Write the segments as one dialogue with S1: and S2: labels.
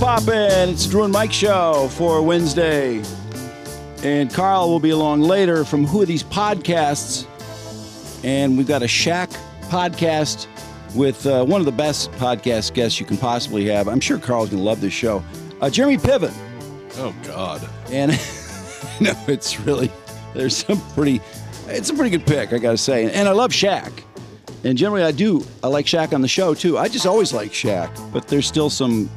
S1: poppin'? It's Drew and Mike show for Wednesday. And Carl will be along later from Who Are These Podcasts? And we've got a Shack podcast with uh, one of the best podcast guests you can possibly have. I'm sure Carl's going to love this show. Uh, Jeremy Piven.
S2: Oh God.
S1: And no, it's really, there's some pretty, it's a pretty good pick, I got to say. And I love Shack. And generally, I do. I like Shaq on the show too. I just always like Shaq, but there's still some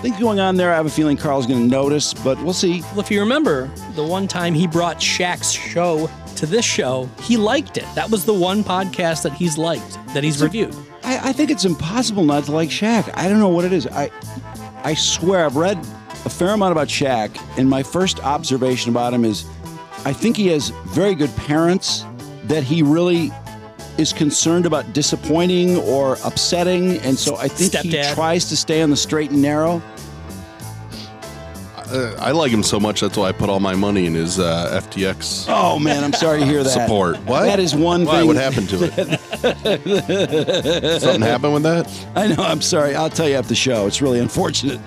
S1: things going on there. I have a feeling Carl's going to notice, but we'll see.
S3: Well, if you remember, the one time he brought Shaq's show to this show, he liked it. That was the one podcast that he's liked, that he's reviewed.
S1: I, I think it's impossible not to like Shaq. I don't know what it is. I, I swear, I've read a fair amount about Shaq, and my first observation about him is, I think he has very good parents. That he really is concerned about disappointing or upsetting, and so I think he
S3: Stepdad.
S1: tries to stay on the straight and narrow.
S2: Uh, I like him so much. That's why I put all my money in his uh, FTX
S1: Oh man, I'm sorry to hear that.
S2: support. What?
S1: That is one
S2: Why?
S1: thing.
S2: What happened to it? Something happened with that?
S1: I know. I'm sorry. I'll tell you after the show. It's really unfortunate.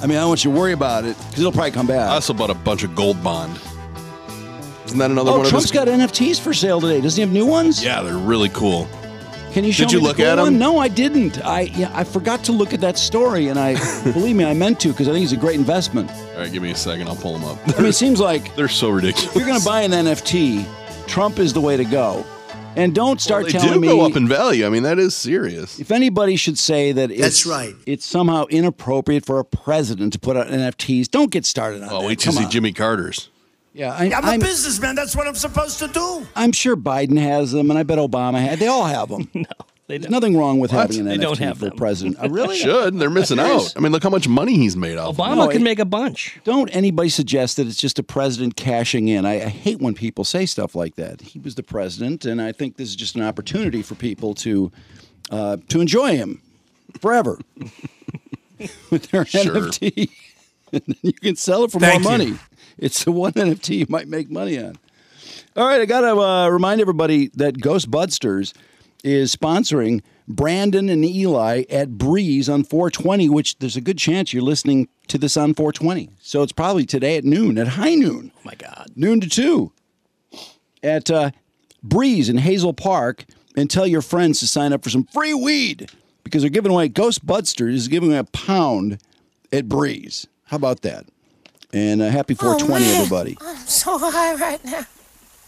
S1: I mean, I don't want you to worry about it because it'll probably come back.
S2: I also bought a bunch of gold bond. Isn't that another one?
S1: oh,
S2: of his?
S1: Trump's got NFTs for sale today. Does he have new ones?
S2: Yeah, they're really cool.
S1: Can you show
S2: Did you
S1: me the
S2: look
S1: cool
S2: at 'em?
S1: one? No, I didn't. I yeah, I forgot to look at that story, and I believe me, I meant to because I think it's a great investment.
S2: All right, give me a second. I'll pull them up.
S1: I mean, it seems like if
S2: They're so ridiculous.
S1: you're going to buy an NFT, Trump is the way to go. And don't start
S2: They
S1: telling
S2: do
S1: me
S2: go up in value. I mean, that is serious.
S1: If anybody should say that it's,
S4: That's right.
S1: it's somehow inappropriate for a president to put out NFTs, don't get started on
S2: Oh,
S1: that.
S2: wait till
S1: Come
S2: you see
S1: on.
S2: Jimmy Carter's.
S1: Yeah, I,
S4: I'm,
S1: I'm,
S4: a businessman. That's what I'm supposed to do.
S1: I'm sure Biden has them, and I bet Obama has. They all have them. no,
S3: they
S1: There's nothing wrong with having an
S3: They
S1: NFT
S3: don't have
S1: for a
S3: them.
S1: president. I really
S2: Should they're missing out? I mean, look how much money he's made off. of
S3: Obama
S1: No,
S3: can
S1: it-
S3: make a bunch.
S1: don't. Anybody suggest that it's just a president cashing in? I, I hate when people say stuff like that. He was the president, and I think this is just an opportunity for people to uh, to enjoy him forever with their
S2: Sure.
S1: NFT. and then you can sell it for
S4: Thank
S1: more
S4: you.
S1: money. It's the one NFT you might make money on. All right, I got to uh, remind everybody that Ghostbusters is sponsoring Brandon and Eli at Breeze on 420, which there's a good chance you're listening to this on 420. So it's probably today at noon, at high noon,
S3: Oh my God.
S1: noon to two, at uh, Breeze in Hazel Park, and tell your friends to sign up for some free weed because they're giving away Ghostbusters is giving away a pound at Breeze. How about that? And uh, happy
S5: Oh,
S1: 420,
S6: Oh, man.
S1: everybody.
S6: I'm so high right now.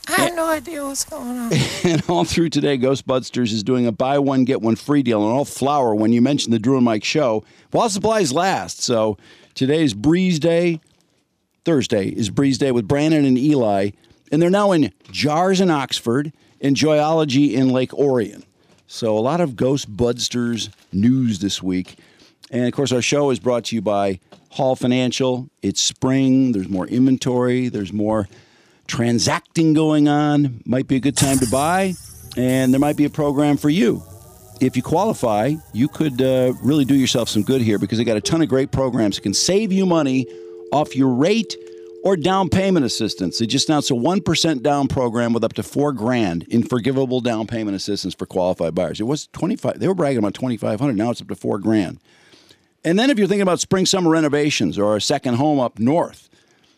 S6: I have no idea what's going on.
S1: and all through today, Ghostbusters is doing a buy one get one free deal on all flour. When you mention the Drew and Mike show, while supplies last. So today's Breeze Day. Thursday is Breeze Day with Brandon and Eli, and they're now in Jars in Oxford and Joyology in Lake Orion. So a lot of Ghostbusters news this week. And of course, our show is brought to you by Hall Financial. It's spring. There's more inventory. There's more transacting going on. Might be a good time to buy, and there might be a program for you. If you qualify, you could uh, really do yourself some good here because they got a ton of great programs that can save you money off your rate or down payment assistance. They just announced a 1% down program with up to four grand in forgivable down payment assistance for qualified buyers. It was 25, they were bragging about 2,500. Now it's up to four grand. And then if you're thinking about spring summer renovations or a second home up north,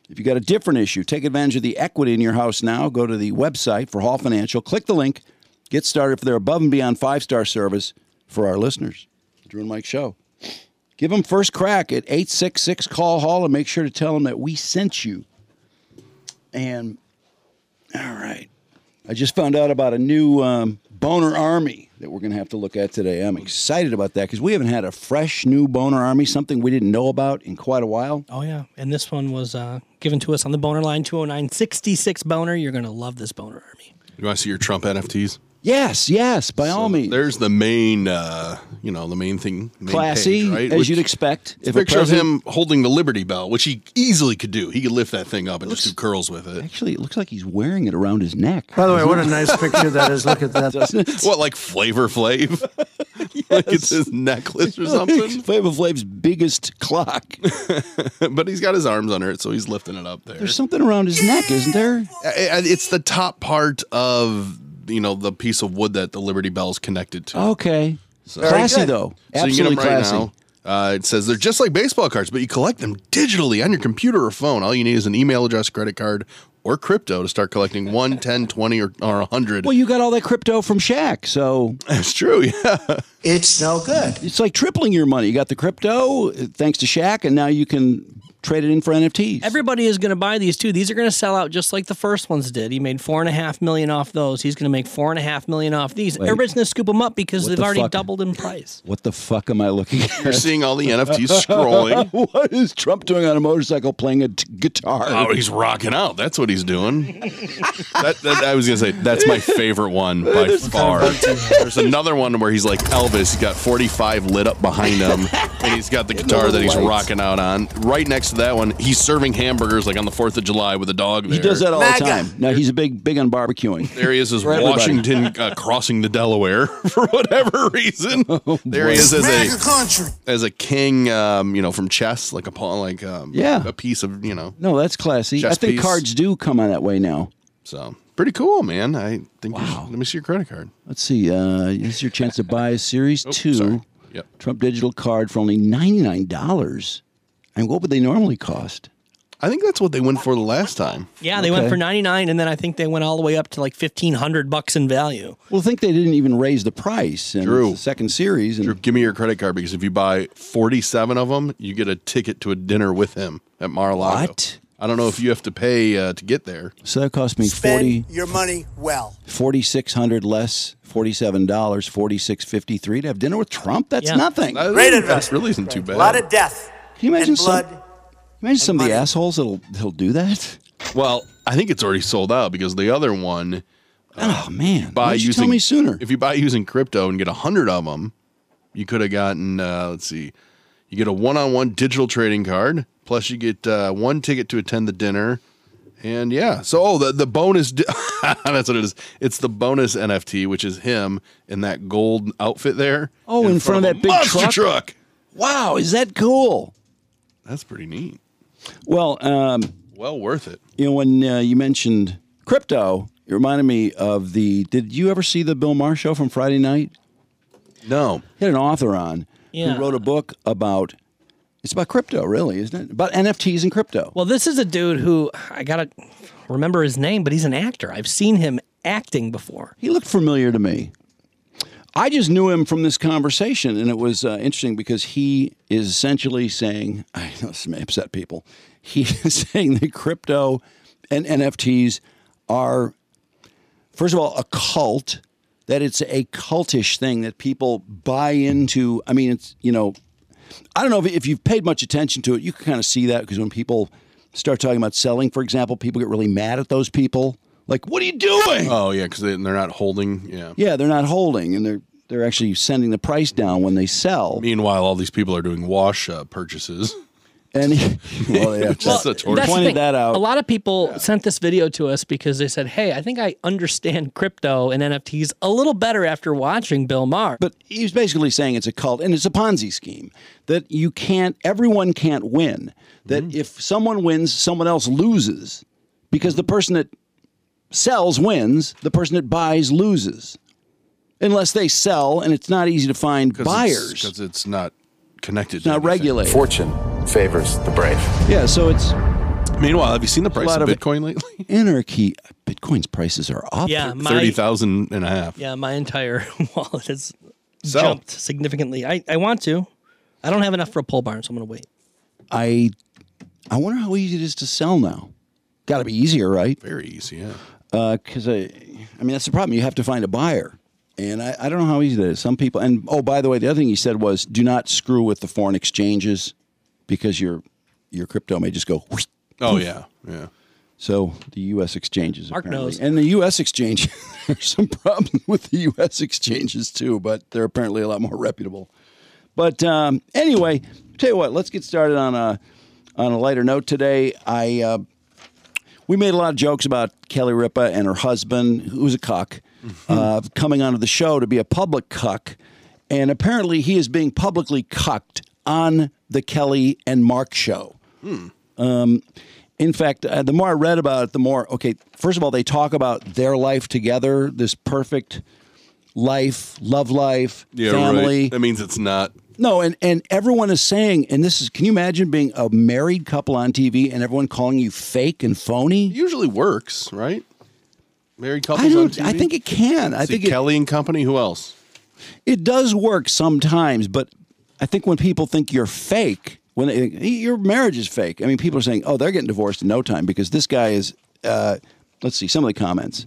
S1: if you got a different issue, take advantage of the equity in your house now. Go to the website for Hall Financial, click the link, get started for their above and beyond five star service for our listeners. Drew and Mike Show. Give them first crack at 866 Call Hall and make sure to tell them that we sent you. And, all right. I just found out about a new um, boner army that we're going to have to look at today. I'm excited about that because we haven't had a fresh new boner army, something we didn't know about in quite a while.
S3: Oh, yeah. And this one was uh, given to us on the boner line 209 66 boner. You're going to love this boner army.
S2: You want to see your Trump NFTs?
S1: Yes, yes, by all means.
S2: There's the main, uh, you know, the main thing. Main
S1: classy,
S2: page, right?
S1: as
S2: Which-
S1: you'd expect.
S2: It's a picture of him holding the Liberty Bell, which he easily could do. He could lift that thing up and just do curls with it.
S1: actually, it looks like he's wearing it around his neck.
S7: By the way, what a nice picture that is. Look at that.
S2: What, like Flavor Flav? like it's his necklace or something?
S1: Flavor Flav's biggest clock.
S2: but he's got his arms under it, so he's lifting it up there.
S1: There's something around his neck, isn't there?
S2: I- I- It's the top part of you know the piece of wood that the Liberty Bell's connected to.
S1: Okay,
S2: Very
S1: classy
S2: good.
S1: though.
S2: So you can get
S1: Absolutely
S2: them right
S1: classy.
S2: now. Uh, it says they're just like baseball cards, but you collect them digitally on your computer or phone. All you need is an email address, credit card, or crypto to start collecting 1, 10, 20, or, or 100.
S1: Well, you got all that crypto from Shaq, so
S2: That's true. Yeah.
S8: It's no good.
S1: it's like tripling your money. You got the crypto uh, thanks to Shaq, and now you can trade it in for NFTs.
S3: Everybody is going to buy these too. These are going to sell out just like the first ones did. He made four and a half million off those. He's going to make four and a half million off these. Everybody's going to scoop them up because they've
S1: the
S3: already
S1: fuck?
S3: doubled in price.
S1: what the fuck am I looking
S2: You're
S1: at?
S2: seeing all the NFTs scrolling.
S1: what is Trump doing on a motorcycle playing a t- guitar?
S2: Oh, he's rocking out. That's what he's doing. that, that, I was gonna say that's my favorite one by far. There's another one where he's like Elvis. He's got 45 lit up behind him, and he's got the guitar that he's
S1: lights.
S2: rocking out on. Right next to that one, he's serving hamburgers like on the Fourth of July with a dog. There.
S1: he does that all
S8: MAGA.
S1: the time. No, he's a big, big on barbecuing.
S2: There he is, as
S1: everybody.
S2: Washington uh, crossing the Delaware for whatever reason.
S1: Oh,
S2: there he is as
S8: MAGA
S2: a
S8: country.
S2: as a king, um, you know, from chess, like a pawn, like um,
S1: Yeah.
S2: a piece of you know.
S1: No, that's classy. I
S2: Chess
S1: think
S2: piece.
S1: cards do come on that way now.
S2: So pretty cool, man. I think. you should- let me see your credit card.
S1: Let's see. Uh, this is your chance to buy a Series Two
S2: sorry. Yep.
S1: Trump digital card for only ninety nine dollars. And what would they normally cost?
S2: I think that's what they went for the last time.
S3: Yeah, they went for 99 and then I think they went all the way up to like 1500 bucks in value.
S1: Well, I think they didn't even raise the price. And
S2: Drew.
S1: it's the second series. And
S2: Give me your credit card because if you buy 47 of them, you get a ticket to a dinner with him at Mar-a-Lago.
S1: What?
S2: I don't know if you have to pay uh, to get there.
S1: so that cost me forty
S8: Spend your money well.
S1: forty six hundred less forty seven dollars forty six fifty three to have dinner with Trump. That's
S3: Yeah.
S1: nothing.
S2: That,
S8: Great
S2: that
S8: investment.
S2: really isn't too bad.
S8: A lot of death
S1: Can you imagine
S8: and blood.
S1: some? Imagine some of
S8: money.
S1: the assholes that'll that'll do that.
S2: well, I think it's already sold out because the other one
S1: Oh man!
S2: by
S1: Why don't you
S2: using
S1: tell me sooner?
S2: If you buy using crypto and get 100 of them, you could have gotten uh, let's see. You get a one-on-one digital trading card, plus you get uh, one ticket to attend the dinner. And yeah, so oh, the the bonus di- that's what it is. It's the bonus NFT, which is him in that gold outfit there.
S1: Oh, in front of that
S2: a
S1: big
S2: monster
S1: truck?
S2: truck.
S1: wow, is that cool?
S2: That's pretty neat.
S1: Well, um,
S2: Well worth it.
S1: you know when uh, you mentioned crypto, it reminded me of the. Did you ever see the Bill Maher show from Friday night?
S2: No,
S1: He had an author on
S3: Yeah.
S1: who wrote a book about. It's about crypto, really, isn't it? About NFTs and crypto.
S3: Well, this is a dude who I got to remember his name, but he's an actor. I've seen him acting before.
S1: He looked familiar to me. I just knew him from this conversation, and it was uh, interesting because he is essentially saying, I know this may upset people, he is saying that crypto and NFTs are, first of all, a cult, that it's a cultish thing that people buy into. I mean, it's, you know, I don't know if, if you've paid much attention to it, you can kind of see that because when people start talking about selling, for example, people get really mad at those people. Like, what are you doing?
S2: oh yeah, because they, they're not holding. Yeah.
S1: Yeah, they're not holding, and they're they're actually sending the price down when they sell.
S2: Meanwhile, all these people are doing wash uh, purchases.
S1: And he, well, Oh, yeah,
S2: That's a torture.
S3: the
S1: Pointed
S3: thing.
S1: that out.
S3: A lot of people sent this video to us because they said, "Hey, I think I understand crypto and NFTs a little better after watching Bill Maher."
S1: but he's basically saying it's a cult and it's a Ponzi scheme that you can't, everyone can't win. That
S2: Mm-hmm.
S1: if someone wins, someone else loses because the person that sells wins, the person that buys loses. Unless they sell, and it's not easy to find buyers.
S2: because it's not connected.
S1: it's not regulated.
S9: Fortune favors the brave.
S1: Yeah, so it's
S2: Meanwhile, have you seen the price
S1: lot
S2: of
S1: of-
S2: Bitcoin lately?
S1: anarchy. Bitcoin's prices are up.
S3: yeah, my
S2: 30,000 and a
S1: uh,
S2: half.
S3: yeah, my entire wallet has
S2: So-
S3: jumped significantly. I I want to. I don't have enough for a pole barn, so I'm going to wait.
S1: I I wonder how easy it is to sell now. Got to be easier, right?
S2: Very easy, yeah.
S1: Because I, I mean, that's the problem. You have to find a buyer, and I, I don't know how easy that is. Some people, and oh, by the way, the other thing he said was, do not screw with the foreign exchanges because your your crypto may just go. whoosh.
S2: Oh, yeah. Yeah.
S1: So the U.S. exchanges,
S3: Mark
S1: apparently.
S3: knows.
S1: and the U.S. exchange. there's some problem with the U.S. exchanges too, but they're apparently a lot more reputable. But um, anyway, tell you what, let's get started on a on a lighter note today. I uh, we made a lot of jokes about Kelly Ripa and her husband, who was a cuck, uh, coming onto the show to be a public cuck, and apparently he is being publicly cucked on the Kelly and Mark show.
S10: Hmm.
S1: Um, In fact, uh, the more I read about it, the more okay. First of all, they talk about their life together, this perfect life, love life,
S2: Yeah,
S1: family.
S2: right. That means it's not
S1: No, and, and everyone is saying, and this is, can you imagine being a married couple on TV and everyone calling you fake and phony?
S2: usually works, right? Married couples
S1: I
S2: on
S1: don't.
S2: TV.
S1: I think it can. I
S2: See,
S1: think it,
S2: Kelly and Company. Who else?
S1: it does work sometimes, but I think when people think you're fake, when they, think, "Hey, your marriage is fake, I mean, people are saying, oh, they're getting divorced in no time because this guy is. Uh, let's see some of the comments.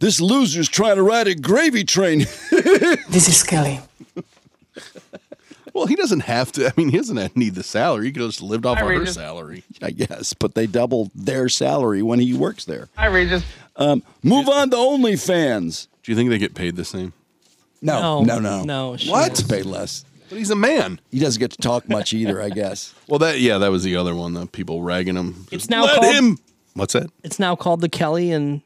S1: This loser's trying to ride a gravy train.
S11: This is Kelly.
S2: Well, he doesn't have to. I mean, he doesn't need the salary. He could have just lived off of her salary.
S1: I guess, but they double their salary when he works there. I Um, move on to OnlyFans.
S2: Do you think they get paid the same?
S1: No, no,
S3: No,
S1: no,
S3: no, she
S1: what?
S3: does.
S1: Pay less.
S2: But he's a man.
S1: He doesn't get to talk much either, I guess.
S2: Well, that yeah, that was the other one. The people ragging him.
S3: It's
S2: Just
S3: now
S2: let
S3: called-
S2: him. What's that?
S3: It's now called the Kelly and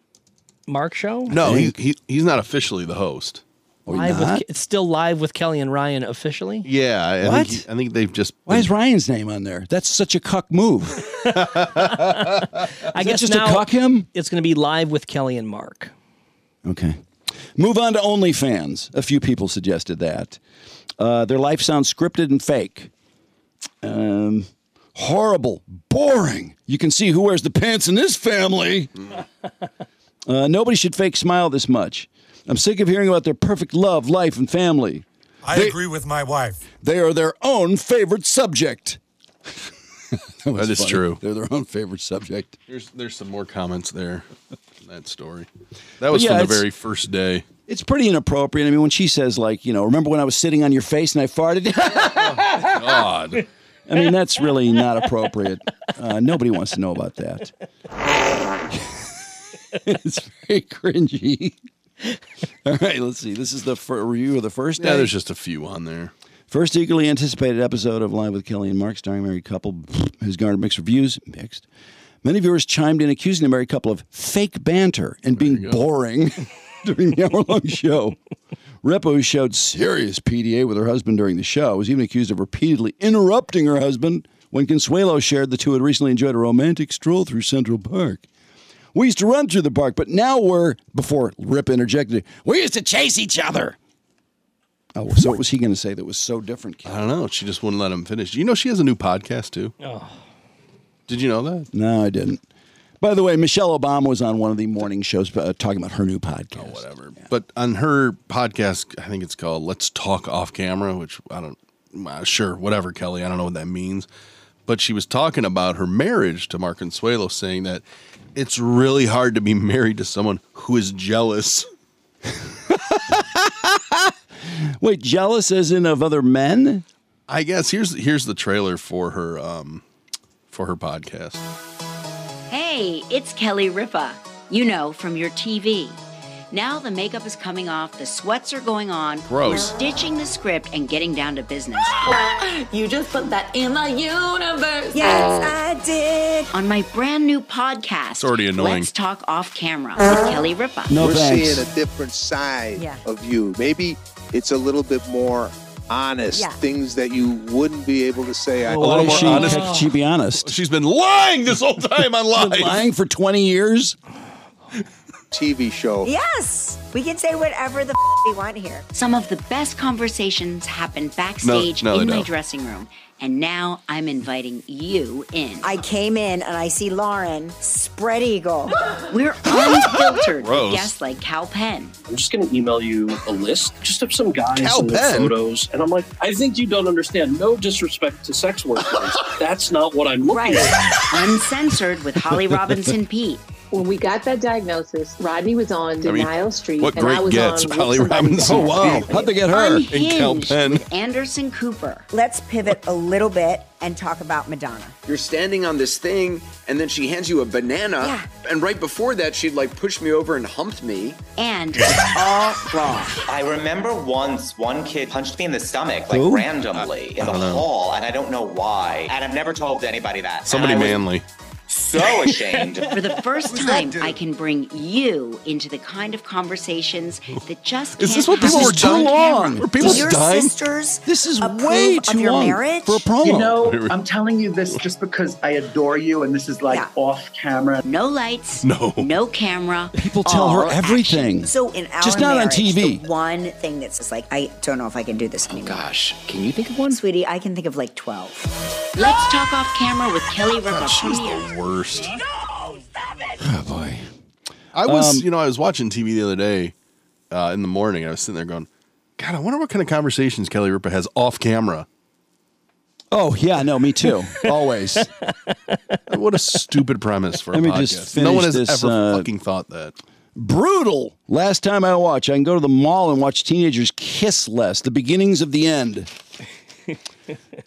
S3: Mark Show.
S2: No, he, he he's not officially the host.
S1: Or
S3: live
S1: Oh, not?
S3: with, it's still live with Kelly and Ryan officially.
S2: Yeah, I, I
S1: What?
S2: think he- I think they've just.
S1: Why is Ryan's name on there? That's such a cuck move.
S3: I guess
S1: just to
S3: now
S1: cuck him?
S3: it's going to be live with Kelly and Mark.
S1: Okay. Move on to OnlyFans. A few people suggested that. Uh, their life sounds scripted and fake. Um, horrible, boring. You can see who wears the pants in this family. uh, nobody should fake smile this much. I'm sick of hearing about their perfect love, life, and family.
S12: I agree with my wife.
S1: They are their own favorite subject. that was
S2: That is
S1: funny.
S2: true.
S1: They're their own favorite subject.
S2: There's there's some more comments there. in That story. That was
S1: yeah,
S2: from the
S1: it's-
S2: very first day.
S1: It's pretty inappropriate. I mean, when she says, like, you know, remember when I was sitting on your face and I farted? Oh,
S2: God.
S1: I mean, that's really not appropriate. Uh, nobody wants to know about that. it's very cringy. All right, let's see. This is the fir- review of the first
S2: yeah,
S1: day.
S2: there's just a few on there.
S1: First eagerly anticipated episode of Live with Kelly and Mark, starring a married couple, has garnered mixed reviews. Mixed. Many viewers chimed in accusing the married couple of fake banter and being boring during the hour long show. Repo, who showed serious PDA with her husband during the show, was even accused of repeatedly interrupting her husband when Consuelo shared the two had recently enjoyed a romantic stroll through Central Park. We used to run through the park, but now we're, before Rip interjected, we used to chase each other. Oh, so what was he going to say that was so different? Ken?
S2: I don't know. She just wouldn't let him finish. You know, she has a new podcast too.
S1: Oh.
S2: Did you know that?
S1: No, I didn't. By the way, Michelle Obama was on one of the morning shows uh, talking about her new podcast.
S2: Whatever. But on her podcast, I think it's called "Let's Talk Off Camera," which I don't. uh, Sure, whatever, Kelly. I don't know what that means. But she was talking about her marriage to Mark Consuelo, saying that it's really hard to be married to someone who is jealous.
S1: Wait, jealous as in of other men?
S2: I guess here's here's the trailer for her um for her podcast.
S13: Hey, it's Kelly Ripa. You know, from your TV. Now the makeup is coming off, the sweats are going on.
S2: Gross.
S13: We're ditching the script and getting down to business.
S5: You just put that in the universe.
S11: Yes, I did.
S13: On my brand new podcast, it's
S2: already annoying.
S13: Let's Talk Off Camera with Kelly Ripa.
S1: No
S10: We're
S1: thanks.
S10: seeing a different side
S5: Yeah.
S10: of you. Maybe it's a little bit more honest.
S5: Yeah.
S10: Things that you wouldn't be able to say. I
S2: A little
S1: Why is
S2: more
S1: she,
S2: honest.
S5: Oh.
S1: Can she be honest?
S2: She's been lying this whole time on live.
S1: Lying for 20 years?
S10: TV show.
S5: Yes. We can say whatever the f- we want here.
S13: Some of the best conversations happen backstage
S2: no, they
S13: in my
S2: don't.
S13: dressing room. And now I'm inviting you in.
S5: I came in and I see Lauren, spread eagle.
S13: We're unfiltered with
S2: Gross.
S13: guests like Cal Penn,
S5: I'm just going to email you a list just of some guys
S2: Cal
S5: and their
S2: Penn?
S5: photos. And I'm like, I think you don't understand. No disrespect to sex workers. That's not what I'm looking right. at.
S13: uncensored with Holly Robinson Pete,
S5: When we got that diagnosis, Rodney was on
S2: I mean,
S5: Denial Street.
S2: what
S5: and I
S2: great
S5: was
S2: gets,
S5: on
S2: Holly
S5: Wilson's
S2: Robinson.
S5: Island.
S2: wow,
S1: How'd they get her?
S2: Cal
S13: unhinged
S2: Penn.
S13: with Anderson Cooper.
S5: Let's pivot a little bit and talk about Madonna.
S10: You're standing on this thing, and then she hands you a banana.
S5: Yeah.
S10: And right before that, she'd like push me over and humped me. Ah,
S13: and it's all raw.
S5: I remember once one kid punched me in the stomach, like
S1: Who?
S5: randomly in the hall, and I don't know why. And I've never told anybody that.
S2: Somebody
S5: And I was
S2: manly.
S14: so ashamed.
S15: For the first time, I can bring you into the kind of conversations that just
S2: Is this
S15: can't
S2: what people
S15: happen
S2: were
S15: on
S2: too
S15: camera.
S2: long? Were people
S13: your
S2: dying?
S13: sisters
S1: this is
S13: way too your
S2: long
S13: marriage?
S2: for a promo.
S14: You know, I'm telling you this just because I adore you, and this is like off camera.
S15: No lights.
S2: No.
S15: No camera.
S1: People tell her everything.
S13: So in our
S1: Just not on
S13: marriage,
S1: TV.
S13: the one thing that's just like I don't know if I can do this anymore.
S14: Gosh, can you think of one?
S13: Sweetie, I can think of like twelve.
S15: Let's talk off camera with Kelly Ripa.
S2: She's
S15: Premiere.
S2: the worst. No, stop it. Oh boy. I was,
S1: Um,
S2: you know, I was watching TV the other day uh, in the morning. I was sitting there going, God, I wonder what kind of conversations Kelly Ripa has off camera.
S1: Oh yeah, no, me too. Always.
S2: What a stupid premise for a
S1: Let me
S2: podcast.
S1: just
S2: no
S1: finish
S2: one has
S1: this,
S2: ever
S1: uh,
S2: fucking thought that.
S1: Brutal. Last time I watch, I can go to the mall and watch teenagers kiss less. The beginnings of the end.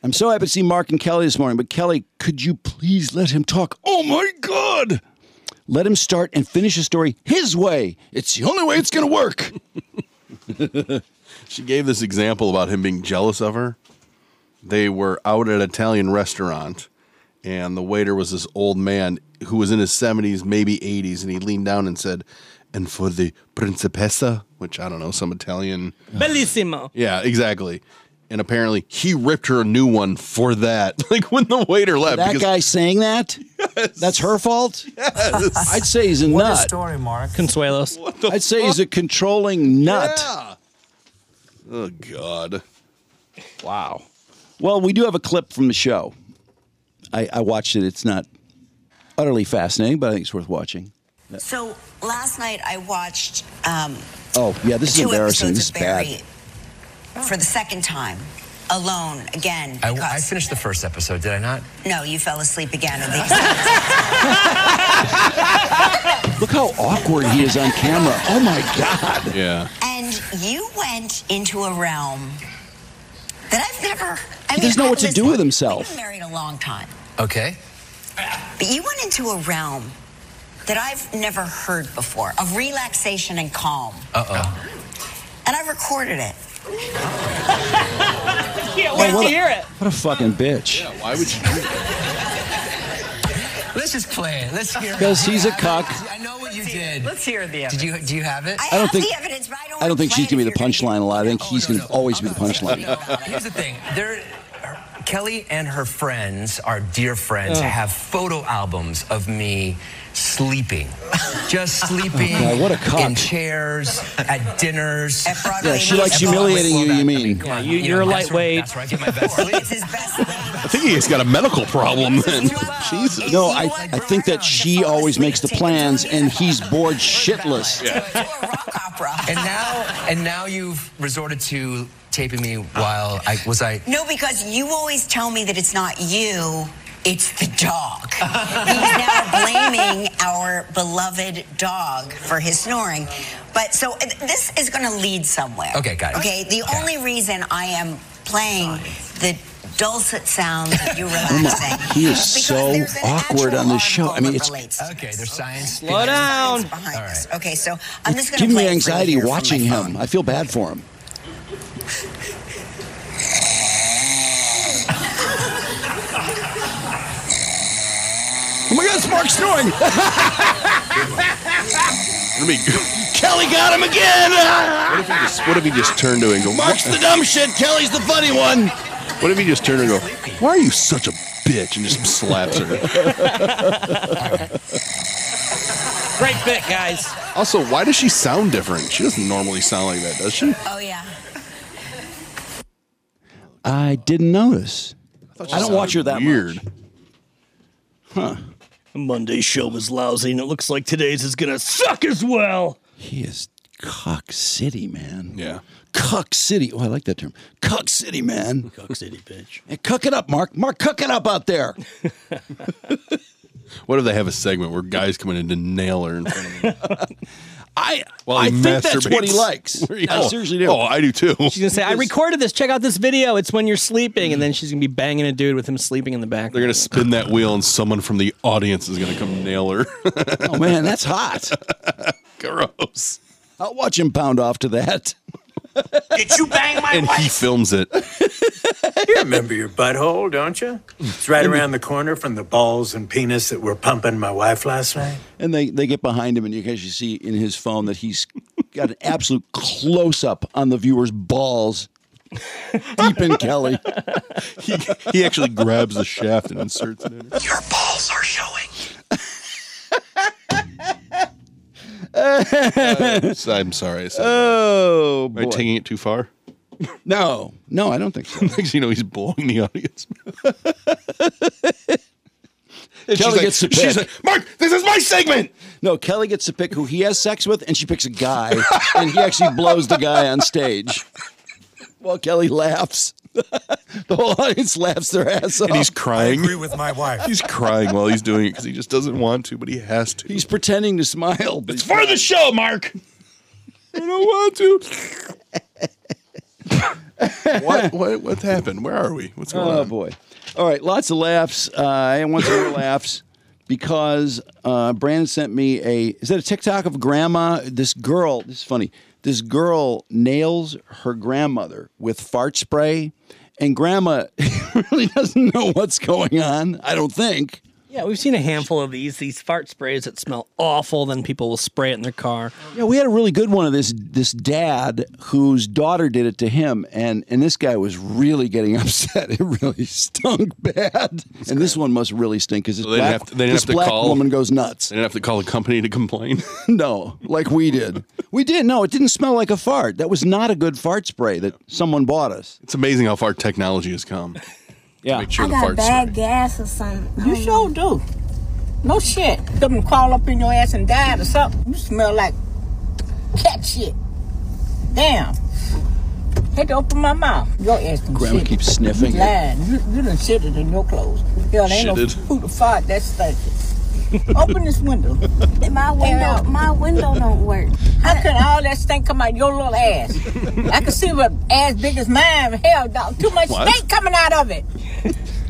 S1: I'm so happy to see Mark and Kelly this morning, but Kelly, could you please let him talk? Oh my God! Let him start and finish a story his way. It's the only way it's going to work.
S2: She gave this example about him being jealous of her. They were out at an Italian restaurant, and the waiter was this old man who was in his 70s, maybe 80s, and he leaned down and said, And for the principessa, which I don't know, some Italian.
S3: Bellissimo.
S2: Yeah, exactly. And apparently he ripped her a new one for that. Like when the waiter left.
S1: that
S2: because
S1: guy saying that? That's her fault?
S2: Yes.
S1: I'd say he's a
S4: What a
S1: nut.
S4: story, Mark.
S3: Consuelos.
S1: I'd say he's a controlling nut.
S2: Oh God.
S1: Wow. Well, we do have a clip from the show. I, I watched it. It's not utterly fascinating, but I think it's worth watching.
S13: So last night I watched um,
S1: Oh, yeah, this is
S13: two
S1: embarrassing.
S13: episodes
S1: This is
S13: of Barry
S1: bad.
S13: for the second time, alone again.
S5: I, I
S13: because-
S5: finished the first episode, did I not?
S13: No, you fell asleep again. At the exact-
S1: Look how awkward he is on camera. Oh my God.
S2: Yeah.
S13: and you went into a realm that I've never. I
S1: He
S13: mean,
S1: doesn't know
S13: I
S1: what to
S13: was-
S1: do with himself.
S13: I've been married a long time,
S5: Okay.
S13: but you went into a realm that I've never heard before of relaxation and calm,
S5: Uh oh.
S13: and I recorded it.
S3: Can't
S1: wait Oh, what to a- hear it. What a fucking bitch.
S2: Why would you do that?
S5: Let's just play it. Let's hear. it.
S1: 'Cause he's a
S5: I-
S1: cuck.
S5: I know what you did. Let's
S13: hear the
S5: Did you? Do you have it?
S1: I don't think I don't think she's gonna be the punchline a lot. I think he's gonna always be the punchline.
S5: Here's the thing. There, her- Kelly and her friends, our dear friends, have photo albums of me sleeping, just sleeping
S1: God, what a cock.
S5: in chairs at dinners.
S13: At Broadway
S1: Yeah, she likes
S13: Music Hall.
S1: humiliating you. You mean?
S5: Come on,
S3: you- you're a
S5: that's where-
S3: lightweight.
S5: That's where I get my best sleep.
S13: It's his best thing.
S2: I think he's got a medical problem then. Jesus.
S1: No, I, I think that she always makes the plans and he's bored shitless.
S5: And now, and now you've resorted to taping me while I was I.
S13: No, because you always tell me that it's not you, it's the dog. He's now blaming our beloved dog for his snoring. But so uh, this is going to lead somewhere.
S5: Okay, got it.
S13: Okay, the only reason I am playing the dulcet sounds of you relaxing.
S1: Oh He is
S13: because
S1: so
S13: there's an
S1: awkward
S13: actual
S1: on this show. I
S13: article
S1: mean,
S13: that
S1: it's-
S13: relates to
S5: Okay, there's science.
S3: Slow down.
S13: this behind this. Okay, so I'm just going to
S1: Give me anxiety watching him. I feel bad for him. Oh my God, it's Mark snoring!
S2: I mean,
S1: Kelly got him again! Ah!
S2: what if he just what if he just turned to it and go
S1: Mark's the dumb shit. Kelly's the funny one.
S2: What if he just turned and go, Why are you such a bitch? And just slaps her.
S3: Great bit, guys.
S2: also, why does she sound different? She doesn't normally sound like that, does she? I
S13: Oh yeah.
S1: I didn't notice.
S2: thought she
S1: I don't watch her
S2: sounded weird.
S1: that much.
S3: Monday's show was lousy, and it looks like today's is gonna suck as well.
S1: He is cock city, man.
S2: Yeah.
S1: Cuck city. Oh, I like that term. Cuck city, man.
S3: Cook City, bitch.
S1: Hey, cook it up, Mark. Mark, cook it up out there.
S2: What if they have a segment where guys come in and to nail her in front of him?
S1: I
S2: While
S1: I
S2: he
S1: think that's
S2: masturbates?
S1: what he likes.
S2: Where he-
S1: I
S2: oh,
S1: seriously do.
S2: Oh, I do too.
S3: She's gonna say, "I recorded this. Check out this video. It's when you're sleeping." And then she's gonna be banging a dude with him sleeping in the back.
S2: They're gonna spin that wheel, and someone from the audience is gonna come nail her.
S1: oh man, that's hot.
S2: Gross.
S1: I'll watch him pound off to that.
S16: Did you bang my
S2: and he
S16: wife?
S2: films it.
S16: You remember your butthole, don't you? It's right around the corner from the balls and penis that were pumping my wife last night.
S1: And they, they get behind him, and you can actually see in his phone that he's got an absolute close up on the viewer's balls deep in Kelly.
S2: he, he actually grabs the shaft and inserts it in.
S16: Your balls are showing.
S2: Uh, so I'm sorry. I said that.
S1: Oh,
S2: Am I
S1: boy.
S2: taking it too far?
S1: No, no, I don't think so.
S2: Next, thing you know, he's blowing the audience.
S1: Kelly
S2: she's like-
S1: gets to pick.
S2: she's like, Mark, this is my segment.
S1: No, Kelly gets to pick who he has sex with, and she picks a guy, and he actually blows the guy on stage. While Kelly laughs, the whole audience laughs their ass off.
S2: And he's crying.
S1: Oh, with my wife.
S2: He's crying while he's doing it because he just doesn't want to, but he has to.
S1: He's pretending to smile. But
S2: It's for the show, Mark. I don't want to. what, what what happened? Where are we? What's going
S1: oh,
S2: on?
S1: boy. All right, lots of laughs. Uh, and once more laughs because uh, Brandon sent me a is that a TikTok of grandma? This girl, this is funny. This girl nails her grandmother with fart spray, and grandma really doesn't know what's going on. I don't think.
S3: Yeah, we've seen a handful of these these fart sprays that smell awful. Then people will spray it in their car.
S1: Yeah, we had a really good one of this this dad whose daughter did it to him, and and this guy was really getting upset. It really stunk bad, and this one must really stink because this
S2: So they didn't
S1: black,
S2: have to, they didn't
S1: this
S2: have to
S1: black
S2: call.
S1: woman goes nuts.
S2: They didn't have to call a company to complain.
S1: no, like we did. We did. No, it didn't smell like a fart. That was not a good fart spray that someone bought us.
S2: It's amazing how far technology has come.
S1: Yeah,
S2: make sure
S17: I
S2: the
S17: got
S2: farts.
S17: bad gas or something.
S18: You sure do. No shit. Them crawl up in your ass and died or something. You smell like cat shit. Damn. Had to open my mouth. Your ass done
S1: Grandma
S18: shitted.
S1: keeps sniffing
S18: You
S1: it.
S18: lying. You, you done shitted in your clothes. Hell, there ain't no
S1: Shitted.
S18: food to fart that stinking. open this window.
S17: My window, my window don't work.
S18: How can all that stink come out your little ass? I can see what ass big as mine. Hell, dog. Too much
S2: What?
S18: stink coming out of it.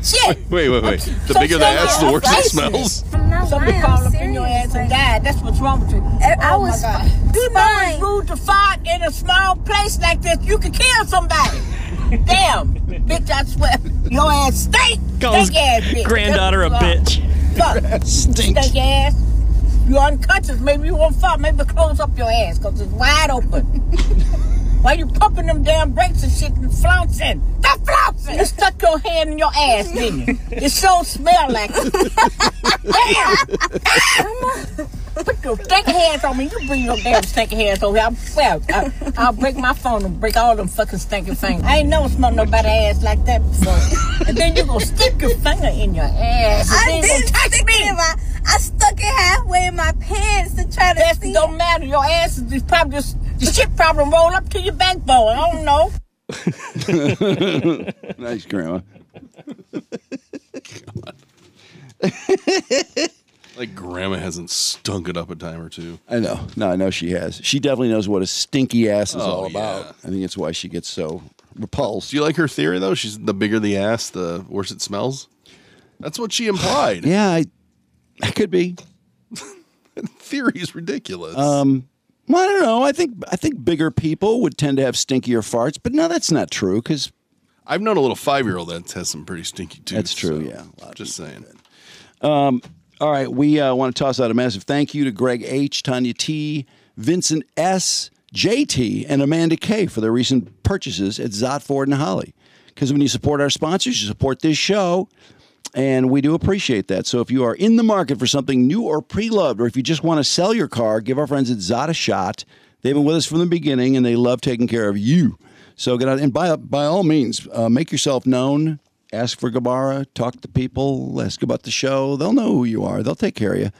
S18: Shit.
S2: Wait, wait, wait. The bigger the ass, the worse it smells.
S18: Somebody called up in your ass and died. That's what's wrong with you. Oh, I was. You know it's rude to fart in a small place like this. You could kill somebody. Damn, bitch! I swear, your ass stink.
S3: Calls
S18: Stink ass bitch.
S3: granddaughter a
S18: That's what you are.
S3: bitch.
S18: Fuck. Stink ass. You unconscious. Maybe you won't fart. Maybe close up your ass because it's wide open. Why you pumping them damn brakes and shit and flouncing? Stop flouncing! You stuck your hand in your ass, didn't you? It so smell like it. damn! damn! Put your stinking hands on me. You bring your damn stinking hands over here. I'm, well, I, I'll break my phone and break all them fucking stinking fingers. I ain't never smelled nobody ass like that before. and then you gonna stick your finger in your ass. and
S17: I
S18: then you gonna
S17: didn't stick it in my. I stuck it halfway in my pants to try to
S18: That's
S17: see.
S18: don't matter. Your ass is just probably just the shit probably roll up to your backbone. I don't know.
S1: nice, Grandma.
S2: Like grandma hasn't stunk it up a time or two.
S1: I know. No, I know she has. She definitely knows what a stinky ass is
S2: Oh,
S1: all about. I think it's why she gets so repulsed.
S2: Do you like her theory though? She's the bigger the ass, the worse it smells. That's what she implied.
S1: Yeah, I, I could be.
S2: theory is ridiculous.
S1: Um, well, I don't know. I think I think bigger people would tend to have stinkier farts, but no, that's not true because
S2: I've known a little five year old that has some pretty stinky tooth.
S1: That's true,
S2: Yeah. Just saying.
S1: Um, all right, we uh, want to toss out a massive thank you to Greg H, Tanya T, Vincent S, JT, and Amanda K for their recent purchases at Zotford and Holly. Because when you support our sponsors, you support this show, and we do appreciate that. So if you are in the market for something new or pre-loved, or if you just want to sell your car, give our friends at Zot a shot. They've been with us from the beginning, and they love taking care of you. So get out and by by all means, uh, make yourself known. Ask for Gabara. Talk to people. Ask about the show. They'll know who you are. They'll take care of you.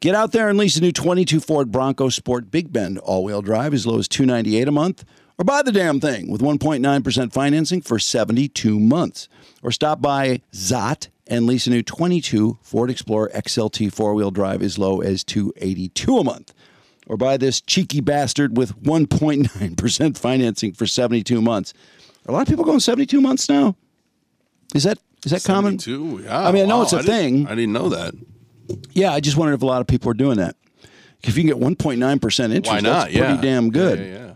S1: Get out there and lease a new 22 Ford Bronco Sport Big Bend all-wheel drive as low as 298 a month, or buy the damn thing with 1.9% financing for 72 months. Or stop by Zot and lease a new 22 Ford Explorer XLT four-wheel drive as low as 282 a month or buy this cheeky bastard with 1.9% financing for 72 months. Are a lot of people going 72 months now? Is that is that common?
S2: Two.
S1: I mean, I know it's a
S2: a
S1: thing.
S2: I didn't know that.
S1: Yeah, I just wondered if a lot of people are doing that. If you can get 1.9% interest,
S2: Why not?
S1: that's pretty
S2: Yeah.
S1: damn good.
S2: Yeah,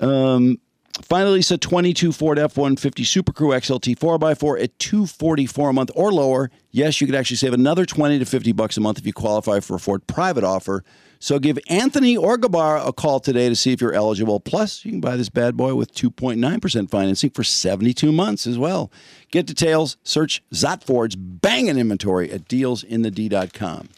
S2: yeah,
S1: Um, Finally, it's a 22 Ford F-150 Super Crew XLT 4x4 at 244 a month or lower. Yes, you could actually save another 20 to 50 bucks a month if you qualify for a Ford private offer. So give Anthony or Gabar a call today to see if you're eligible. Plus, you can buy this bad boy with 2.9% financing for 72 months as well. Get details, search Zott Ford's banging inventory at dealsinthed.com.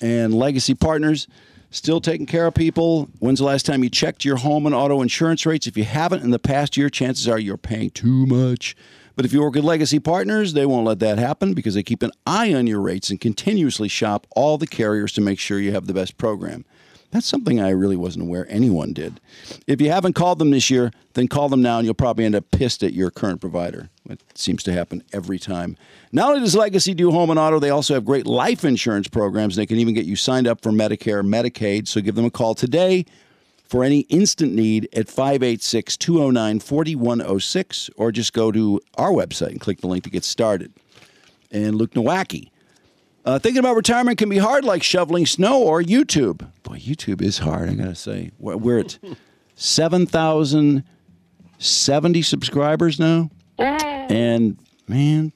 S1: And Legacy Partners, still taking care of people. When's the last time you checked your home and auto insurance rates? If you haven't in the past year, chances are you're paying too much. But if you work with Legacy Partners, they won't let that happen because they keep an eye on your rates and continuously shop all the carriers to make sure you have the best program. That's something I really wasn't aware anyone did. If you haven't called them this year, then call them now and you'll probably end up pissed at your current provider. It seems to happen every time. Not only does Legacy do home and auto, they also have great life insurance programs. They can even get you signed up for Medicare, Medicaid. So give them a call today for any instant need at 586 209 4106 or just go to our website and click the link to get started. And Luke Nowacki. Uh, thinking about retirement can be hard, like shoveling snow or YouTube. Boy, YouTube is hard. I gotta say, we're, we're at seven thousand seventy subscribers now, and man,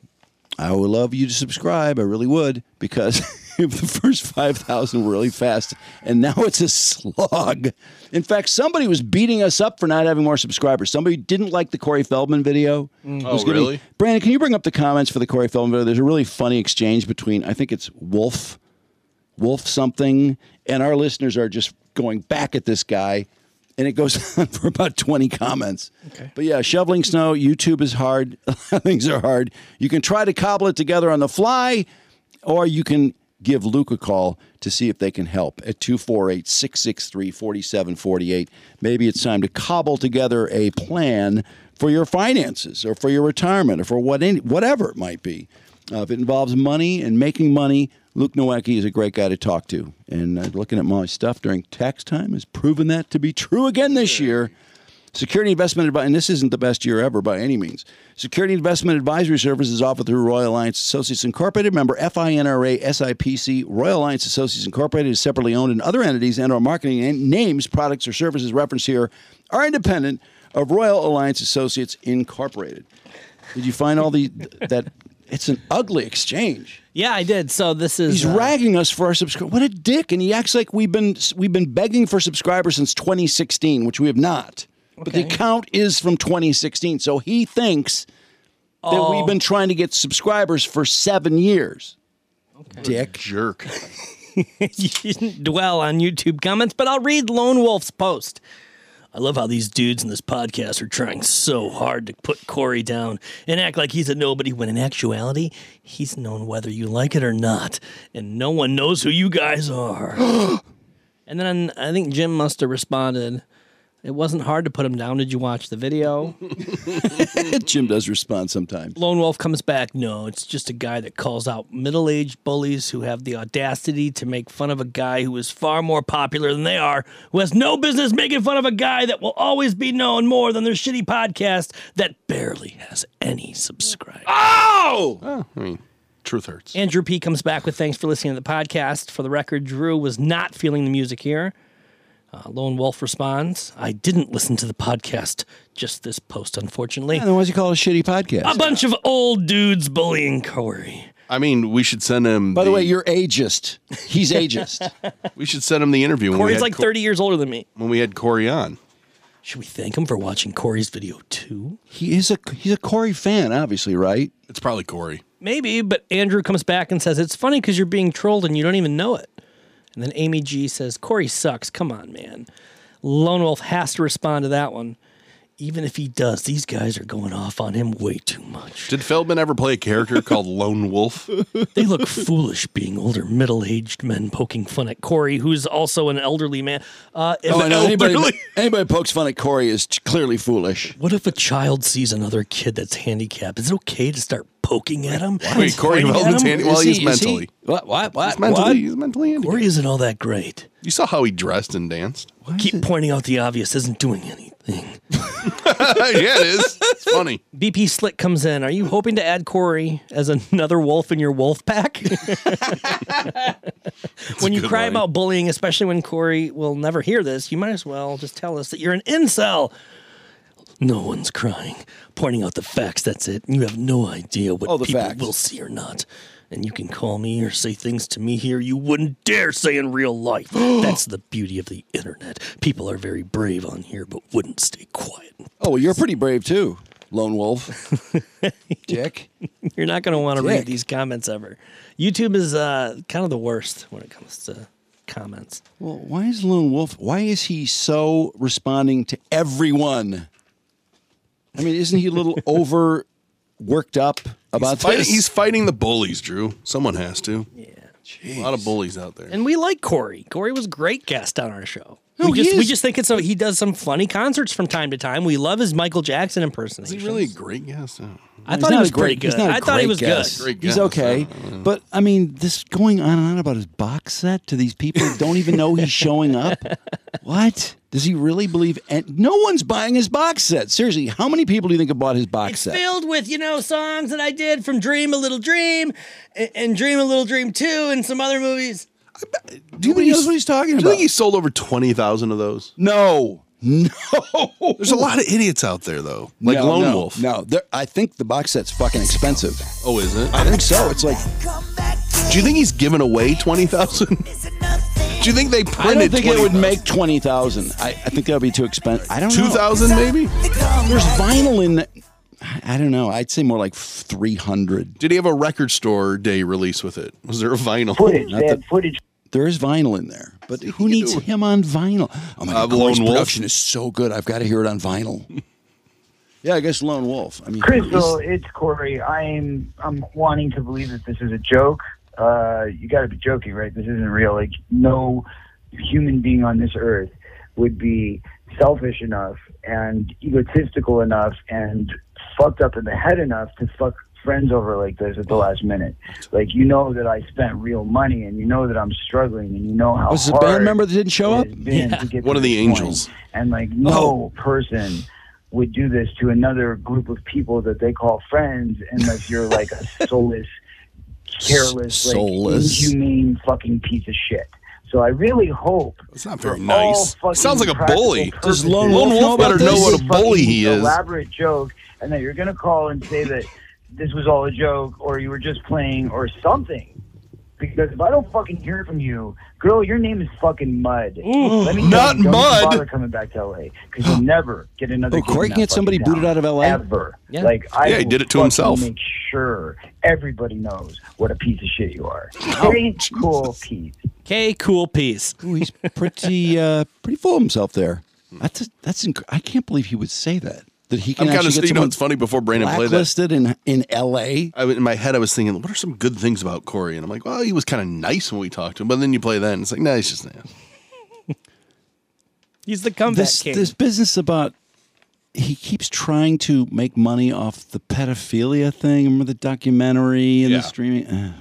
S1: I would love you to subscribe. I really would because if the first five thousand were really fast, and now it's a slog. In fact, somebody was beating us up for not having more subscribers. Somebody didn't like the Corey Feldman video.
S2: Oh,
S1: Was gonna be-
S2: really?
S1: Brandon, can you bring up the comments for the Corey Feldman video? There's a really funny exchange between I think it's Wolf, Wolf something, and our listeners are just going back at this guy, and it goes on for about 20 comments. Okay. But yeah, shoveling snow, YouTube is hard. Things are hard. You can try to cobble it together on the fly, or you can give Luke a call to see if they can help at 248 663 4748. Maybe it's time to cobble together a plan for your finances or for your retirement or for what any, whatever it might be. Uh, if it involves money and making money, Luke Nowacki is a great guy to talk to. And uh, looking at my stuff during tax time has proven that to be true again this year. Security Investment Advisory, and this isn't the best year ever by any means. Security Investment Advisory Service is offered through Royal Alliance Associates Incorporated, member FINRA SIPC. Royal Alliance Associates Incorporated is separately owned, and other entities and/or marketing and names, products, or services referenced here are independent of Royal Alliance Associates Incorporated. Did you find all the that? It's an ugly exchange.
S3: Yeah, I did. So this is
S1: He's
S3: uh,
S1: ragging us for our subscribe. What a dick! And he acts like we've been we've been begging for subscribers since 2016, which we have not. But the
S3: Okay.
S1: account is from 2016, so he thinks that
S3: Oh.
S1: we've been trying to get subscribers for seven years. Dick
S2: jerk.
S3: you didn't dwell on YouTube comments, but I'll read Lone Wolf's post. I love how these dudes in this podcast are trying so hard to put Corey down and act like he's a nobody when in actuality, he's known whether you like it or not, and no one knows who you guys are. and then I think Jim Muster responded, It wasn't hard to put him down. Did you watch the video?
S1: Jim does respond sometimes.
S3: Lone Wolf comes back. No, it's just a guy that calls out middle aged bullies who have the audacity to make fun of a guy who is far more popular than they are, who has no business making fun of a guy that will always be known more than their shitty podcast that barely has any subscribers.
S2: Oh! I mean, truth hurts.
S3: Andrew P comes back with thanks for listening to the podcast. For the record, Drew was not feeling the music here. Uh, Lone Wolf responds, I didn't listen to the podcast, just this post, unfortunately.
S1: Yeah, then why do you call it a shitty podcast?
S3: A bunch of old dudes bullying Corey.
S2: I mean, we should send him.
S3: By the way,
S1: you're ageist. He's
S3: ageist.
S2: we should send him the interview. when we
S3: Corey's
S2: had
S3: like
S2: Cor-
S3: 30 years older than me.
S2: when we had Corey on.
S3: Should we thank him for watching Corey's video too?
S1: He is a he's a Corey fan, obviously, right?
S2: It's probably Corey.
S3: Maybe, but Andrew comes back and says, It's funny because you're being trolled and you don't even know it. And then Amy G says, Corey sucks. Come on, man. Lone Wolf has to respond to that one. Even if he does, these guys are going off on him way too much.
S2: Did Feldman ever play a character called Lone Wolf?
S3: They look foolish being older middle aged men poking fun at Corey, who's also an elderly man. Uh, if-
S1: Oh, I know anybody,
S3: Elderly.
S1: anybody pokes fun at Corey is clearly foolish.
S3: What if a child sees another kid that's handicapped? Is it okay to start poking at him?
S2: Wait, Corey
S3: Pointing at
S2: Feldman's
S3: him?
S2: handy. Well, he's mentally.
S1: What? What? What?
S2: He's mentally. He's mentally handicapped.
S3: Corey isn't all that great.
S2: You saw how he dressed and danced.
S3: Keep pointing out the obvious isn't doing anything.
S2: yeah, it is. It's funny.
S3: BP Slick comes in. Are you hoping to add Corey as another wolf in your wolf pack? when you
S19: good
S3: cry
S19: line.
S3: about bullying, especially when Corey will never hear this, you might as well just tell us that you're an incel. No one's crying. Pointing out the facts, that's it. You have no idea what
S1: Oh, the
S3: people
S1: facts.
S3: will see or not. And you can call me or say things to me here you wouldn't dare say in real life. that's the beauty of the internet. People are very brave on here, but wouldn't stay quiet.
S1: Oh, well, you're pretty brave too, Lone Wolf. Dick.
S3: You're not going to want to read
S1: Dick.
S3: these comments ever. YouTube is uh, kind of the worst when it comes to comments.
S1: Well, why is Lone Wolf? Why is he so responding to everyone? I mean, isn't he a little over worked up about
S2: he's fighting,
S1: this?
S2: he's fighting the bullies, Drew. Someone has to. Yeah, a lot of bullies out there.
S3: And we like Corey. Corey was a great guest on our show.
S1: No,
S3: we
S1: he
S3: just we
S1: is-
S3: just think it's a, he does some funny concerts from time to time. We love his Michael Jackson impersonation. Is he really a
S2: great guest?
S3: I thought he was pretty
S1: great. He's
S3: good.
S1: not a
S3: I thought he
S1: great
S3: was
S1: guest.
S3: good.
S1: He's okay, but I mean, this going on and on about his box set to these people who don't even know he's showing up. What does he really believe? And no one's buying his box set. Seriously, how many people do you think have bought his box set?
S3: Filled with you know songs that I did from Dream a Little Dream and, and Dream a Little Dream Two and some other movies.
S2: Do you
S1: Nobody knows what he's talking
S2: Do you
S1: about.
S2: think he sold over twenty thousand of those?
S1: No, no.
S2: There's a lot of idiots out there though, like
S1: No,
S2: Lone
S1: no,
S2: Wolf.
S1: No, There- I think the box set's fucking expensive.
S2: Oh, is it?
S1: I think so. It's like
S2: Do you think he's giving away twenty thousand? Do you think they
S1: I don't
S2: printed?
S1: think it would make twenty thousand. I, I think that would be too expensive. I don't know.
S2: 2,000 maybe?
S1: There's vinyl in. The, I I don't know. I'd say more like three hundred.
S2: Did he have a record store day release with it? Was there a vinyl? Not the-
S1: footage. There is vinyl in there, but who needs him on vinyl? Oh my
S2: Uh,
S1: god, Corey's
S2: Lone Wolf.
S1: production is so good. I've got to hear it on vinyl. yeah, I guess Lone Wolf. I mean,
S19: Crystal, it's Corey. I'm I'm wanting to believe that this is a joke. Uh, you got to be joking, right? This isn't real. Like no human being on this earth would be selfish enough and egotistical enough and fucked up in the head enough to fuck friends over like this at the last minute. Like you know that I spent real money and you know that I'm struggling and you know how
S1: was this a
S19: hard
S1: band member that didn't show up?
S19: been to get
S2: One
S19: to
S2: of the
S19: this point.
S2: angels.
S19: And like no person would do this to another group of people that they call friends unless you're like a soulless, careless,
S2: Soulless.
S19: like inhumane fucking piece of shit. So I really hope it's
S2: not very nice. Sounds like a bully. Does Lone
S19: Lone
S2: Wolf know about
S19: better
S2: this?
S19: know what a bully he
S2: is.
S19: Elaborate joke, and that you're gonna call and say that this was all a joke, or you were just playing, or something. Because if I don't fucking hear from you, girl, your name is fucking Mud. Let me
S2: not
S19: tell you, don't
S2: Mud.
S19: Bother coming back to LA because you'll never get another.
S1: Oh,
S19: kid
S1: Corey
S19: in
S1: can
S19: that
S1: get somebody
S19: fucking
S1: booted out of LA.
S19: town, Ever. Like I
S2: Yeah, he
S19: will
S2: did it to
S19: fucking
S2: himself.
S19: Make sure everybody knows what a piece of shit you are.
S1: Oh,
S19: Very cool piece.
S3: Okay, cool piece.
S1: Ooh, he's pretty uh, pretty full of himself there.
S2: Hmm.
S1: That's that's inc- I can't believe he would say that. That he
S2: I'm
S1: can
S2: kind
S1: actually
S2: of
S1: get
S2: you know
S1: someone
S2: it's funny before Brandon played that.
S1: blacklisted in in L.A.
S2: I, in my head, I was thinking, what are some good things about Corey? And I'm like, well, he was kind of nice when we talked to him, but then you play that, and it's like, nah, he's just that.
S3: He's the comeback
S1: this
S3: king.
S1: this business about he keeps trying to make money off the pedophilia thing. Remember the documentary and
S2: Yeah.
S1: the streaming. Uh,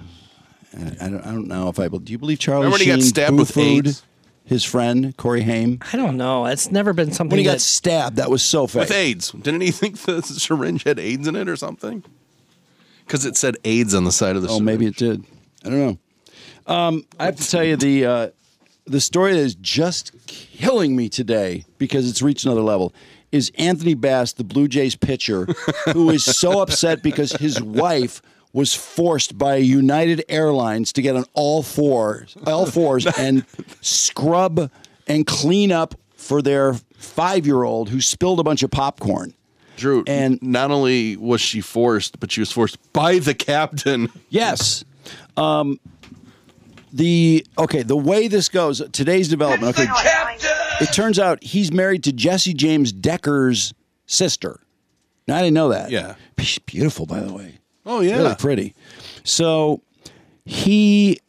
S1: I, I don't, I don't know if I. Do you believe Charlie
S2: Remember when he
S1: Sheen
S2: got stabbed with
S1: boo-fooed
S2: AIDS?
S1: His friend Corey Haim.
S3: I don't know. It's never been something.
S1: When he got
S3: that-
S1: stabbed, that was so fake.
S2: With AIDS. Didn't he think the syringe had AIDS in it or something? Because it said AIDS on the side of the
S1: Oh,
S2: syringe.
S1: maybe it did. I don't know. Um, I have to tell you the uh, the story that is just killing me today because it's reached another level is Anthony Bass, the Blue Jays pitcher, who is so upset because his wife was forced by United Airlines to get on all fours, all fours, and scrub and clean up for their five year old who spilled a bunch of popcorn.
S2: Drew, and not only was she forced, but she was forced by the captain.
S1: Yes. Um, the okay, the way this goes, today's development. Okay, it turns out he's married to Jesse James Decker's sister. Now, I didn't know that. Yeah, she's beautiful, by the way.
S2: Oh, yeah.
S1: really pretty. So he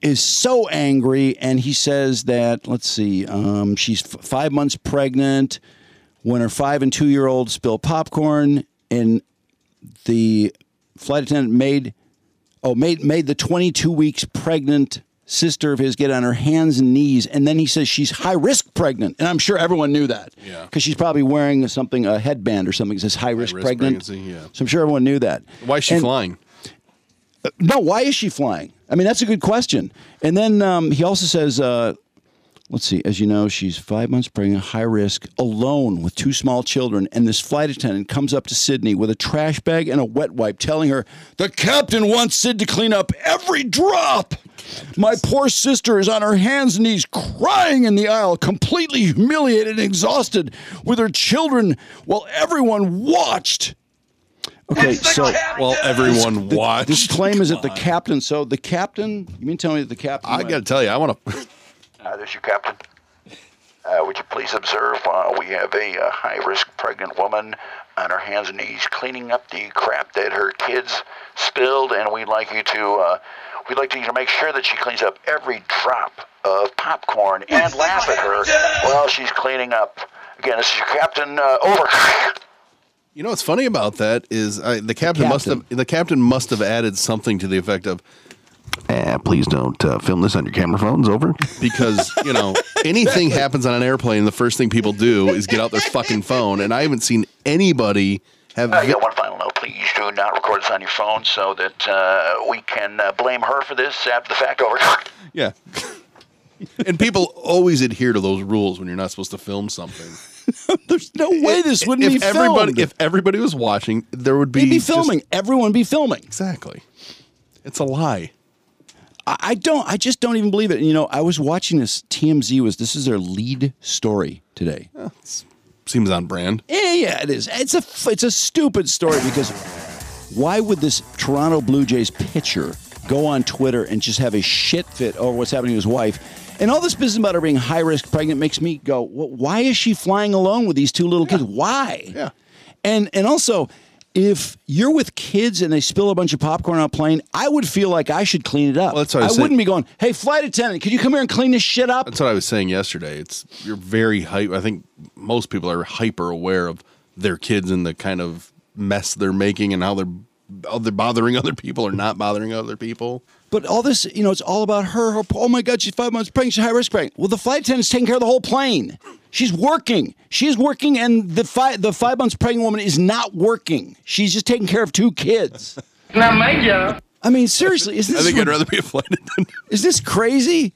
S1: is so angry, and he says that let's see, um, she's f- five months pregnant when her five and two year old spill popcorn, and the flight attendant made oh made made the 22 weeks pregnant sister of his get on her hands and knees and then he says she's high risk pregnant and i'm sure everyone knew that
S2: Yeah.
S1: because she's probably wearing something a headband or something that says high risk
S2: risk
S1: pregnant
S2: pregnancy, yeah.
S1: so i'm sure everyone knew that
S2: Why is she
S1: And-
S2: flying?
S1: uh, no, why is she flying? I mean, that's a good question. And then um, he also says, uh, Let's see. As you know, she's five months pregnant, high risk, alone with two small children. And this flight attendant comes up to Sydney with a trash bag and a wet wipe, telling her, The captain wants Sid to clean up every drop. My poor sister is on her hands and knees crying in the aisle, completely humiliated and exhausted with her children while everyone watched. Okay, so
S2: Well, everyone
S1: this,
S2: watched.
S1: This claim is that the captain. So the captain. You mean tell me that the captain?
S2: I got to tell you, I want to.
S10: Uh, this you, Captain. Uh, would you please observe while we have a, uh high-risk pregnant woman on her hands and knees cleaning up the crap that her kids spilled, and we'd like you to, uh, we'd like you to make sure that she cleans up every drop of popcorn and laugh at her while she's cleaning up. Again, this is your captain. Uh, over.
S2: You know what's funny about that is I, the captain, must
S10: captain.
S2: have the captain must have added something to the effect of
S9: please don't uh, film this on your camera phones. Over.
S10: Uh,
S2: because you know anything happens on an airplane, the first thing people do is get out their fucking phone, and I haven't seen anybody have.
S10: Uh, yeah, one final note. Please do not record this on your phone so that uh, we can uh, blame her for this after the fact. Over.
S2: yeah. and people always adhere to those rules when you're not supposed to film something.
S1: There's no way this wouldn't
S2: if
S1: be
S2: everybody
S1: filmed.
S2: if everybody was watching, there would be
S1: They'd be
S2: just-
S1: filming. Everyone be filming.
S2: Exactly. It's a lie.
S1: I, I don't. I just don't even believe it. And, you know, I was watching this. TMZ was. This is their lead story today.
S2: seems on brand.
S1: Yeah, yeah, it is. It's a f- it's a stupid story because why would this Toronto Blue Jays pitcher go on Twitter and just have a shit fit over what's happening to his wife? And all this business about her being high risk pregnant makes me go, well, why is she flying alone with these two little kids? Why? Yeah. And and also, if you're with kids and they spill a bunch of popcorn on a plane, I would feel like I should clean it up.
S2: that's what I
S1: I
S2: said.
S1: wouldn't be going, hey, flight attendant, could you come here and clean this shit up?
S2: That's what I was saying yesterday. It's you're very hype. I think most people are hyper aware of their kids and the kind of mess they're making and how they're how they're bothering other people or not bothering other people.
S1: But all this, you know, it's all about her. her oh my God, she's five months pregnant. She's high risk pregnant. Well, the flight attendant's taking care of the whole plane. She's working. She's working, and the five the five months pregnant woman is not working. She's just taking care of two kids.
S12: Not my job.
S1: I mean, seriously, is this
S2: I think I'd
S1: rid-
S2: rather be a flight attendant.
S1: is this crazy?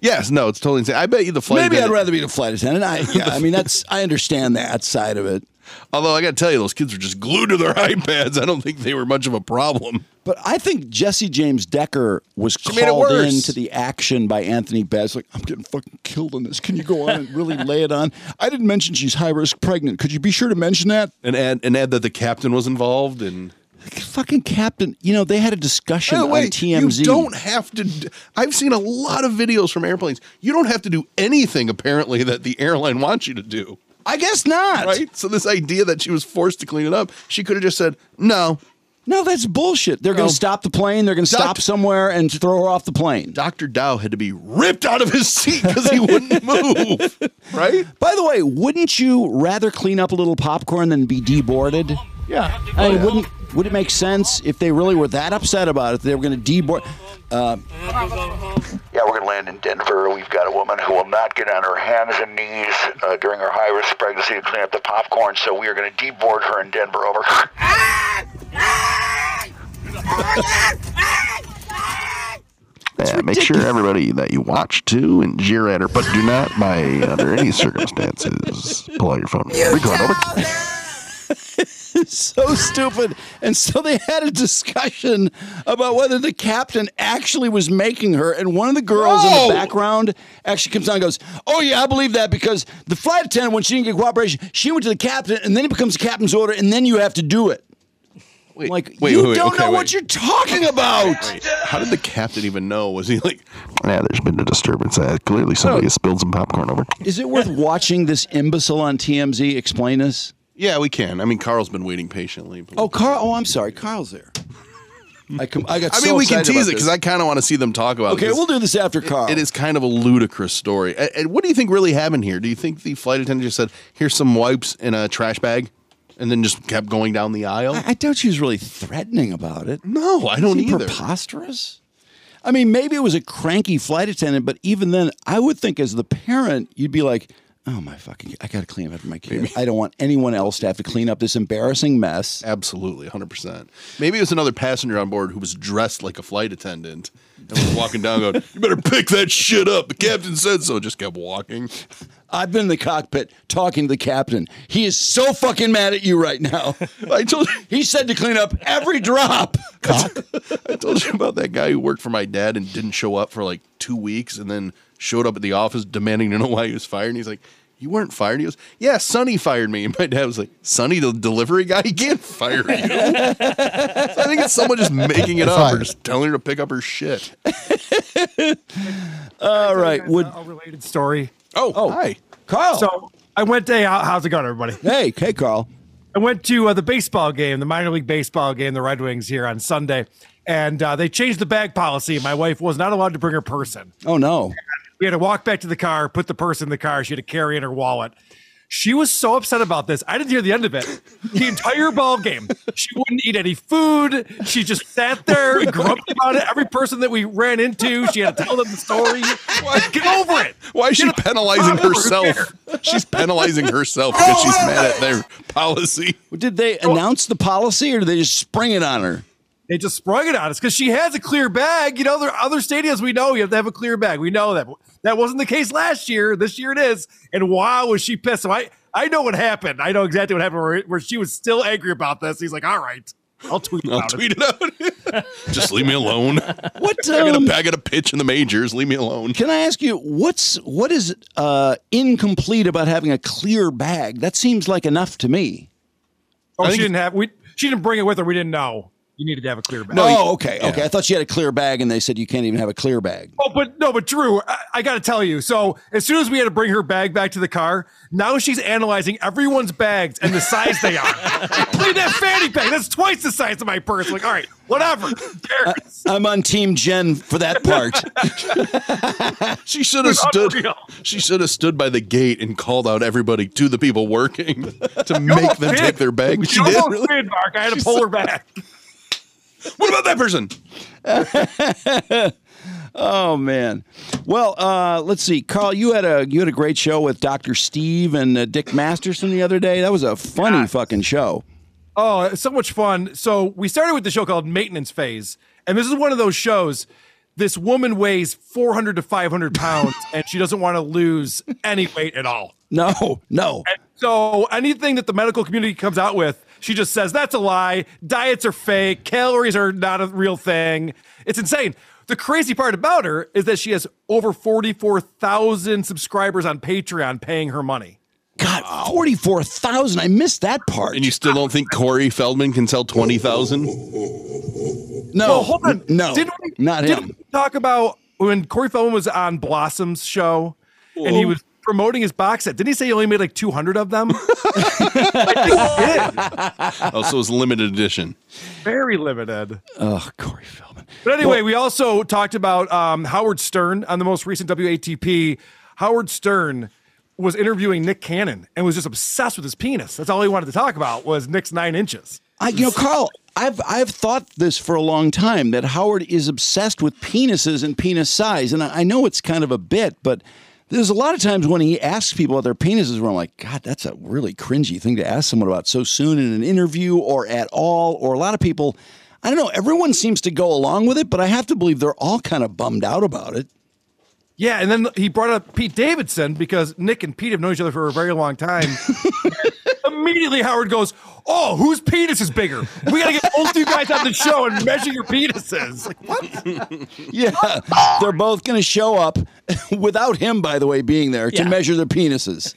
S2: Yes, no, it's totally insane. I bet you the flight.
S1: Maybe I'd
S2: attendant-
S1: rather be the flight attendant. I, yeah, I mean, that's I understand that side of it.
S2: Although I got to tell you, those kids were just glued to their iPads. I don't think they were much of a problem.
S1: But I think Jesse James Decker was
S2: made it
S1: called
S2: worse.
S1: into the action by Anthony Betts. Like, I'm getting fucking killed on this. Can you go on and really lay it on? I didn't mention she's high risk pregnant. Could you be sure to mention that?
S2: And add and add that the captain was involved. And
S1: Fucking captain. You know, they had a discussion
S2: by the way,
S1: on TMZ.
S2: you don't have to. d- I've seen a lot of videos from airplanes. You don't have to do anything apparently that the airline wants you to do.
S1: I guess not.
S2: Right. So this idea that she was forced to clean it up, she could have just said no.
S1: No, that's bullshit. They're going
S2: No.
S1: to stop the plane. They're going to stop
S2: Doc-
S1: somewhere and throw her off the plane.
S2: Doctor Dow had to be ripped out of his seat because he wouldn't move. Right.
S1: By the way, wouldn't you rather clean up a little popcorn than be deboarded?
S2: Yeah.
S1: I mean, wouldn't would it make sense if they really were that upset about it? They were going to deboard. Uh,
S10: Yeah, we're going to land in Denver. We've got a woman who will not get on her hands and knees uh, during her high risk pregnancy to clean up the popcorn, so we are going to deboard her in Denver. Over.
S9: Uh, make sure everybody that you watch too and jeer at her, but do not by under any circumstances pull out your phone. Record over.
S1: so stupid. And so they had a discussion about whether the captain actually was making her. And one of the girls in
S2: No!
S1: the background actually comes down and goes, Oh, yeah, I believe that because the flight attendant, when she didn't get cooperation, she went to the captain and then it becomes the captain's order and then you have to do it. Wait, like,
S2: wait,
S1: you
S2: wait, wait,
S1: don't
S2: okay,
S1: know
S2: wait.
S1: what you're talking about.
S2: How did the captain even know? Was he like?
S9: Yeah, there's been a disturbance. Uh, clearly,
S1: Oh.
S9: somebody has spilled some popcorn over.
S1: Is it worth watching this imbecile on TMZ explain this?
S2: Yeah, we can. I mean, Carl's been waiting patiently. but-
S1: Oh, Carl. Oh, I'm sorry. Carl's there. I, com- I got.
S2: I
S1: so
S2: mean, we can tease
S1: excited about
S2: it because
S1: this.
S2: I kind of want to see them talk about.
S1: Okay,
S2: it 'cause
S1: we'll do this after Carl.
S2: It is kind of a ludicrous story. And, and what do you think really happened here? Do you think the flight attendant just said, "Here's some wipes in a trash bag," and then just kept going down the aisle?
S1: I doubt she was really threatening about it.
S2: No, I don't
S1: Is he
S2: either.
S1: Preposterous. I mean, maybe it was a cranky flight attendant, but even then, I would think as the parent, you'd be like, Oh my fucking! I gotta clean up after my kid. I don't want anyone else to have to clean up this embarrassing mess.
S2: Absolutely, hundred percent. Maybe it was another passenger on board who was dressed like a flight attendant and was walking down, going, "You better pick that shit up." The captain said so. Just kept walking.
S1: I've been in the cockpit talking to the captain. He is so fucking mad at you right now. I told you. He said to clean up every drop.
S2: I told you about that guy who worked for my dad and didn't show up for like two weeks, and then showed up at the office demanding to know why he was fired. And he's like, "You weren't fired." He goes, "Yeah, Sonny fired me." And my dad was like, "Sonny, the delivery guy, he can't fire you." So I think it's someone just making it up or just telling her to pick up her shit.
S1: All right, would
S12: a related story.
S2: Oh,
S1: oh, hi, Carl.
S12: So I went to how- how's it going, everybody?
S1: Hey, hey, Carl.
S12: I went to uh, the baseball game, the minor league baseball game, the Red Wings here on Sunday, and uh, they changed the bag policy. My wife was not allowed to bring her purse in.
S1: Oh no.
S12: We had to walk back to the car, put the purse in the car. She had to carry in her wallet. She was so upset about this. I didn't hear the end of it. The entire ball game, she wouldn't eat any food. She just sat there, grumped about it. Every person that we ran into, she had to tell them the story. Get over it.
S2: Why is she penalizing herself? She's penalizing
S1: Oh,
S2: herself because she's mad at their policy.
S1: Did they announce the policy or did they just spring it on her?
S12: They just sprung it on us because she has a clear bag. You know, there are other stadiums we know you have to have a clear bag. We know that that wasn't the case last year. This year it is. And wow, was she pissed? So I I know what happened. I know exactly what happened. Where, where she was still angry about this. He's like, all right, I'll tweet.
S2: I'll
S12: about
S2: tweet it out. Just leave me alone.
S1: What?
S2: I got a
S1: um,
S2: bag of a pitch in the majors. Leave me alone.
S1: Can I ask you what's what is uh, incomplete about having a clear bag? That seems like enough to me.
S12: Oh, she didn't have. We she didn't bring it with her. We didn't know. You needed to have a clear bag.
S1: No, oh, okay, okay. I thought she had a clear bag, and they said you can't even have a clear bag.
S12: Oh, but no, but Drew, I, I got to tell you. So as soon as we had to bring her bag back to the car, now she's analyzing everyone's bags and the size they are. Clean that fanny bag. That's twice the size of my purse. Like, all right, whatever.
S1: I, I'm on Team Jen for that part.
S2: She should have stood. She should have stood by the gate and called out everybody to the people working to make
S12: almost
S2: them
S12: did.
S2: take their bag. She
S12: You
S2: did.
S12: almost did, Mark. I had to pull her back.
S2: What about that person?
S1: oh man. Well, uh, let's see, Carl. You had a you had a great show with Doctor Steve and uh, Dick Masterson the other day. That was a funny fucking show.
S12: Oh, it's so much fun. So we started with the show called Maintenance Phase, and this is one of those shows. This woman weighs 400 to 500 pounds, and she doesn't want to lose any weight at all.
S1: No, no.
S12: And so anything that the medical community comes out with, she just says that's a lie. Diets are fake. Calories are not a real thing. It's insane. The crazy part about her is that she has over 44,000 subscribers on Patreon paying her money.
S1: God, forty four thousand. I missed that part.
S2: And you still don't think Corey Feldman can sell twenty thousand?
S1: No,
S12: Well, hold on.
S1: no,
S12: Didn't we,
S1: not
S12: didn't
S1: him.
S12: we talk about when Corey Feldman was on Blossom's show and he
S1: Whoa.
S12: was promoting his box set? Didn't he say he only made like 200 of them? I think he
S2: Oh, so it's limited edition.
S12: did. Very limited.
S1: Oh, Corey.
S12: But anyway, we also talked about um, Howard Stern on the most recent WATP. Howard Stern was interviewing Nick Cannon and was just obsessed with his penis. That's all he wanted to talk about was Nick's nine inches.
S1: I, you know, Carl. I've I've thought this for a long time that Howard is obsessed with penises and penis size, and I, I know it's kind of a bit, but there's a lot of times when he asks people about their penises, where I'm like, God, that's a really cringy thing to ask someone about so soon in an interview or at all, or a lot of people. I don't know. Everyone seems to go along with it, but I have to believe they're all kind of bummed out about it.
S12: Yeah, and then he brought up Pete Davidson because Nick and Pete have known each other for a very long time. Immediately, Howard goes, "Oh, whose penis is bigger? We got to get both you guys on the show and measure your penises." Like what?
S1: Yeah, they're both going to show up without him, by the way, being there to
S12: Yeah.
S1: measure their penises.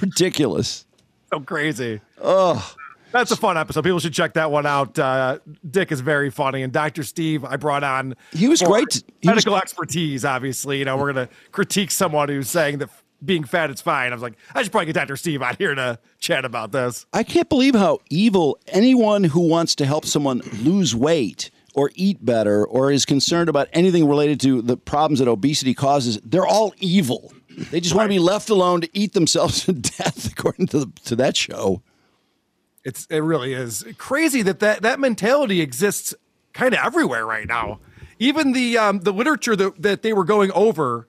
S1: Ridiculous.
S12: so crazy.
S1: Oh,
S12: that's a fun episode. People should check that one out. Uh, Dick is very funny, and Doctor Steve I brought on.
S1: He was
S12: for
S1: great. He was-
S12: medical expertise, obviously. You know, we're gonna critique someone who's saying that being fat is fine. I was like, I should probably get Doctor Steve out here to chat about this.
S1: I can't believe how evil anyone who wants to help someone lose weight or eat better or is concerned about anything related to the problems that obesity causes, they're all evil. They just want to be left alone to eat themselves to death, according to, the, to that show.
S12: It's it really is crazy that that, that mentality exists kind of everywhere right now. Even the um, the literature that, that they were going over,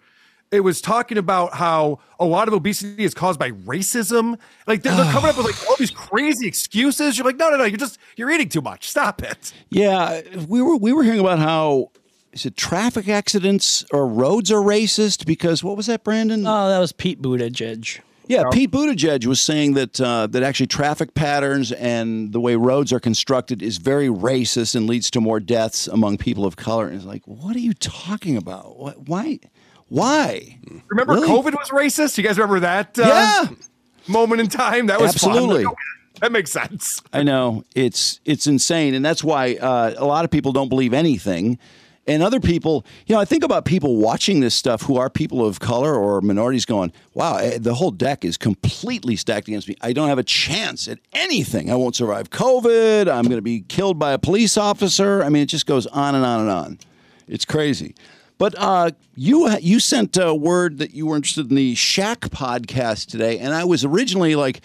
S12: It was talking about how a lot of obesity is caused by racism. Like they're, they're coming up with like all these crazy excuses. You're like, no, no, no. You're just you're eating too much. Stop it.
S1: Yeah, we were we were hearing about how is it traffic accidents or roads are racist because what was that, Brandon?
S3: Oh, that was Pete Buttigieg.
S1: Yeah, Pete Buttigieg was saying that uh, that actually traffic patterns and the way roads are constructed is very racist and leads to more deaths among people of color. And it's like, what are you talking about? What, why? Why?
S12: Remember,
S1: Really?
S12: COVID was racist. You guys remember that? Uh, Moment in time that was fun.
S1: Absolutely.
S12: Like, okay, That makes sense.
S1: I know it's it's insane, and that's why uh, a lot of people don't believe anything. And other people, you know, I think about people watching this stuff who are people of color or minorities going, wow, eh, the whole deck is completely stacked against me. I don't have a chance at anything. I won't survive COVID. I'm going to be killed by a police officer. I mean, it just goes on and on and on. It's crazy. But uh, you you sent a word that you were interested in the Shaq podcast today, and I was originally like,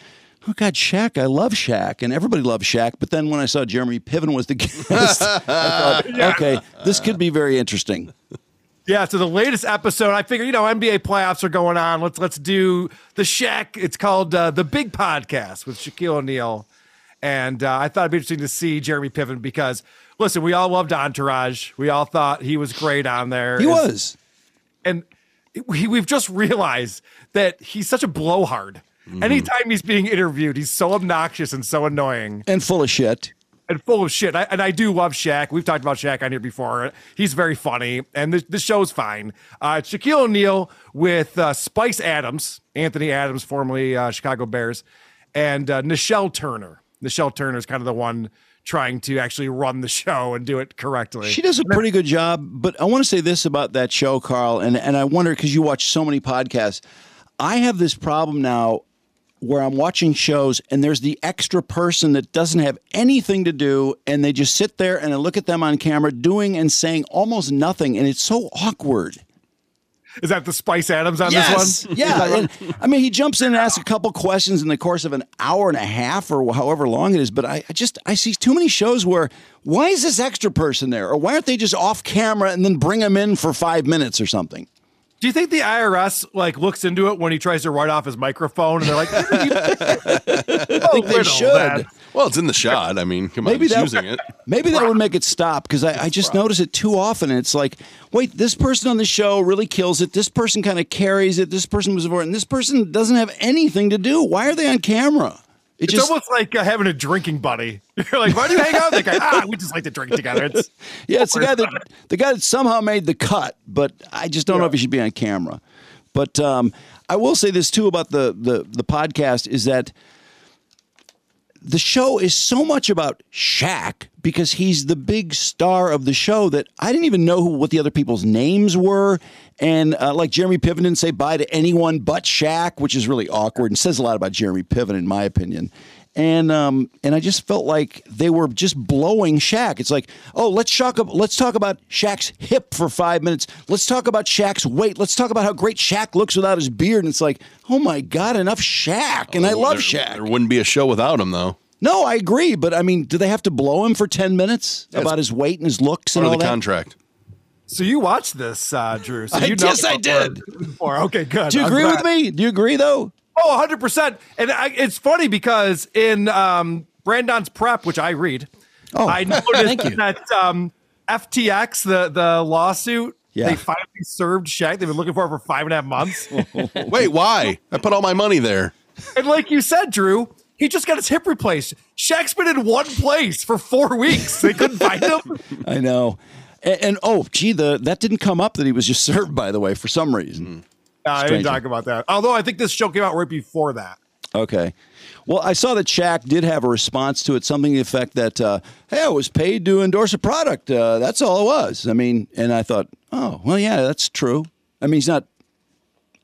S1: "Oh God, Shaq! I love Shaq, and everybody loves Shaq." But then when I saw Jeremy Piven was the guest, I thought, "Okay, this could be very interesting."
S12: Yeah, so the latest episode, I figure, you know, NBA playoffs are going on. Let's let's do the Shack. It's called uh, the Big Podcast with Shaquille O'Neal, and uh, I thought it'd be interesting to see Jeremy Piven because listen, we all loved Entourage. We all thought he was great on there.
S1: He
S12: And-
S1: was.
S12: and it- we, we've just realized that he's such a blowhard.
S1: Mm-hmm.
S12: Anytime he's being interviewed, he's so obnoxious and so annoying
S1: and full of shit.
S12: and full of shit. I, and I do love Shaq. We've talked about Shaq on here before. He's very funny, and the, the show's fine. Uh, it's Shaquille O'Neal with uh, Spice Adams, Anthony Adams, formerly uh, Chicago Bears, and uh, Nichelle Turner. Nichelle Turner is kind of the one trying to actually run the show and do it correctly.
S1: She does a pretty good job, but I want to say this about that show, Carl, and and I wonder because you watch so many podcasts. I have this problem now where I'm watching shows and there's the extra person that doesn't have anything to do and they just sit there and I look at them on camera doing and saying almost nothing and it's so awkward.
S12: Is that the Spice Adams on
S1: Yes.
S12: this one?
S1: Yeah. And, I mean, he jumps in and asks a couple questions in the course of an hour and a half or however long it is. But I, I just, I see too many shows where why is this extra person there? Or why aren't they just off camera and then bring him in for five minutes or something?
S12: Do you think the IRS like looks into it when he tries to write off his microphone and they're like, Oh,
S2: I think they should. Well, it's in the shot. I mean, come on,
S1: Maybe
S2: he's
S1: that-
S2: using it.
S1: Maybe that would make it stop because I, I just notice it too often. And it's like, wait, this person on the show really kills it. This person kind of carries it. This person was important. This person doesn't have anything to do. Why are they on camera? It
S12: it's almost like uh, having a drinking buddy. You're like, why do you hang out with that guy? Ah, we just like to drink together. It's
S1: yeah, it's the
S12: Don't
S1: guy
S12: worry
S1: that the guy that somehow made the cut, but I just don't know if he should be on camera. But um, I will say this too about the the the podcast is that the show is so much about Shaq because he's the big star of the show that I didn't even know who, what the other people's names were. And uh, like Jeremy Piven didn't say bye to anyone but Shaq, which is really awkward and says a lot about Jeremy Piven, in my opinion. And um, and I just felt like they were just blowing Shaq. It's like, oh, let's shock up, let's talk about Shaq's hip for five minutes. Let's talk about Shaq's weight. Let's talk about how great Shaq looks without his beard. And it's like, oh my God, enough Shaq. And I love
S2: Oh, there,
S1: Shaq.
S2: There wouldn't be a show without him, though.
S1: No, I agree, but I mean, do they have to blow him for ten minutes
S2: Yeah,
S1: about
S2: it's
S1: his weight and his looks and
S2: Part of
S1: all
S2: the
S1: that?
S2: contract.
S12: So you watched this, uh, Drew? So
S1: I-
S12: you
S1: yes, I
S12: what we're doing Before. Okay, good.
S1: Do you
S12: I'm
S1: agree
S12: glad.
S1: with me? Do you agree though?
S12: Oh, 100%. And I, it's funny because in um, Brandon's prep, which I read,
S1: Oh.
S12: I noticed
S3: Thank you.
S12: that um, FTX, the, the lawsuit,
S2: Yeah.
S12: they finally served Shaq. They've been looking for it for five and a half months.
S2: Wait, why? I put all my money there.
S12: and like you said, Drew, he just got his hip replaced. Shaq's been in one place for four weeks. They couldn't find him.
S1: I know. And, and oh, gee, the that didn't come up that he was just served. By the way, for some reason.
S2: Mm-hmm.
S12: I didn't
S1: Stranger.
S12: talk about that. Although I think this show came out right before that.
S1: Okay. Well, I saw that Shaq did have a response to it, something to the effect that, uh, hey, I was paid to endorse a product. Uh, that's all it was. I mean, and I thought, oh, well, yeah, that's true. I mean, he's not,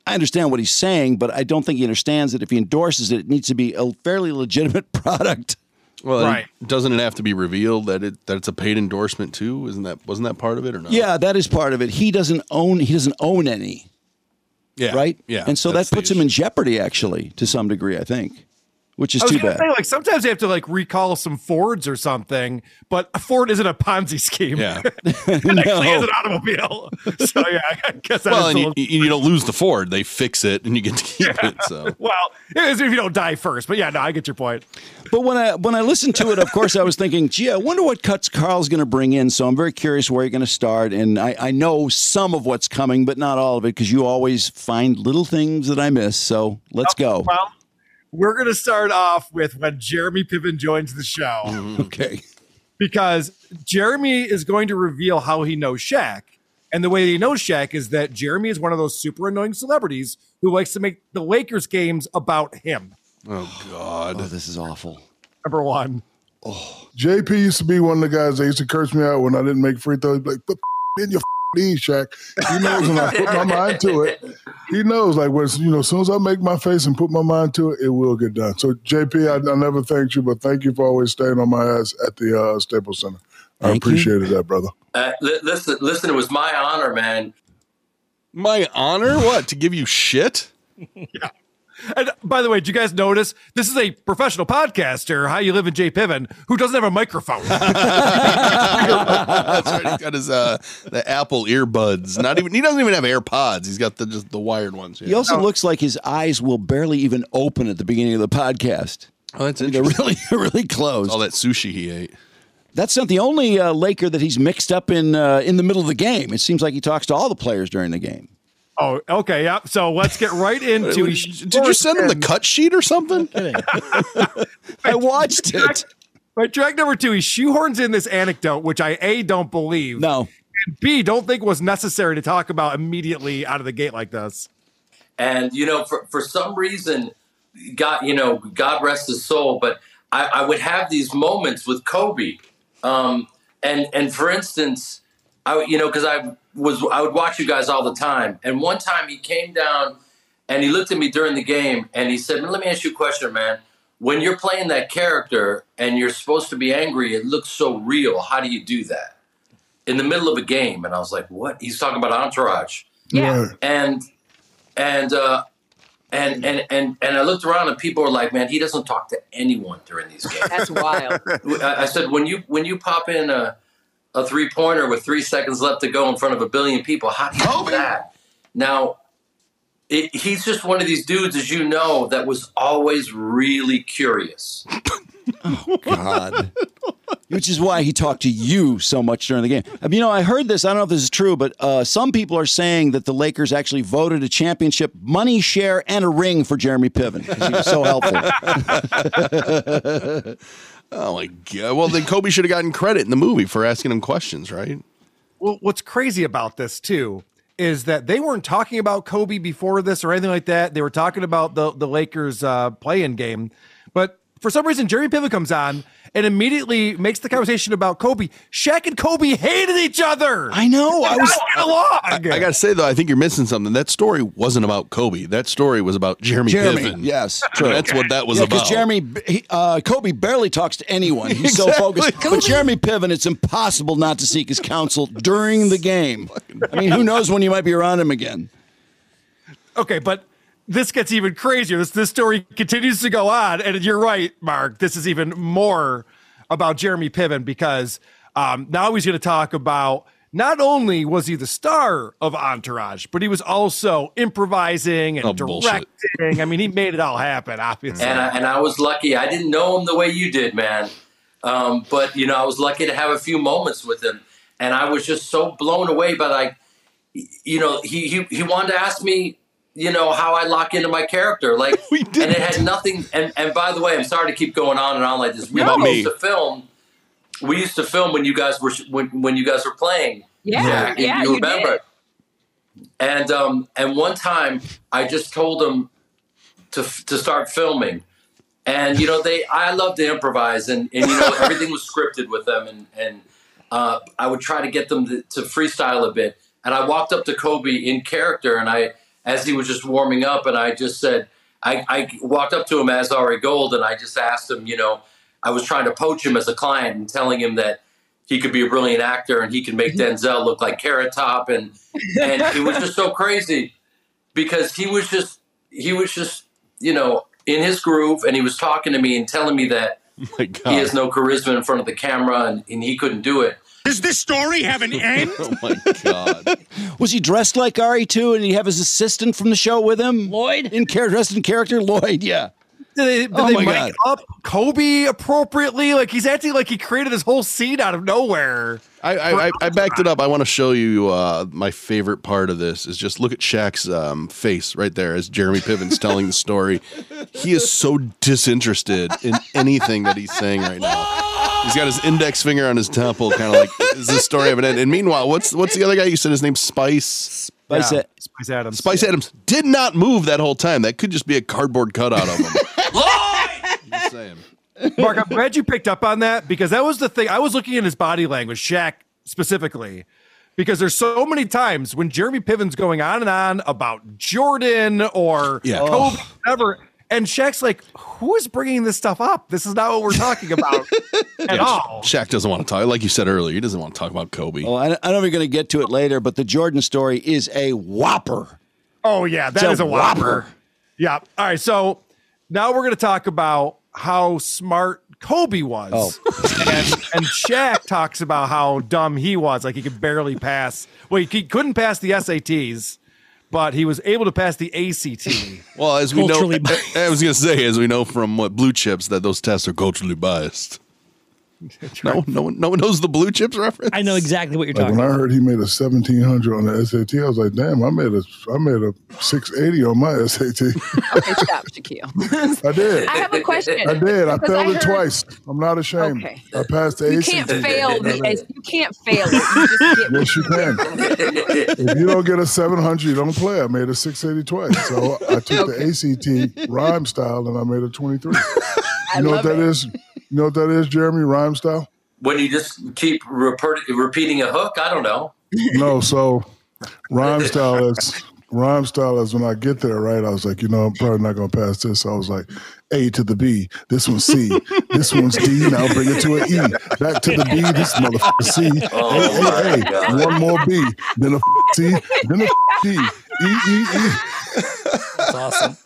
S1: I understand what he's saying, but I don't think he understands that if he endorses it, it needs to be a fairly legitimate product.
S2: Well, and
S1: Right.
S2: Doesn't it have to be revealed that it that it's a paid endorsement too? Isn't that wasn't that part of it or not?
S1: Yeah, that is part of it. He doesn't own, he doesn't own any.
S2: Yeah.
S1: Right?
S2: Yeah.
S1: And so that puts him in jeopardy, actually, to some degree, I think. which is
S12: I was
S1: too
S12: gonna
S1: bad.
S12: Say, like sometimes you have to like recall some Fords or something, but a Ford isn't a Ponzi scheme.
S2: Yeah,
S12: it actually is an automobile. So yeah, I guess that
S2: well,
S12: is
S2: and
S12: a
S2: you,
S12: little-
S2: you you don't lose the Ford; they fix it, and you get to keep it. So
S12: well, it is if you don't die first. But yeah, no, I get your point.
S1: But when I when I listened to it, of course, I was thinking, gee, I wonder what cuts Carl's going to bring in. So I'm very curious where you're going to start, and I, I know some of what's coming, but not all of it, because you always find little things that I miss. So let's go.
S12: Well, we're gonna start off with when Jeremy Piven joins the show.
S2: Mm-hmm.
S1: Okay.
S12: Because Jeremy is going to reveal how he knows Shaq. And the way he knows Shaq is that Jeremy is one of those super annoying celebrities who likes to make the Lakers games about him.
S2: Oh God,
S1: this is awful.
S12: Number one.
S20: JP used to be one of the guys that used to curse me out when I didn't make free throws. He'd be Like, put in your knees, Shaq. He knows when I put my mind to it. He knows, like, when, you know, as soon as I make my face and put my mind to it, it will get done. So, JP, I, I never thanked you, but thank you for always staying on my ass at the uh, Staples Center. I appreciated that, brother.
S21: Uh, li- listen, listen, it was my honor, man.
S2: my honor, what to give you shit?
S12: yeah. And by the way, did you guys notice this is a professional podcaster, How You Live in Jay Piven, who doesn't have a microphone?
S2: That's right. He's got his uh, the Apple earbuds. Not even he doesn't even have AirPods. He's got the just the wired ones. Oh,
S1: He also looks like his eyes will barely even open at the beginning of the podcast.
S2: Oh, that's
S1: They're really, really close.
S2: All that sushi he ate.
S1: That's not the only uh, Laker that he's mixed up in uh, in the middle of the game. It seems like he talks to all the players during the game.
S12: oh, okay. Yeah. So let's get right into
S2: Did you send him the cut sheet or something?
S1: I watched
S12: it. Right, track number two, he shoehorns in this anecdote, which I A don't believe.
S1: No.
S12: And B don't think was necessary to talk about immediately out of the gate like this.
S21: And you know, for for some reason, God, you know, God rest his soul. But I, I would have these moments with Kobe, um, and and for instance, I you know, because I was I would watch you guys all the time. And one time he came down and he looked at me during the game and he said, "Let me ask you a question, man. When you're playing that character and you're supposed to be angry, it looks so real. How do you do that in the middle of a game?" And I was like, "What?" He's talking about Entourage
S20: Yeah. Right.
S21: and and uh, and and and and I looked around and people were like, "Man, he doesn't talk to anyone during these games." That's wild. I, I said, "When you when you pop in a a three pointer with three seconds left to go in front of a billion people, how do you do that?" Now, it, he's just one of these dudes, as you know, that was always really curious.
S1: God. Which is why he talked to you so much during the game. I mean, you know, I heard this. I don't know if this is true, but uh, some people are saying that the Lakers actually voted a championship money share and a ring for Jeremy Piven 'cause he was so helpful.
S2: oh my god! Well, then Kobe should have gotten credit in the movie for asking him questions, right?
S12: Well, what's crazy about this too is that they weren't talking about Kobe before this or anything like that. They were talking about the the Lakers uh, play-in game, but for some reason Jerry Piven comes on and immediately makes the conversation about Kobe. Shaq and Kobe hated each other.
S1: I know.
S12: I was along.
S2: I, I gotta say though, I think you're missing something. That story wasn't about Kobe. That story was about Jeremy,
S1: Jeremy,
S2: Piven.
S1: yes,
S2: true. That's what that was
S1: yeah,
S2: about.
S1: Because Jeremy, he, uh, Kobe barely talks to anyone. He's so
S2: Exactly.
S1: focused. But Jeremy Piven, it's impossible not to seek his counsel during the game. I mean, who knows when you might be around him again?
S12: Okay, but this gets even crazier. This this story continues to go on, and you're right, Mark. This is even more about Jeremy Piven because um, now he's going to talk about not only was he the star of Entourage, but he was also improvising and
S21: Oh, bullshit.
S12: directing. I mean, he made it all happen. Obviously,
S21: and I, and I was lucky. I didn't know him the way you did, man. Um, but you know, I was lucky to have a few moments with him, and I was just so blown away by like, you know, he he, he wanted to ask me, you know, how I lock into my character, like, and it had nothing. And and by the way, I'm sorry to keep going on and on like this. We
S2: About me.
S21: used to film. We used to film when you guys were when when you guys were playing.
S22: Yeah,
S21: Jack, if
S22: yeah,
S21: you
S22: you did.
S21: remember. And um and one time I just told him to to start filming. And you know they, I love to improvise, and, and you know everything was scripted with them, and and uh, I would try to get them to, to freestyle a bit. And I walked up to Kobe in character, and I, as he was just warming up, and I just said, I, I walked up to him as Ari Gold, and I just asked him, you know, I was trying to poach him as a client and telling him that he could be a brilliant actor and he could make
S1: Mm-hmm.
S21: Denzel look like Carrot Top, and and it was just so crazy because he was just he was just you know in his groove and he was talking to me and telling me that
S2: Oh God.
S21: he has no charisma in front of the camera and, and he couldn't do it.
S1: Does this story have an end?
S2: oh my god!
S1: Was he dressed like RE2 and he have his assistant from the show with him? Lloyd? In char- dressed in character? Lloyd, yeah.
S12: Did they, did
S1: Oh
S12: they
S1: my
S12: mic
S1: God.
S12: up Kobe appropriately? Like he's acting like he created this whole scene out of nowhere.
S2: I, I, I, I backed it up. I want to show you uh, my favorite part of this is just look at Shaq's um, face right there as Jeremy Piven's telling the story. He is so disinterested in anything that he's saying right now. He's got his index finger on his temple, kind of like is this story of an end. And meanwhile, what's what's the other guy? You said his name's Spice. Spice.
S12: Yeah, Spice Adams.
S2: Spice Adams did not move that whole time. That could just be a cardboard cutout of him.
S12: Mark, I'm glad you picked up on that because that was the thing. I was looking at his body language, Shaq specifically, because there's so many times when Jeremy Piven's going on and on about Jordan or
S2: Yeah.
S12: Kobe, whatever. And Shaq's like, who is bringing this stuff up? This is not what we're talking about at
S2: Yeah,
S12: all.
S2: Shaq doesn't want to talk. Like you said earlier, he doesn't want to talk about Kobe.
S1: Well, I, I don't know if you're going to get to it later, but the Jordan story is a whopper.
S12: Oh yeah, that
S1: It's a
S12: is a whopper. Yeah. All right. So now we're gonna talk about how smart Kobe was,
S2: Oh,
S12: and, and Shaq talks about how dumb he was. Like he could barely pass. Well, he, he couldn't pass the SATs, but he was able to pass the ACT.
S2: Well, as we know,
S12: Culturally
S2: I was going to say, as we know from what blue chips, that those tests are culturally biased. No, no one, no one knows the blue chips reference.
S3: I know exactly what you're
S20: Like
S3: talking
S20: when I
S3: about.
S20: heard he made a seventeen hundred on the SAT, I was like, "Damn, I made a I made a six eighty on my SAT."
S7: Okay, stop, Shaquille.
S20: I did.
S7: I have a question.
S20: I did. I
S7: Because
S20: failed
S7: heard
S20: it twice. I'm not ashamed.
S7: Okay.
S20: I passed the
S7: You
S20: ACT.
S7: can't fail
S20: I did.
S7: this. You can't fail it.
S20: Yes, you can. if you don't get a 700, you don't play. I made a 680 twice. So I took the ACT rhyme style and I made a 23. You know what that is? You know what that is, Jeremy? Rhyme style?
S21: When you just keep reper- repeating a hook, I don't know.
S20: No. So rhyme style is rhyme style is when I get there, right? I was like, you know, I'm probably not going to pass this. So I was like, A to the B. This one's C. This one's D. Now bring it to an E. Back to the B. This motherfucker C.
S21: Oh,
S20: A,
S21: my
S20: A,
S21: God.
S20: A. One more B. Then a C. Then a D. E, E, E.
S1: That's awesome.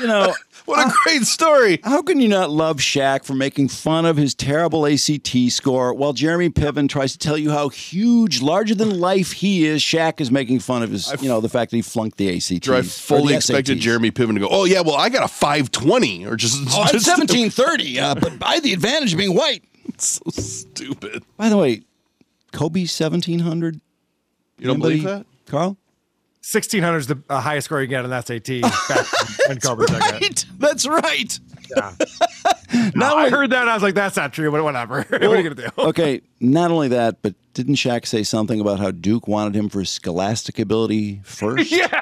S1: you know,
S2: what a great story.
S1: How can you not love Shaq for making fun of his terrible ACT score while Jeremy Piven tries to tell you how huge, larger than life he is? Shaq is making fun of his, you know, the fact that he flunked the ACT.
S2: I fully expected Jeremy Piven to go, "Oh yeah, well I got a 520 or just,
S1: Oh, I'm
S2: just
S1: 1730, uh, but by the advantage of being white.
S2: It's so stupid.
S1: By the way, Kobe 1700.
S2: You don't
S1: Anybody-
S2: believe that?
S1: Carl?
S12: 1600 is the uh, highest score you get on the SAT. Back when Kobe took it.
S1: That's right.
S12: Now I heard that and I was like, that's not true, but whatever. what are you gonna do?
S1: okay, not only that, but didn't Shaq say something about how Duke wanted him for his scholastic ability first?
S12: Yeah,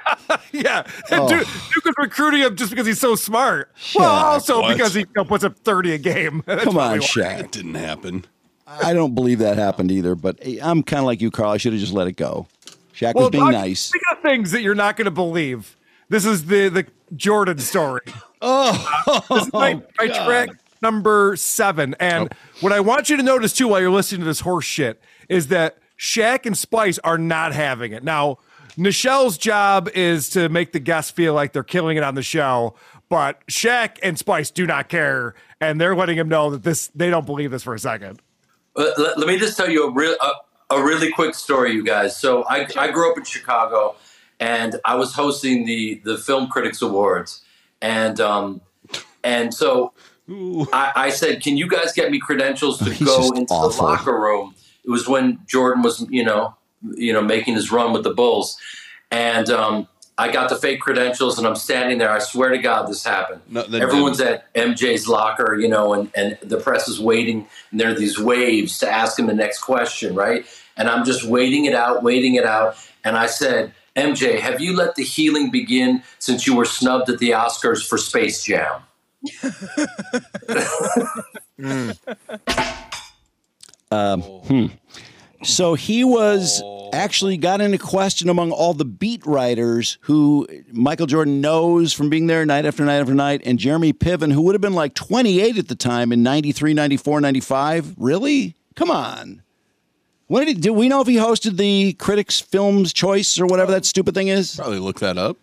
S12: yeah. And
S1: Oh.
S12: Duke, Duke is recruiting him just because he's so smart. well,
S1: Shaq,
S12: also
S1: what?
S12: because he you know, puts up thirty a game. That's
S1: Come
S12: probably
S1: on,
S12: why.
S1: Shaq.
S2: Didn't happen.
S1: I don't believe that happened either, but eh, I'm kind of like you, Carl. I should have just let it go. Shaq was being
S12: Doc,
S1: nice.
S12: Speaking of things that you're not going to believe, this is the the Jordan story. Uh,
S1: Oh,
S12: this is my, my
S1: God.
S12: track number seven. And what I want you to notice too, while you're listening to this horse shit, is that Shaq and Splice are not having it now. Nichelle's job is to make the guests feel like they're killing it on the show, but Shaq and Splice do not care, and they're letting him know that this they don't believe this for a second.
S21: Uh, let, let me just tell you a real a, a really quick story, you guys. So I, I grew up in Chicago, and I was hosting the the Film Critics Awards, and um, and so I, I said, "Can you guys get me credentials to go into the locker room?" It was when Jordan was, you know, you know, making his run with the Bulls, and um, I got the fake credentials, and I'm standing there. I swear to God, this happened.
S2: that
S21: Everyone's at MJ's locker, you know, and, and the press is waiting, and there are these waves to ask him the next question, right? And I'm just waiting it out, waiting it out. And I said, MJ, have you let the healing begin since you were snubbed at the Oscars for Space Jam?
S1: Um, hmm. So he was actually got into question among all the beat writers who Michael Jordan knows from being there night after night after night, and Jeremy Piven, who would have been like 28 at the time in 93, 94, 95. Really? Come on. When did he, do we know if he hosted the Critics Films Choice or whatever that stupid thing is?
S2: Probably look that up.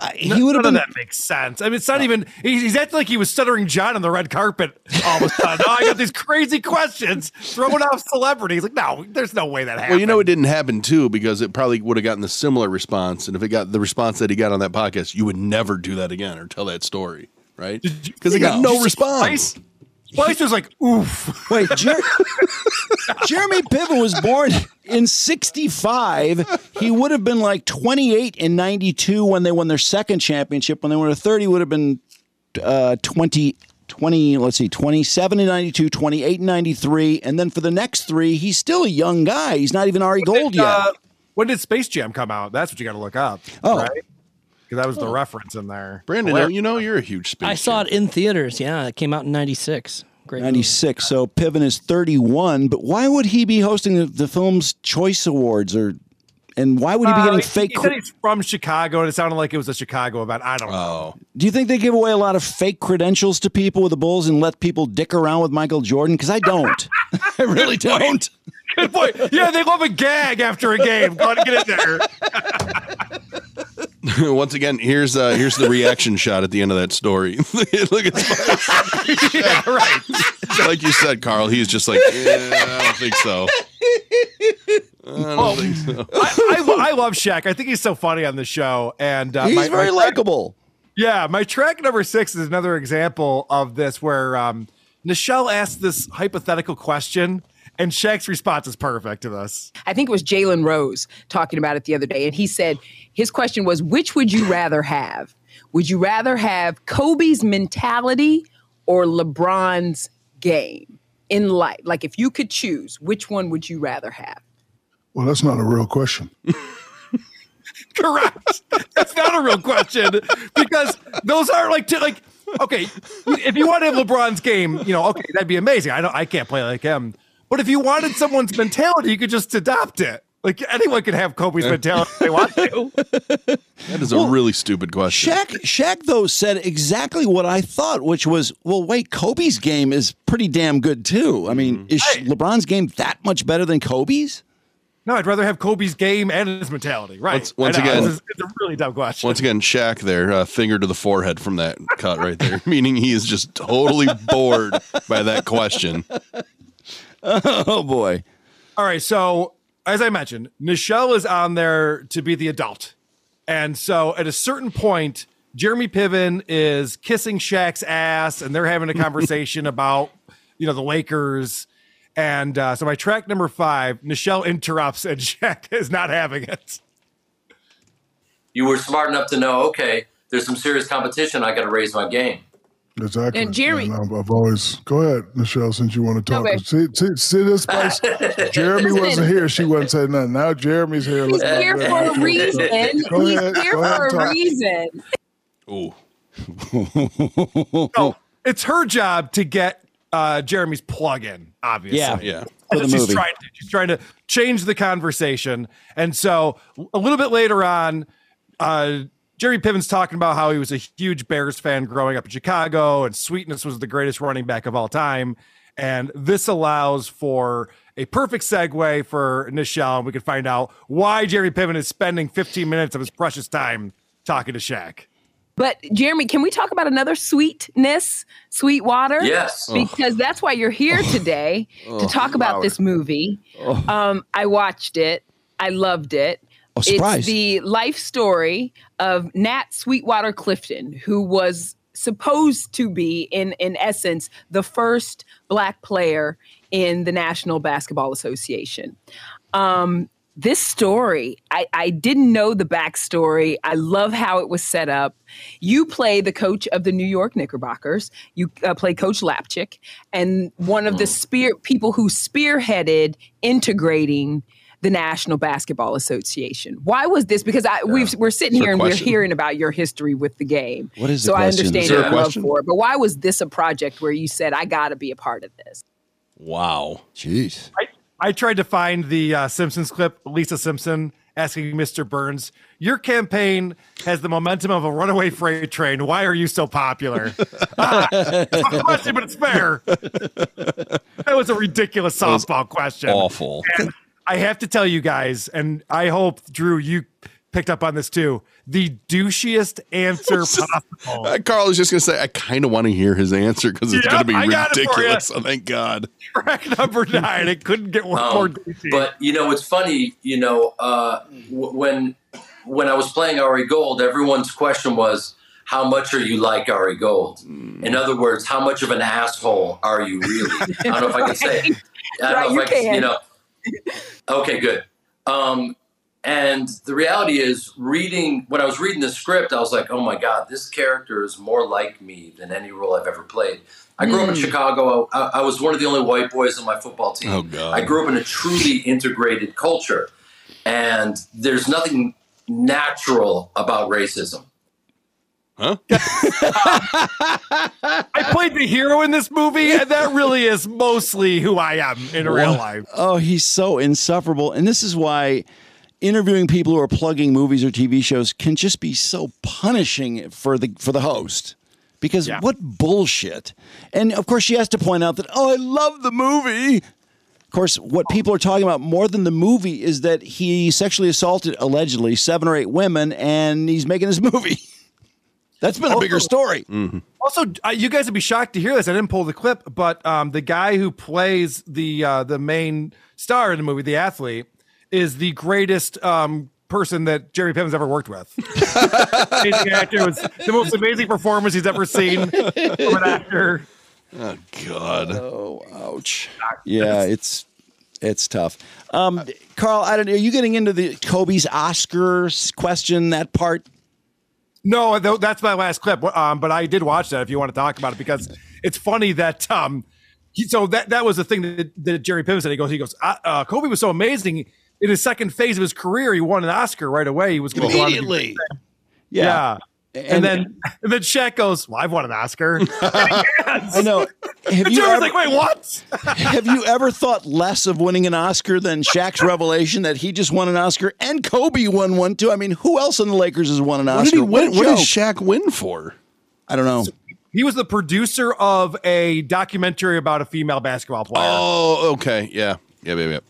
S12: None-
S1: he would have
S12: none
S1: been.
S12: of that makes sense. I mean, it's not even. He's, he's acting like he was stuttering John on the red carpet all of a sudden. oh, I got these crazy questions throwing off celebrities. Like, no, there's no way that happened.
S2: Well, you know, it didn't happen too because it probably would have gotten the similar response. And if it got the response that he got on that podcast, you would never do that again or tell that story, right? Because it got
S1: No.
S2: no response.
S12: Spice, Spice was like, oof.
S1: Wait, Jer- Jeremy Piven was born in 65. He would have been like 28 in 92 when they won their second championship. When they were 30, would have been uh, 20, 20, let's see, 27 in 92, 28 in 93. And then for the next three, he's still a young guy. He's not even Ari Gold yet.
S12: Uh, when did Space Jam come out? That's what you got to look up.
S1: Oh.
S12: right? Because that was the
S3: Oh.
S12: reference in there.
S2: Brandon,
S12: Hilarious.
S2: don't you know you're a huge space.
S3: I saw it in theaters. Yeah, it came out in '96. Great. movie.
S1: 96. So Piven is 31, but why would he be hosting the, the film's Choice Awards or and why would he be
S12: Uh,
S1: getting
S12: he-
S1: fake
S12: He
S1: cri-
S12: said he's from Chicago, and it sounded like it was a Chicago event. I don't know.
S1: Do you think they give away a lot of fake credentials to people with the Bulls and let people dick around with Michael Jordan? Because I don't. I really don't.
S12: Good point. Yeah, they love a gag after a game. Go on, get in there.
S2: Once again, here's uh, here's the reaction shot at the end of that story. Look at Spice.
S12: yeah, right.
S2: like you said, Carl, he's just like, yeah, I don't think so. I don't
S12: Oh.
S2: think so.
S12: I, I, lo- I love Shaq. I think he's so funny on the show, and uh,
S1: He's
S12: my- my
S1: very
S12: track-
S1: likable.
S12: Yeah, my track number six is another example of this where um, Nichelle asked this hypothetical question, and Shaq's response is perfect to this.
S7: I think it was Jalen Rose talking about it the other day, and he said his question was, "Which would you rather have? Would you rather have Kobe's mentality or LeBron's game in life? Like, if you could choose, which one would you rather have?"
S20: Well, that's not a real question.
S12: Correct. That's not a real question because those are like two, like okay, if you wanted LeBron's game, you know, okay, that'd be amazing. I don't I can't play like him. But if you wanted someone's mentality, you could just adopt it. Like anyone could have Kobe's mentality if they want to.
S2: That is a really stupid question.
S1: Shaq, Shaq, though, said exactly what I thought, which was, well, wait, Kobe's game is pretty damn good, too. I mean, is LeBron's game that much better than Kobe's?
S12: No, I'd rather have Kobe's game and his mentality. Right.
S2: Once- once
S12: I know,
S2: again-
S12: this is- it's a really dumb question.
S2: Once again, Shaq there, uh, finger to the forehead from that cut right there, meaning he is just totally bored by that question.
S1: Oh, boy.
S12: All right. So, as I mentioned, Nichelle is on there to be the adult. And so, at a certain point, Jeremy Piven is kissing Shaq's ass and they're having a conversation about, you know, the Lakers. And uh, so, my track number five, Nichelle interrupts and Shaq is not having it.
S21: You were smart enough to know, okay, there's some serious competition. I got to raise my game.
S20: That's accurate.
S7: And Jerry-
S20: And I've, I've always go ahead, Michelle, since you want to talk.
S7: No, babe.
S20: see, see, see this place. Jeremy
S7: Listen.
S20: wasn't here. She wasn't saying nothing. Now Jeremy's here.
S7: He's
S20: looking
S7: here
S20: like
S7: for
S20: that.
S7: a reason.
S20: Go
S7: He's
S20: ahead,
S7: here
S20: go ahead
S7: for
S20: and
S7: a
S20: talk.
S7: reason.
S2: Oh,
S5: Oh,
S12: No, it's her job to get uh, Jeremy's plug in, obviously.
S1: Yeah. Yeah.
S12: That's
S1: For the
S12: what she's
S1: movie.
S12: trying to do. She's trying to change the conversation. And so a little bit later on, uh, Jerry Piven's talking about how he was a huge Bears fan growing up in Chicago, and Sweetness was the greatest running back of all time. And this allows for a perfect segue for Nichelle, and we can find out why Jerry Piven is spending 15 minutes of his precious time talking to Shaq.
S7: But Jeremy, can we talk about another sweetness, sweet water?
S12: Yes.
S7: Because that's why you're here today to
S12: Ugh,
S7: talk about
S12: louder.
S7: this movie. Um, I watched it. I loved it.
S1: Oh, surprise.
S7: It's the life story of Nat Sweetwater Clifton, who was supposed to be, in in essence, the first black player in the National Basketball Association um, this story, I, I didn't know the backstory. I love how it was set up. You play the coach of the New York Knickerbockers. You uh, play Coach Lapchick, and one of the spear people who spearheaded integrating the National Basketball Association. Why was this? Because I, we've, we're sitting
S1: Is there
S7: here
S1: a
S7: and we're
S1: question?
S7: hearing about your history with the game.
S1: What is the
S7: so I
S1: question? Is
S7: understand
S1: there a
S7: your love
S1: question?
S7: for it. But why was this a project where you said I got to be a part of this?
S2: wow.
S1: Jeez.
S12: I, I tried to find the uh, Simpsons clip, Lisa Simpson asking Mr. Burns, Your campaign has the momentum of a runaway freight train. Why are you so popular? ah, it's a fun question, but it's fair. that was a ridiculous
S2: was
S12: softball question.
S2: Awful.
S12: And I have to tell you guys, and I hope, Drew, you picked up on this too. The douchiest answer possible.
S2: Uh, Carl is just going to say, I kind of want to hear his answer because it's
S12: Yep,
S2: going to be
S12: I got it for
S2: ridiculous.
S12: ya.
S2: Oh, thank God.
S12: Track number nine. It couldn't get
S21: Um,
S12: more.
S21: but you know, it's funny. You know, uh, w- when when I was playing Ari Gold, everyone's question was, "How much are you like Ari Gold?"
S2: Hmm.
S21: In other words, how much of an asshole are you really? I don't know if I can say. It. I don't
S7: Right,
S21: know
S7: you
S21: if I can, You
S7: can.
S21: know. Okay, good. Um, and the reality is, reading when I was reading the script, I was like, "Oh my God, this character is more like me than any role I've ever played." I grew up in Mm. Chicago. I, I was one of the only white boys on my football team.
S2: Oh, God.
S21: I grew up in a truly integrated culture, and there's nothing natural about racism.
S12: I played the hero in this movie, and that really is mostly who I am in real
S1: What?
S12: life.
S1: Oh, he's so insufferable. And this is why interviewing people who are plugging movies or TV shows can just be so punishing for the for the host. Because what bullshit. And of course she has to point out that, oh, I love the movie. Of course, what people are talking about more than the movie is that he sexually assaulted allegedly seven or eight women and he's making this movie. That's been a
S12: Oh.
S1: bigger story.
S2: Mm-hmm.
S12: Also, uh, you guys would be shocked to hear this. I didn't pull the clip, but um, the guy who plays the uh, the main star in the movie, the athlete, is the greatest um, person that Jerry Piven's ever worked with. amazing actor, It was the most amazing performance he's ever seen from an actor.
S2: Oh God.
S1: Oh, ouch. Yeah, it's it's tough.
S2: Uh,
S1: Um, Carl, I don't know. Are you getting into the Kobe's Oscars question? That part?
S12: No, tho- that's my last clip. Um, but I did watch that. If you want to talk about it, because it's funny that um, he, so that that was the thing that, that Jerry Piven said. He goes, he goes, uh, uh, Kobe was so amazing in his second phase of his career. He won an Oscar right away. He was gonna go on to do
S2: Immediately.
S12: that.
S1: Yeah.
S12: Yeah.
S1: And-
S12: And, then and then Shaq goes, "Well, I've won an Oscar."
S1: I know. Have
S12: Have
S1: you
S12: you
S1: ever-
S12: like, "Wait, what?"
S1: Have you ever thought less of winning an Oscar than Shaq's revelation that he just won an Oscar and Kobe won one too? I mean, who else in the Lakers has won an
S2: What did
S1: Oscar?
S2: he win? What did
S1: Shaq win for? I don't know.
S12: He was the producer of a documentary about a female basketball player.
S2: Oh, okay. Yeah. Yeah, yeah, yeah.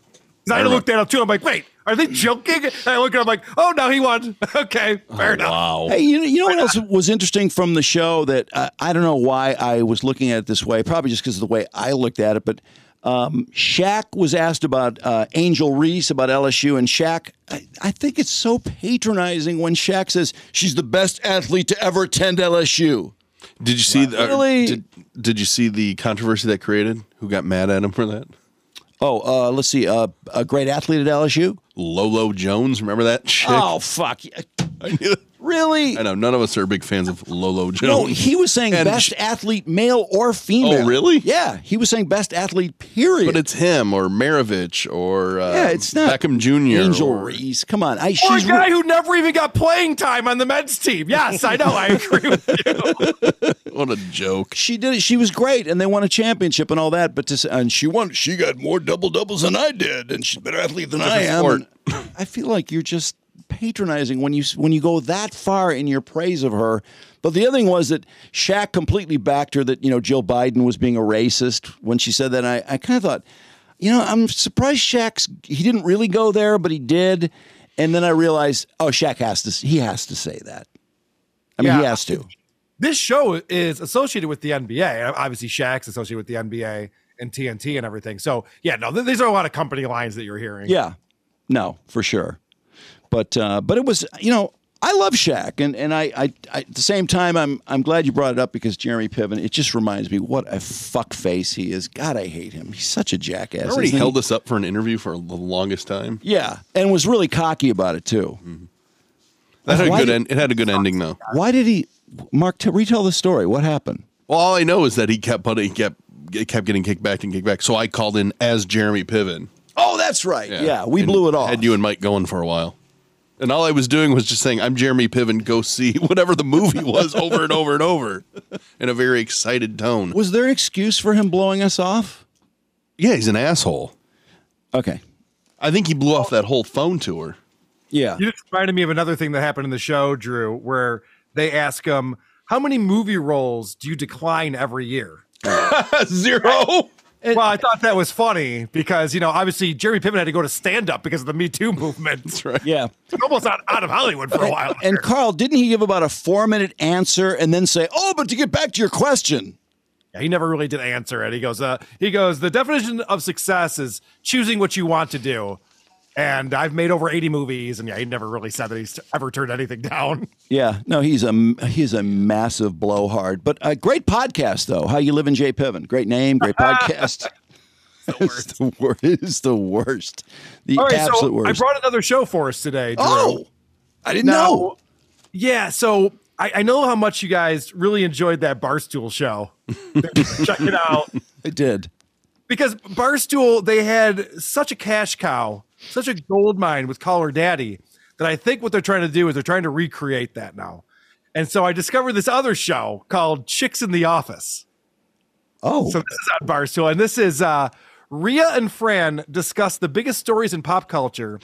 S12: 'Cause I, looked that up too. I'm like, "Wait, are they joking?" And I look and I'm like, "Oh no, he won." okay, fair enough.
S2: Wow.
S1: Hey, you, you know what else was interesting from the show that uh, I don't know why I was looking at it this way, probably just because of the way I looked at it, but um, Shaq was asked about uh, Angel Reese, about LSU, and Shaq, I, I think it's so patronizing when Shaq says, she's the best athlete to ever attend LSU.
S2: Did you see the, uh,
S1: Really?
S2: did, did you see the controversy that created? Who got mad at him for that?
S1: Oh, uh, let's see. Uh, a great athlete at LSU?
S2: Lolo Jones, remember that chick?
S1: Oh, fuck. Really?
S2: I know none of us are big fans of Lolo Jones.
S1: No, he was saying
S2: And
S1: best athlete, male or female.
S2: Oh, really?
S1: Yeah, he was saying best athlete, period.
S2: But it's him or Maravich or uh,
S1: Yeah, it's not
S2: Beckham Jr.
S1: Angel
S2: or-
S1: Reese. Come on,
S12: Or
S1: I
S12: a
S1: she's
S12: guy who never even got playing time on the men's team. Yes, I know. I agree with
S2: what a joke.
S1: She did it. She was great, and they won a championship and all that. But to, s- and she won. She got more double doubles than I did, and she's a better athlete than I
S2: Different
S1: am.
S2: sport.
S1: And I feel like you're just patronizing when you s- when you go that far in your praise of her. But the other thing was that Shaq completely backed her that you know Jill Biden was being a racist when she said that. And I I kind of thought, you know, I'm surprised Shaq's he didn't really go there, but he did. And then I realized, oh, Shaq has to. s- He has to say that. I mean, he
S12: Yeah.
S1: has to.
S12: This show is associated with the NBA. and Obviously, Shaq's associated with the NBA and TNT and everything. So, yeah, no, th- these are a lot of company lines that you're hearing.
S1: Yeah, no, for sure. But uh, but it was you know I love Shaq and and I, I, I at the same time I'm I'm glad you brought it up because Jeremy Piven it just reminds me what a fuck face he is. God, I hate him. He's such a jackass.
S2: I already
S1: isn't he?
S2: held us up for an interview for the longest time.
S1: Yeah, and was really cocky about it too.
S2: That had Mm-hmm. a
S1: Why
S2: good
S1: did-
S2: end. It had a good ending though.
S1: Why did he? Mark, t- retell the story. What happened?
S2: Well, all I know is that he kept, but he kept, he kept getting kicked back and kicked back. So I called in as Jeremy Piven.
S1: Oh, that's right. Yeah, we
S2: And
S1: blew it off.
S2: Had you and Mike going for a while, and all I was doing was just saying, "I'm Jeremy Piven. Go see whatever the movie was over and over and over," in a very excited tone.
S1: Was there an excuse for him blowing us off?
S2: Yeah, he's an asshole.
S1: Okay.
S2: I think he blew off that whole phone to her.
S1: Yeah.
S12: You just reminded me of another thing that happened in the show, Drew, where they ask him, How many movie roles do you decline every year?
S2: Zero.
S12: well, I thought that was funny because you know obviously Jeremy Piven had to go to stand up because of the Me Too movement.
S1: Yeah,
S12: It's almost out, out of Hollywood for a while.
S1: And Carl, didn't he give about a four minute answer and then say, "Oh, but to get back to your question."
S12: Yeah, he never really did answer it. He goes, uh, he goes, the definition of success is choosing what you want to do. And I've made over 80 movies, and yeah, he never really said that he's ever turned anything down.
S1: Yeah, no, he's a he's a massive blowhard, but a great podcast though. How you living, Jay Piven? Great name, great podcast. it's the worst. It's the worst. The
S12: All right,
S1: absolute
S12: so I
S1: worst.
S12: brought another show for us today. Drew.
S1: Oh, I didn't
S12: Now-
S1: know.
S12: Yeah, so I, I know how much you guys really enjoyed that Barstool show. Check it out.
S1: I did.
S12: because Barstool they had such a cash cow, such a gold mine with Caller Daddy that I think what they're trying to do is they're trying to recreate that now. And so I discovered this other show called Chicks in the Office.
S1: Oh,
S12: so this is on Barstool, and this is uh, Rhea and Fran discuss the biggest stories in pop culture,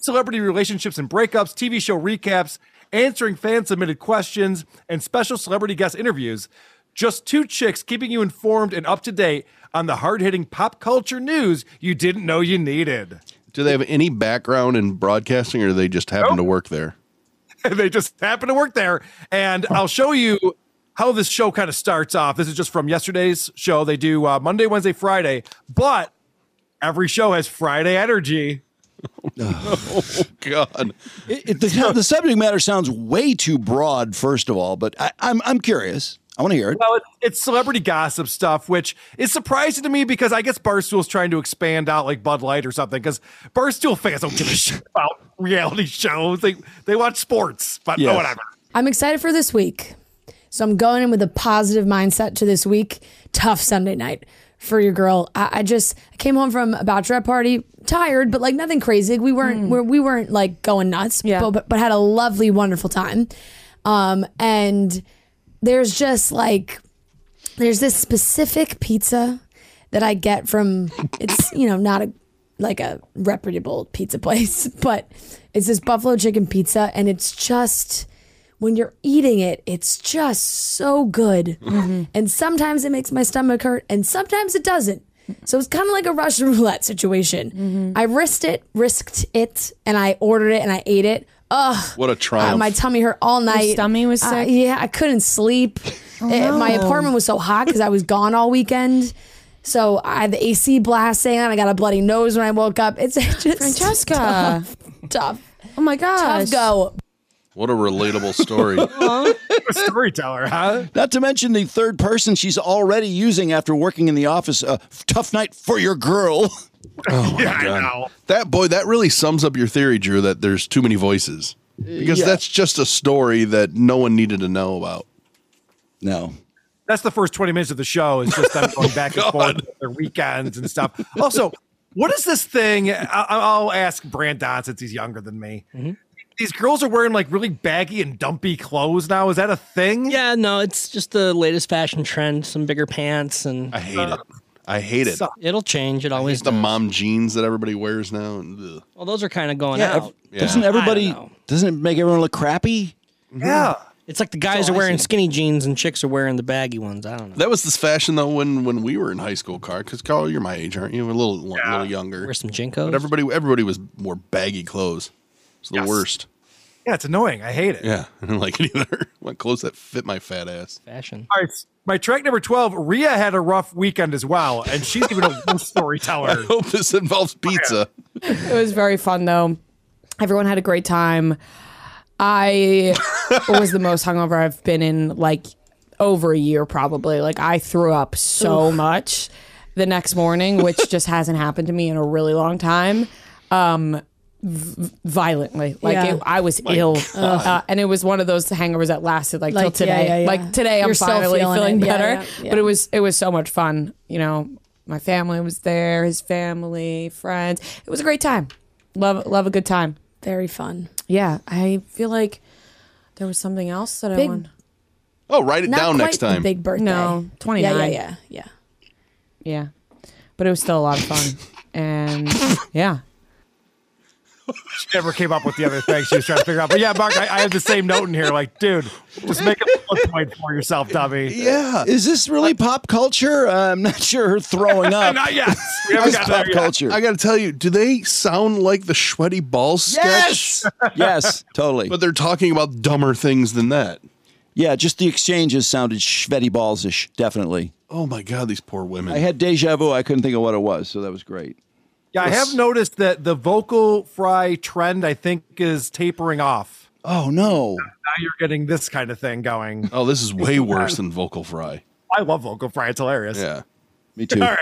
S12: celebrity relationships and breakups, TV show recaps, answering fan submitted questions, and special celebrity guest interviews. Just two chicks keeping you informed and up to date on the hard hitting pop culture news you didn't know you needed.
S2: Do they have any background in broadcasting, or they just happen to work there?
S12: they just happen to work there. And I'll show you how this show kind of starts off. This is just from yesterday's show. They do uh, Monday, Wednesday, Friday, but every show has Friday energy.
S2: Oh
S12: uh,
S2: God!
S1: It, it- the, the subject matter sounds way too broad. First of all, but I, I'm I'm curious. I want to hear it.
S12: Well, it, it's celebrity gossip stuff, which is surprising to me because I guess Barstool's trying to expand out like Bud Light or something because Barstool fans don't give a shit about reality shows. They they watch sports, but
S6: Yes.
S12: whatever.
S6: I'm excited for this week. So I'm going in with a positive mindset to this week. Tough Sunday night for your girl. I, I just I came home from a bachelorette party, tired, but like nothing crazy. Like we weren't we're, we weren't like going nuts, yeah. but, but but had a lovely, wonderful time. Um, and there's just like there's this specific pizza that I get from it's you know not a like a reputable pizza place, but it's this buffalo chicken pizza, and it's just when you're eating it, it's just so good. And sometimes it makes my stomach hurt, and sometimes it doesn't. So it's kind of like a Russian roulette situation. I risked it, risked it, and I ordered it and I ate it. Ugh.
S2: What a
S6: Uh,
S2: triumph!
S6: my tummy hurt all
S8: Your
S6: night.
S8: tummy was
S6: Uh,
S8: sick?
S6: yeah, I couldn't sleep.
S8: Oh,
S6: It- My
S8: no.
S6: apartment was so hot because I was gone all weekend. So I had the AC blasting on. I got a bloody nose when I woke up. It's just
S8: Francesca.
S6: tough, tough.
S8: Oh my gosh.
S6: Tough go.
S2: what a relatable story.
S12: Storyteller, huh?
S1: Not to mention the third person she's already using after working in the office. Uh, tough night for your girl.
S2: Oh my God. That boy, that really sums up your theory, Drew, that there's too many voices. Because
S1: Yeah.
S2: that's just a story that no one needed to know about.
S1: No.
S12: That's the first 20 minutes of the show is just
S2: Oh
S12: them going back and forth with their weekends and stuff. Also, what is this thing? I- I'll ask Brandon since he's younger than me. These girls are wearing like really baggy and dumpy clothes now. Is that a thing?
S3: Yeah, no, it's just the latest fashion trend. Some bigger pants, and I
S2: hate it. I hate it.
S3: It'll change. It always
S2: the mom jeans that everybody wears now. Ugh.
S3: Well, those are kind of going
S1: Yeah,
S3: out.
S2: ev-
S1: Doesn't
S2: Yeah. Mm-hmm.
S1: everybody? Doesn't it make everyone look crappy?
S12: Yeah.
S3: It's like the guys
S1: all
S3: are
S1: I
S3: wearing
S1: see.
S3: skinny jeans and chicks are wearing the baggy ones. I don't know.
S2: That was this fashion though when when we were in high school, Carl. Because Carl, you're my age, aren't you? We're a little little younger. Wear
S3: some jinkos.
S2: But everybody everybody was wore baggy clothes. It's the worst.
S12: Yeah, it's annoying. I hate it.
S2: Yeah, I don't like it either. Want clothes that fit my fat ass.
S3: Fashion.
S12: All right. My track number 12, Rhea had a rough weekend as well, and she's even a worse storyteller. Oh, I
S2: hope this involves pizza.
S8: it was very fun though. Everyone had a great time. I was the most hungover I've been in like over a year probably. Like I threw up so
S6: Oof.
S8: much the next morning, which just hasn't happened to me in a really long time. Um v- violently like
S6: Yeah.
S8: it, i was
S6: My
S8: ill
S6: God.
S8: uh, and it was one of those hangovers that lasted like, till
S6: Like, yeah,
S8: today
S6: yeah, yeah.
S8: like today i'm
S6: You're still
S8: finally
S6: feeling
S8: feeling,
S6: it. Yeah,
S8: better
S6: yeah, yeah.
S8: but it was it was so much fun you know my family was there his family friends it was a great time love love a good time
S6: very fun
S8: yeah i feel like there was something else that
S6: Big-
S8: i won
S2: Oh, write it
S8: Not
S2: down
S8: quite
S2: next time.
S8: big birthday. No, 29.
S6: Yeah, yeah, yeah. yeah.
S8: yeah but it was still a lot of fun and yeah
S12: She never came up with the other thing she was trying to figure out. But yeah, Mark, I, I have the same note in here. Like, dude, just make a bullet point for yourself, dummy.
S1: Is this really pop culture? Uh, I'm not sure her throwing up.
S12: Not yet.
S1: We haven't It's gotten pop there yet. culture.
S2: I got to tell you, do they sound like the sweaty balls?
S1: Yes! Yes, totally.
S2: But they're talking about dumber things than that.
S1: Yeah, just the exchanges sounded shvetty ballsish, definitely.
S2: Oh my God, these poor women.
S1: I had deja vu. I couldn't think of what it was, so that was great.
S12: Yeah, I have noticed that the vocal fry trend, I think, is tapering off.
S1: Oh no!
S12: Now you're getting this kind of thing going.
S2: Oh, this is way worse than vocal fry.
S12: I love vocal fry. It's hilarious.
S2: Yeah.
S1: Me
S2: too.
S12: All right.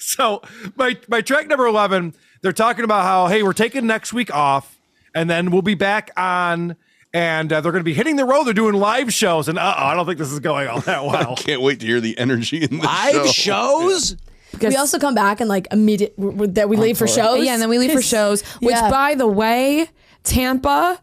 S12: So my my track number eleven, they're talking about how hey we're taking next week off, and then we'll be back on, and uh, they're going to be hitting the road. They're doing live shows, and uh, I don't think this is going all that well.
S2: I can't wait to hear the energy in this
S1: Live
S2: show.
S1: shows?
S6: we also come back and like immediate w- w- that we leave for shows.
S14: Yeah, and then we leave for shows. Which,
S6: Yeah.
S14: by the way, Tampa,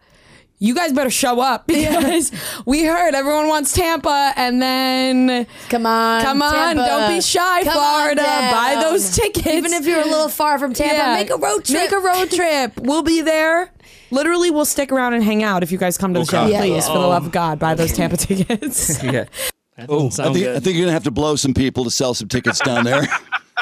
S14: you guys better show up because we heard everyone wants Tampa, and then
S6: come on,
S14: come on,
S6: Tampa.
S14: don't be shy,
S6: Come on
S14: Florida,
S6: down.
S14: buy those tickets.
S6: Even if you're a little far from Tampa, make a road trip.
S14: Make a road trip. We'll be there. Literally, we'll stick around and hang out if you guys come to the
S1: Oh, God.
S14: show. Please, for the
S1: Oh.
S14: love of God, buy those Tampa tickets.
S1: yeah. Oh, I
S14: sound
S1: think, I
S14: good.
S1: think you're gonna have to blow some people to sell some tickets down there.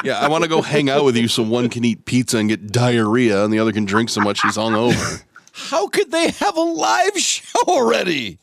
S2: Yeah, I want to go hang out with you so one can eat pizza and get diarrhea and the other can drink so much he's hungover.
S1: How could they have a live show already?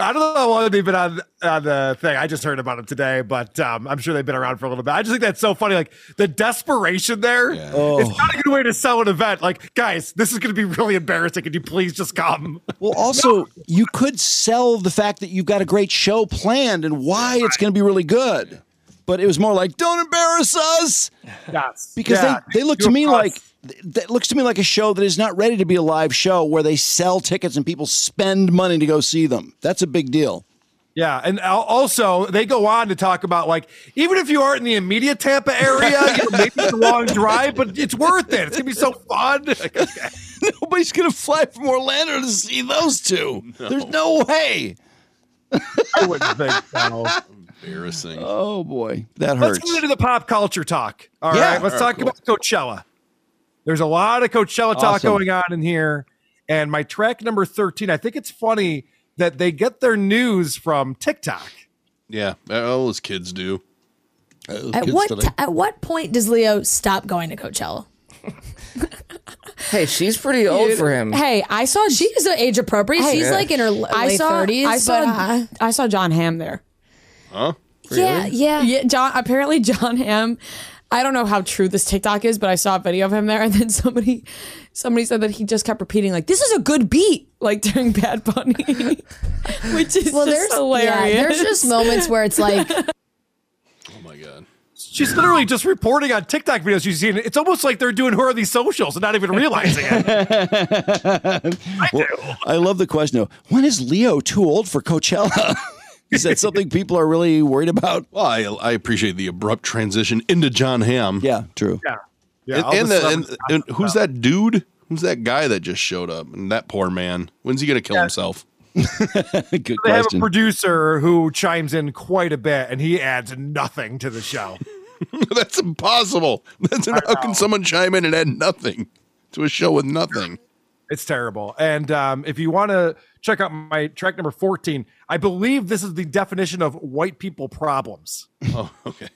S12: I don't know how long they've been on, on the thing. I just heard about it today, but um, I'm sure they've been around for a little bit. I just think that's so funny. Like the desperation there. It's not a good way to sell an event. Like, guys, this is going to be really embarrassing. Could you please just come?
S1: Well, also, you could sell the fact that you've got a great show planned and why it's going to be really good. But it was more like, don't embarrass us.
S12: Yes.
S1: Because
S12: Yeah.
S1: they, they look to
S12: You're
S1: me
S12: us.
S1: like th- that looks to me like a show that is not ready to be a live show where they sell tickets and people spend money to go see them. That's a big deal.
S12: Yeah, and al- also they go on to talk about like even if you aren't in the immediate Tampa area, you know, maybe it's a long drive, but it's worth it. It's gonna be so fun. Like, okay.
S1: Nobody's going to fly from Orlando to see those two. There's no way.
S12: I wouldn't think so.
S2: Embarrassing.
S1: Oh boy, that
S12: Let's
S1: hurts.
S12: get into the pop culture talk. All right,
S1: Yeah.
S12: let's
S1: All
S12: talk
S1: right,
S12: about Coachella. There's a lot of Coachella talk
S1: Awesome.
S12: going on in here, and my track number thirteen. I think it's funny that they get their news from TikTok.
S2: Yeah, all those kids do. All those
S6: At
S2: kids
S6: what
S2: today.
S6: t- at what point does Leo stop going to Coachella?
S5: Hey, she's pretty old for him.
S6: Hey, I saw she is age appropriate.
S14: Hey,
S6: She's
S14: yeah.
S6: like in her l-
S14: I
S6: late
S14: saw,
S6: thirties.
S14: I saw,
S6: but, uh,
S14: I saw John Hamm there.
S2: Huh?
S6: Yeah, yeah.
S14: John apparently John Hamm. I don't know how true this TikTok is, but I saw a video of him there, and then somebody, somebody said that he just kept repeating like, "This is a good beat," like during Bad Bunny, which is just
S6: well, there's
S14: hilarious.
S6: Yeah, there's just moments where it's like,
S12: She's literally just reporting on TikTok videos she's seen. It's almost like they're doing her on these socials and not even realizing it.
S1: I, I love the question though. When is Leo too old for Coachella? is that something people are really worried about?
S2: Well, I, I appreciate the abrupt transition into John Hamm.
S1: Yeah, true.
S12: Yeah. all
S2: and, and,
S12: the
S2: the, and,
S12: celebrities
S2: and who's that dude? Who's that guy that just showed up? And that poor man. When's he going to kill himself?
S1: Good
S12: They have a
S1: question.
S12: producer who chimes in quite a bit and he adds nothing to the show.
S2: That's impossible. That's how can someone chime in and add nothing to a show with nothing?
S12: It's terrible. And um, if you want to check out my track number 14, I believe this is the definition of white people problems.
S2: Oh, okay.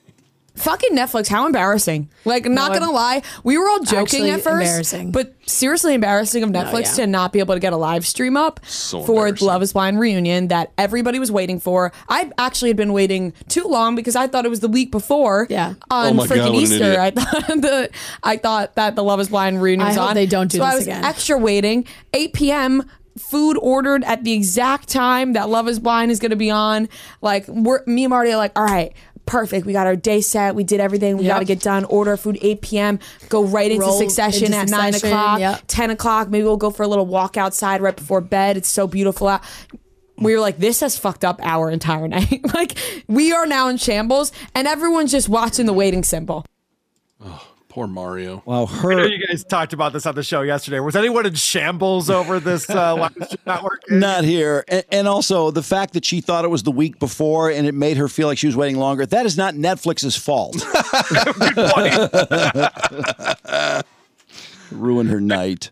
S14: Fucking Netflix, how embarrassing. Like, not
S6: No,
S14: gonna lie, we were all joking
S6: Actually
S14: at first.
S6: embarrassing.
S14: But seriously embarrassing of Netflix
S6: yeah.
S14: to not be able to get a live stream up
S6: So
S14: for the Love is Blind reunion that everybody was waiting for. I actually had been waiting too long because I thought it was the week before yeah.
S6: Oh
S14: on
S6: my God,
S14: freaking
S6: what an
S14: Easter.
S6: idiot.
S14: I thought the I thought that the Love is Blind reunion
S6: I
S14: was
S6: hope
S14: on.
S6: they don't do
S14: so I
S6: this
S14: was
S6: again.
S14: extra waiting. 8 p.m. Food ordered at the exact time that Love Is Blind is going to be on. Like we're me and Marty are like, all right, perfect. We got our day set. We did everything. We
S6: Yep.
S14: got to get done. Order our food 8 p.m. Go right into
S6: Roll
S14: Succession
S6: into
S14: at nine
S6: Succession,
S14: o'clock,
S6: yep.
S14: ten o'clock. Maybe we'll go for a little walk outside right before bed. It's so beautiful out. We were like, this has fucked up our entire night. like we are now in shambles, and everyone's just watching the waiting symbol.
S2: Poor Mario.
S1: Wow,
S12: I know
S1: her
S12: you guys talked about this on the show yesterday. Was anyone in shambles over this uh, live stream not working?
S1: not here. And, and also the fact that she thought it was the week before and it made her feel like she was waiting longer. That is not Netflix's fault. Ruin her night.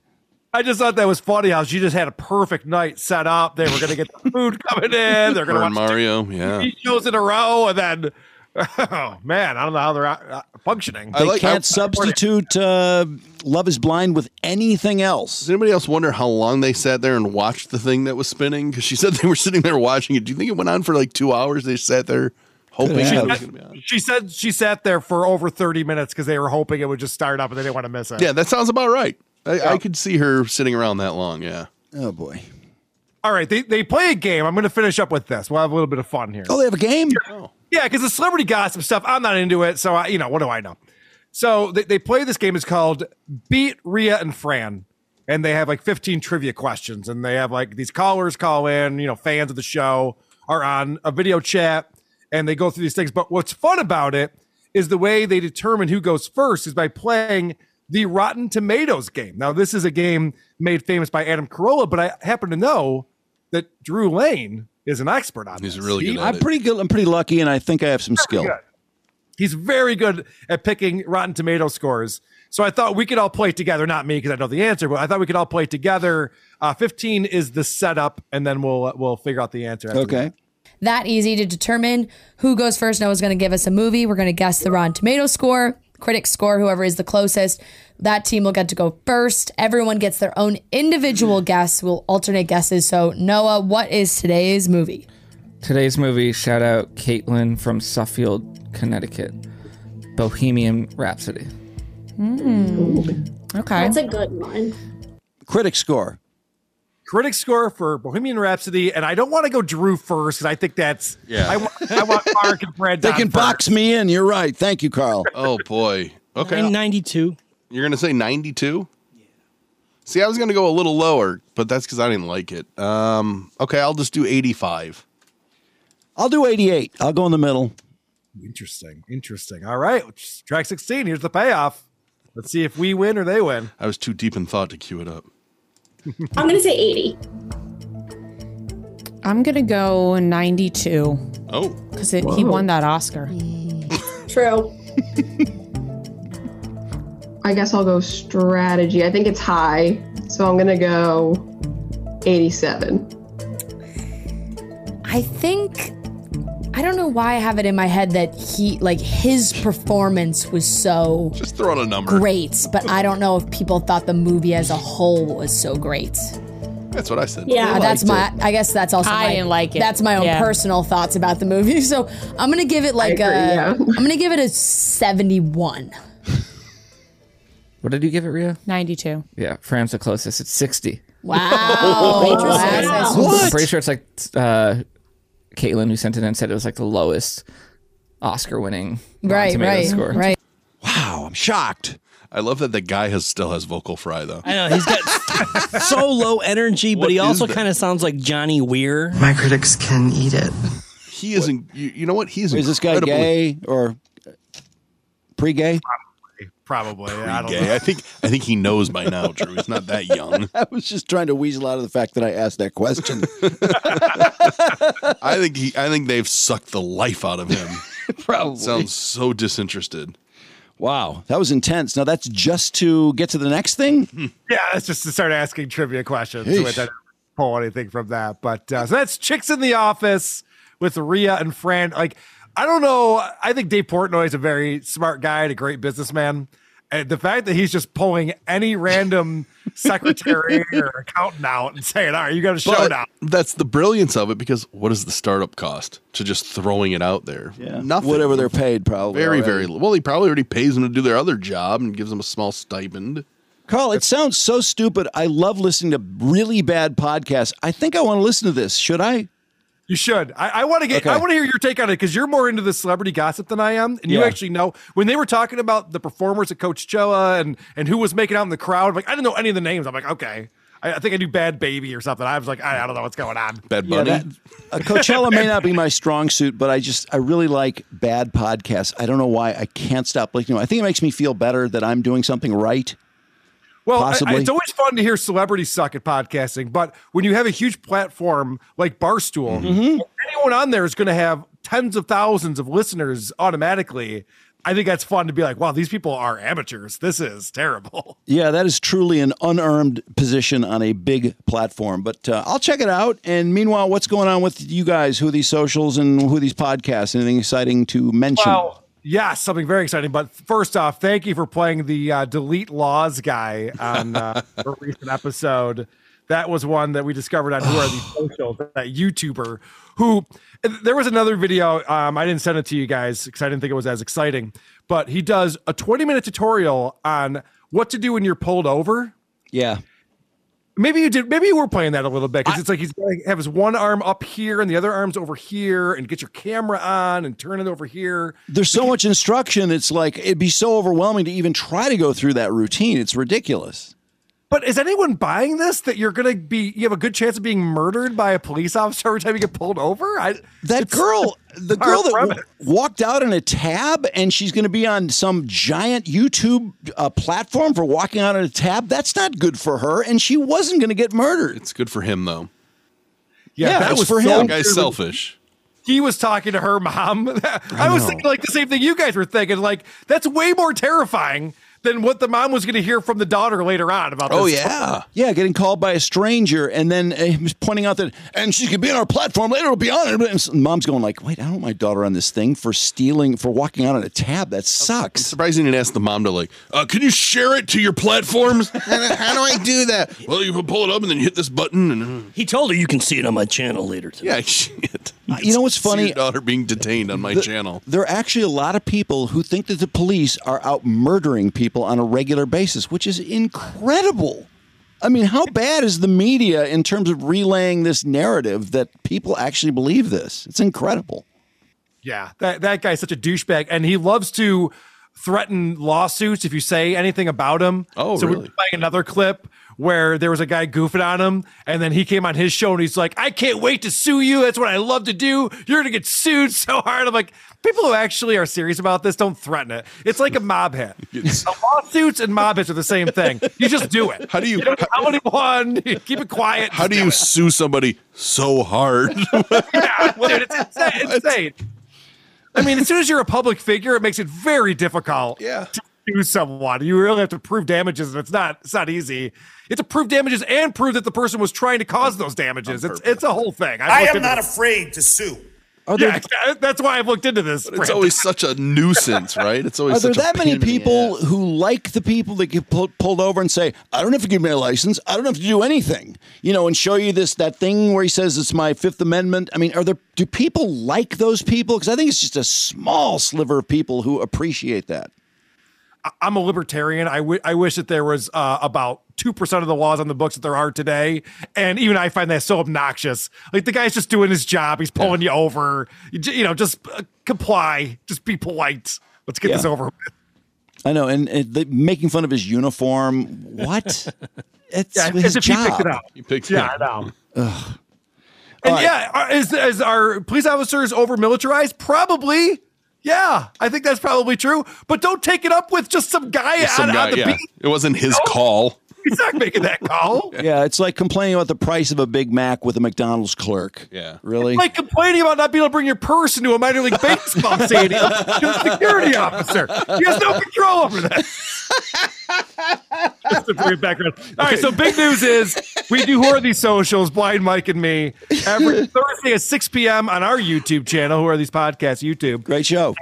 S12: I just thought that was funny how she just had a perfect night set up. They were going to get the food coming in. They're going to
S2: Burn
S12: watch
S2: Mario.
S12: two
S2: Yeah.
S12: TV shows in a row, and then, oh man, I don't know how they're uh, functioning.
S1: They can't substitute uh, Love is Blind with anything else. Does
S2: anybody else wonder how long they sat there and watched the thing that was spinning? Because she said they were sitting there watching it. Do you think it went on for like two hours? They sat there hoping
S12: She
S2: that it was going to be
S12: said, she said she sat there for over 30 minutes because they were hoping it would just start up and they didn't want to miss it.
S2: Yeah, that sounds about right. I, I could see her sitting around that long. Yeah.
S1: Oh boy.
S12: All right, they, they play a game. I'm going to finish up with this. We'll have a little bit of fun here.
S1: Oh, they have a game?
S12: Yeah, because the celebrity gossip stuff, I'm not into it. So, I, you know, what do I know? So they, they play this game. It's called Beat Rhea and Fran. And they have like 15 trivia questions. And they have like these callers call in, you know, fans of the show are on a video chat and they go through these things. But what's fun about it is the way they determine who goes first is by playing the Rotten Tomatoes game. Now, this is a game made famous by Adam Carolla, but I happen to know that Drew Lane is an expert on this. He-
S1: I'm pretty good. I'm pretty lucky, and I think I have some skill.
S12: good. He's very good at picking Rotten Tomato scores. So I thought we could all play together, not me because I know the answer, but I thought we could all play together. Uh, 15 is the setup, and then we'll uh, we'll figure out the answer. After okay.
S6: that easy to determine who goes first. Noah's going to give us a movie. We're going to guess the Rotten Tomato score, critic score, whoever is the closest. That team will get to go first. Everyone gets their own individual guess. We'll alternate guesses. So, Noah, what is today's movie?
S23: Today's movie, shout out Caitlin from Suffield, Connecticut. Bohemian Rhapsody.
S6: Okay.
S24: Hmm. That's a good one.
S1: Critic score.
S12: Critic score for Bohemian Rhapsody, and I don't want to go Drew first because I think that's
S2: Yeah.
S12: I, wa- I want Mark and Brad.
S1: They
S12: Don
S1: can
S12: first.
S1: box me in. You're right. Thank you, Carl.
S2: Oh boy. Okay.
S3: 92.
S2: You're gonna say 92? See, I was gonna go a little lower, but that's because I didn't like it. Um, okay, I'll just do 85.
S1: I'll do 88. I'll go in the middle.
S12: Interesting. Interesting. All right. Track 16. Here's the payoff. Let's see if we win or they win.
S2: I was too deep in thought to cue it up.
S24: I'm going to say 80.
S8: I'm gonna go 92
S2: Oh.
S8: because he won that Oscar.
S24: True.
S14: I guess I'll go strategy. I think it's high, so I'm gonna go 87.
S6: I think I don't know why I have it in my head that he like his performance was so
S2: Just throw out a number.
S6: great, but I don't know if people thought the movie as a whole was so great.
S2: That's what I said.
S6: Uh, that's my. I guess that's also.
S8: I
S6: my,
S8: didn't like it.
S6: That's my own
S8: Yeah.
S6: personal thoughts about the movie. So I'm gonna give it like
S8: I agree,
S6: a.
S8: yeah.
S6: am gonna give it a 71.
S23: What did you give it, Ria?
S8: 92.
S23: Yeah, Fran's the closest. It's 60.
S8: Oh,
S6: Wow. Interesting.
S23: I'm pretty sure it's like uh, Caitlin who sent it in said it was like the lowest Oscar winning
S6: Right, right,
S23: score.
S6: right.
S1: Wow, I'm shocked.
S2: Oh, I love that the guy has still has vocal fry though.
S3: I know he's got so low energy, but
S2: What
S3: he
S2: is
S3: also
S2: that?
S3: kind of sounds like Johnny Weir.
S2: My
S14: critics can eat it.
S2: He isn't. You, you know what? He's
S1: Is this guy gay or uh, pre-gay?
S12: Probably.
S2: I,
S12: I don't know.
S2: I think I think he knows by now, Drew. He's not that Uh, young.
S1: I was just trying to weasel out of the fact that I asked that question.
S2: I think he. I think they've sucked the life out of him.
S1: Probably
S2: sounds so disinterested.
S1: Wow, that was intense. Now that's just to get to the next thing.
S12: Yeah, that's just to start asking trivia questions.
S1: Yeesh.
S12: So it doesn't pull anything from that. But uh, so that's Chicks in the Office with Rhea and Fran. Like, I don't know. I think Dave Portnoy is a very smart guy and a great businessman. And the fact that he's just pulling any random secretary or accountant out and saying, all right, you got a show
S2: But
S12: now.
S2: that's the brilliance of it because what is the startup cost to just throwing it out there? Yeah, nothing.
S1: Whatever they're paid, probably
S2: Very,
S1: already.
S2: very. Well, he probably already pays them to do their other job and gives them a small stipend.
S1: Carl, it sounds so stupid. I love listening to really bad podcasts. I think I want to listen to this. Should I?
S12: You should. I, I want to get.
S1: Okay.
S12: I want to hear your take on it because you're more into the celebrity gossip than I am, and you
S1: Yeah.
S12: actually know when they were talking about the performers at Coachella and and who was making out in the crowd. Like I didn't know any of the names. I'm like, okay, I, I think I knew Bad Baby or something. I was like, I, I don't know what's going on.
S2: Bad
S1: Yeah, that- uh, Coachella may not be my strong suit, but I just I really like bad podcasts. I don't know why I can't stop listening. to them. I think it makes me feel better that I'm doing something right.
S12: Well, I- I-
S1: possibly.
S12: it's always fun to hear celebrities suck at podcasting, but when you have a huge platform like
S1: Mm-hmm.
S12: Barstool, anyone on there is going to have tens of thousands of listeners automatically. I think that's fun to be like, wow, these people are amateurs. This is terrible.
S1: Yeah, that is truly an unearned position on a big platform. But uh, I'll check it out. And meanwhile, what's going on with you guys? Who are these socials and who are these podcasts? Anything exciting to mention?
S12: Well, yeah, something very exciting. But first off, thank you for playing the uh, delete laws guy on uh, a recent episode. That was one that we discovered on Who Are These Socials, that YouTuber who there was another video. Um, I didn't send it to you guys because I didn't think it was as exciting, but he does a 20 minute tutorial on what to do when you're pulled over.
S1: Yeah.
S12: Maybe you did. Maybe you were playing that a little bit because it's like he's gonna have his one arm up here and the other arm's over here, and get your camera on and turn it over here.
S1: There's so much instruction. It's like it'd be so overwhelming to even try to go through that routine. It's ridiculous.
S12: But is anyone buying this that you're gonna be? You have a good chance of being murdered by a police officer every time you get pulled over. I,
S1: That girl, the
S12: far
S1: girl that
S12: from
S1: w- walked out in a tab and she's going to be on some giant YouTube uh, platform for walking out in a tab, that's not good for her. And she wasn't going to get murdered.
S2: It's good for him though.
S1: Yeah, that
S2: it's
S1: was for
S2: That
S1: him.
S2: guy's selfish.
S12: he was talking to her mom. I, was
S2: know.
S12: thinking like the same thing you guys were thinking. Like that's way more terrifying than what the mom was going to hear from the daughter later on about.
S1: Oh
S12: this.
S1: yeah, yeah. Getting called by a stranger and then uh, he was pointing out that and she could be on our platform later. It'll be on it. And so- mom's going like, wait, I don't want my daughter on this thing for stealing for walking out on a tab. That sucks.
S2: Surprising to ask the mom to like, uh, can you share it to your platforms? How do- how do I do that? Well, you pull it up and then you hit this button. And uh,
S3: he told her you can see it on my channel later. Today.
S2: Yeah, shit.
S1: Uh, you know what's funny?
S2: Your daughter being detained on my
S1: The-
S2: channel.
S1: There are actually a lot of people who think that the police are out murdering people on a regular basis, which is incredible. I mean, how bad is the media in terms of relaying this narrative that people actually believe this? It's incredible.
S12: yeah. That that guy's such a douchebag, and he loves to threaten lawsuits if you say anything about him.
S2: Oh,
S12: so we
S2: really?
S12: were playing another clip where there was a guy goofing on him, and then he came on his show and he's like, "I can't wait to sue you. That's what I love to do. You're gonna get sued so hard." I'm like, people who actually are serious about this don't threaten it. It's like a mob hit. Uh, lawsuits and mob hits are the same thing. You just do it. How do you? don't tell anyone. You keep it quiet.
S2: How do you sue somebody so hard?
S12: Dude, it's insane. insane. I mean, as soon as you're a public figure, it makes it very difficult yeah. to sue someone. You really have to prove damages, and it's not it's not easy. You have to prove damages and prove that the person was trying to cause those damages. It's it's a whole thing. I've
S4: I
S12: looked
S4: am
S12: into
S4: not
S12: this.
S4: afraid to sue.
S1: Are
S12: Yeah, that's why I've looked into this.
S2: But it's always such a nuisance, right? It's always
S1: Are there
S2: such a
S1: that many
S2: pain in the
S1: people who like the people that get pull, pulled over and say, "I don't have to give me a license. I don't have to do anything," you know, and show you this that thing where he says it's my Fifth Amendment? I mean, are there do people like those people? Because I think it's just a small sliver of people who appreciate that.
S12: I- I'm a libertarian. I wi- I wish that there was uh, about two percent of the laws on the books that there are today, and even I find that so obnoxious. Like the guy's just doing his job. He's pulling you over. You, j- you know, just uh, comply. Just be polite. Let's get
S1: Yeah.
S12: this over with.
S1: I know, and, and the, making fun of his uniform. What? it's
S12: Yeah,
S1: his
S12: as if he
S1: job.
S12: picked it up. He
S2: picked
S12: Yeah, it I know.
S1: Ugh.
S12: And yeah, are, is is our police officers over militarized? Probably. Yeah, I think that's probably true. But don't take it up with just some guy,
S2: ass. Some
S12: on,
S2: guy,
S12: on the
S2: yeah.
S12: beat.
S2: It wasn't his
S12: No.
S2: call.
S12: He's not making that call.
S1: Yeah, it's like complaining about the price of a Big Mac with a McDonald's clerk. Yeah, really.
S12: Like complaining about not being able to bring your purse into a minor league baseball stadium to the security officer. He has no control over that. Just a weird background. All right, so big news is we do Who Are These Socials, Blind Mike and me, every Thursday at 6 p.m. on our YouTube channel, Who Are These Podcasts YouTube.
S1: Great show.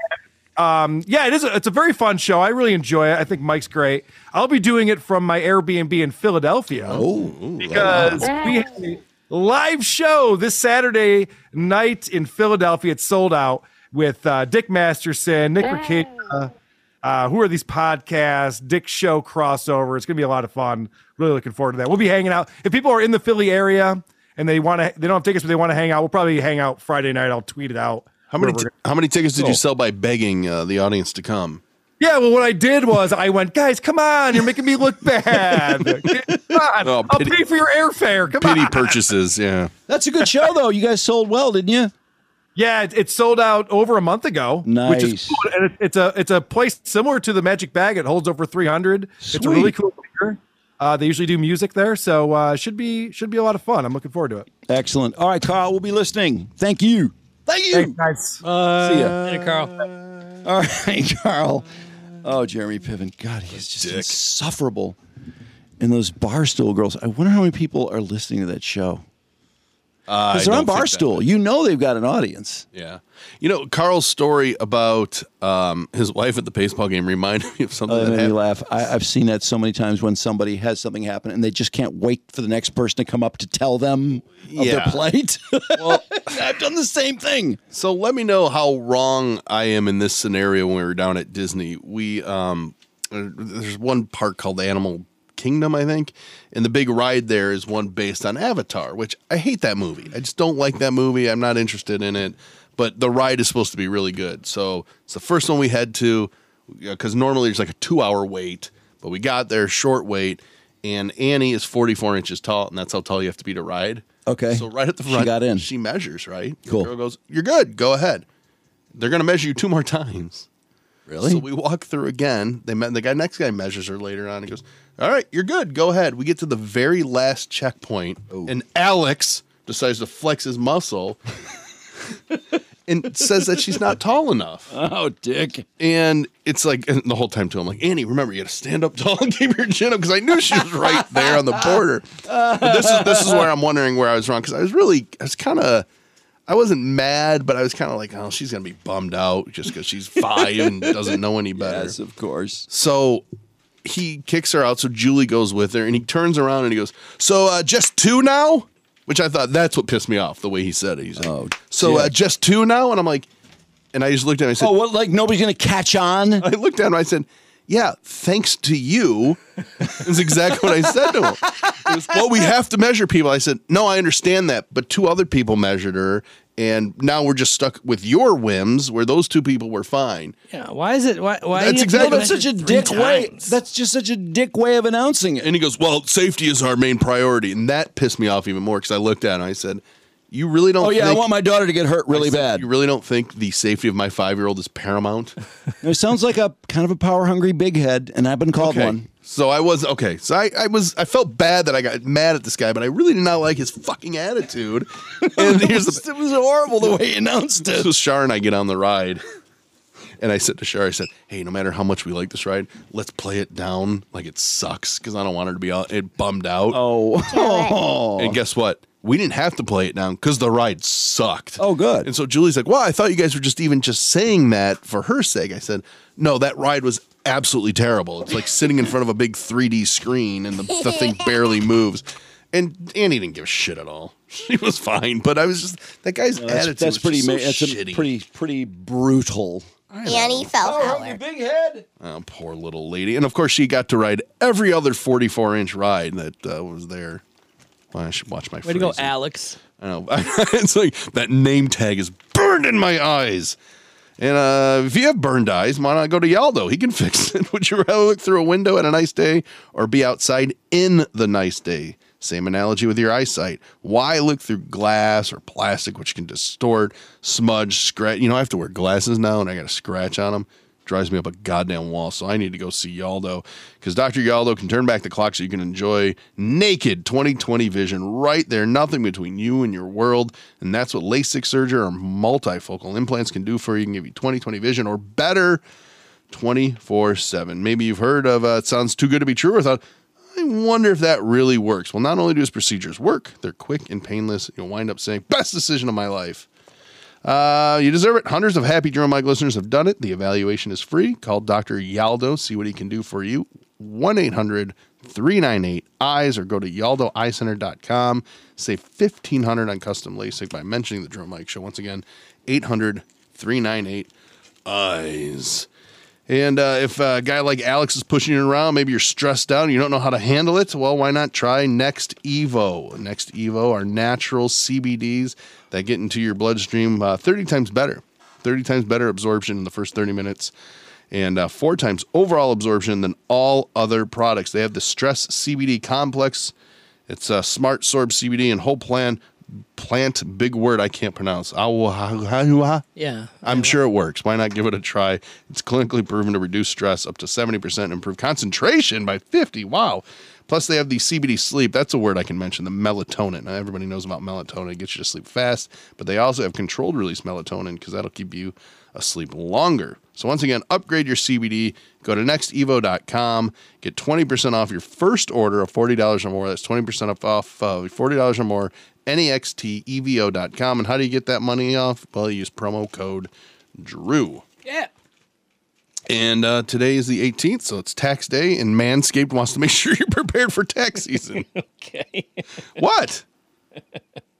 S12: Um, yeah, it is. A, it's a very fun show. I really enjoy it. I think Mike's great. I'll be doing it from my Airbnb in Philadelphia.
S1: Oh,
S12: because we have a live show this Saturday night in Philadelphia. It's sold out with uh, Dick Masterson, Nick Ricada. Uh, who are these podcasts? Dick Show crossover. It's going to be a lot of fun. Really looking forward to that. We'll be hanging out. If people are in the Philly area and they want to, they don't have tickets, but they want to hang out, we'll probably hang out Friday night. I'll tweet it out.
S2: How many
S12: where
S2: t-
S12: we're-
S2: how many tickets did
S12: Cool.
S2: you sell by begging uh, the audience to come?
S12: Yeah, well, what I did was I went, guys, come on, you're making me look bad. Come on,
S2: Oh,
S12: I'll
S2: pity-
S12: pay for your airfare. Come
S2: Pity
S12: on.
S2: purchases, yeah.
S1: That's a good show, though. You guys sold well, didn't you?
S12: Yeah, it, it sold out over a month ago. Which
S1: Nice.
S12: is cool. And it, it's a it's a place similar to the Magic Bag. It holds over 300. It's a really
S1: Sweet.
S12: cool theater. Uh, they usually do music there, so uh, should be should be a lot of fun. I'm looking forward to it.
S1: Excellent. All right, Carl, we'll be listening. Thank you. Thank you.
S12: Thanks, guys.
S1: See ya.
S3: Later, Carl.
S1: All right, Carl. Oh, Jeremy Piven. God, he's just insufferable. And those Barstool girls. I wonder how many people are listening to that show.
S2: Uh, I
S1: Because they're on
S2: don't think that
S1: Barstool. You know they've got an audience.
S2: Yeah. You know, Carl's story about um, his wife at the baseball game reminded me of something
S1: Oh, that
S2: that
S1: made
S2: happened.
S1: me laugh. I, I've seen that so many times when somebody has something happen and they just can't wait for the next person to come up to tell them of their
S2: Yeah.
S1: plight.
S2: I've
S1: done the same thing.
S2: So let me know how wrong I am in this scenario when we were down at Disney. We um uh, there's one park called the Animal Kingdom, I think, and the big ride there is one based on Avatar, which I hate that movie. I just don't like that movie. I'm not interested in it. But the ride is supposed to be really good. So it's the first one we head to because normally there's like a two hour wait, but we got there short wait, and Annie is 44 inches tall, and that's how tall you have to be to ride.
S1: Okay.
S2: So right at the
S1: She
S2: front,
S1: got in.
S2: She measures, right? The
S1: Cool.
S2: girl goes, "You're good. Go ahead." They're gonna measure you two more times.
S1: Really?
S2: So we walk through again. They met the guy. Next guy measures her later on. He goes, "All right, you're good. Go ahead." We get to the very last checkpoint,
S1: Oh.
S2: and Alex decides to flex his muscle and says that she's not tall enough.
S1: Oh, dick.
S2: And it's like and the whole time too. I'm like, Annie, remember you got to stand up tall and keep your chin up because I knew she was right there
S1: Ah.
S2: on the border. But this is this is where I'm wondering where I was wrong because I was really I was kind of I wasn't mad, but I was kind of like, oh, she's gonna be bummed out just because she's five and doesn't know any better. Yes,
S1: of course.
S2: So he kicks her out. So Julie goes with her, and he turns around and he goes, "So uh, just two now?" Which I thought that's what pissed me off the way he said it. He's like, "Oh, so uh,
S1: dick.
S2: just two now?" And I'm like, and I just looked at him. I said,
S1: "Oh, what? Like nobody's gonna catch on?" I
S2: looked at him. I said, "Yeah, thanks to you." Is exactly what I said to him. It was, well, we have to measure people. I said, no, I understand that, but two other people measured her, and now we're just stuck with your whims, where those two people were fine.
S3: Yeah. Why is it? Why? why
S2: That's
S3: do you
S2: exactly-
S1: No, that's such a dick way.
S3: times.
S1: That's just such a dick way of announcing it.
S2: And he goes, well, safety is our main priority, and that pissed me off even more because I looked at him. I said, you really don't.
S1: Oh, yeah, I
S2: think-
S1: want my daughter to get hurt really
S2: I said,
S1: bad.
S2: You really don't think the safety of my five-year-old is paramount?
S1: It sounds like a kind of a power hungry big head, and I've been called
S2: Okay.
S1: one.
S2: So I was okay. So I, I was I felt bad that I got mad at this guy, but I really did not like his fucking attitude. And here's the,
S1: it was horrible the way he announced
S2: it. So Shar and I get on the ride, and I said to Shar, I said, "Hey, no matter how much we like this ride, let's play it down like it sucks because I don't want her to be all, it bummed out."
S1: Oh.
S2: and guess what? We didn't have to play it down because the ride sucked.
S1: Oh, good.
S2: And so Julie's like, "Wow, I thought you guys were just even just saying that for her sake." I said, "No, that ride was absolutely terrible. It's like sitting in front of a big 3D screen and the, the thing barely moves." And Annie didn't give a shit at all. She was fine, but I was just that guy's
S1: No,
S2: attitude.
S1: that's, that's
S2: was
S1: pretty.
S2: just
S1: ma-
S2: so
S1: that's a
S2: shitty.
S1: pretty pretty brutal.
S17: Annie Feldhauer.
S1: big head.
S2: Oh, poor little lady. And of course, she got to ride every other 44 inch ride that uh, was there. Well, I should watch my
S3: Way to go,
S2: phrasing.
S3: Alex.
S2: I know. it's like that name tag is burned in my eyes. And uh, if you have burned eyes, why not go to Yaldo? He can fix it. Would you rather look through a window at a nice day or be outside in the nice day? Same analogy with your eyesight. Why look through glass or plastic, which can distort, smudge, scratch? You know, I have to wear glasses now and I got a scratch on them. Drives me up a goddamn wall. So I need to go see Yaldo because Dr. Yaldo can turn back the clock so you can enjoy naked 2020 vision right there. Nothing between you and your world. And that's what LASIK surgery or multifocal implants can do for you. It can give you 2020 vision or better 24 7. Maybe you've heard of uh, it sounds too good to be true or thought, I wonder if that really works. Well, not only do his procedures work, they're quick and painless. You'll wind up saying, best decision of my life. Uh, you deserve it. Hundreds of happy Drone Mike listeners have done it. The evaluation is free. Call Dr. Yaldo, see what he can do for you. 1 800 398 eyes E or go to yaldoeyecenter.com. Save 1500 on custom LASIK by mentioning the Drone Mike Show. Once again, 800 398 eyes. And uh, if a guy like Alex is pushing you around, maybe you're stressed out and you don't know how to handle it, well, why not try Next Evo? Next Evo are natural CBDs that get into your bloodstream uh, 30 times better, 30 times better absorption in the first 30 minutes, and uh, four times overall absorption than all other products. They have the Stress CBD Complex. It's a smart sorb CBD and whole plan plant big word I can't pronounce. Awa-
S3: Yeah.
S2: I'm sure it works. Why not give it a try? It's clinically proven to reduce stress up to 70% and improve concentration by 50. Wow. Plus, they have the CBD sleep. That's a word I can mention. The melatonin. Now, everybody knows about melatonin. It gets you to sleep fast, but they also have controlled release melatonin because that'll keep you asleep longer. So once again, upgrade your CBD. Go to nextevo.com. Get 20% off your first order of $40 or more. That's 20% off of $40 or more. E NEXTEVO.com. And how do you get that money off? Well, you use promo code DREW.
S7: Yeah.
S2: And uh, today is the 18th, so it's tax day, and Manscaped wants to make sure you're prepared for tax season.
S3: okay.
S2: What?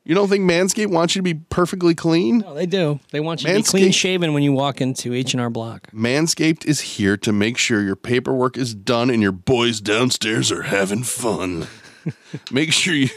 S2: You don't think Manscaped wants you to be perfectly clean?
S3: No, they do. They want you to be clean shaven when you walk into H&R Block.
S2: Manscaped is here to make sure your paperwork is done and your boys downstairs are having fun. make sure you.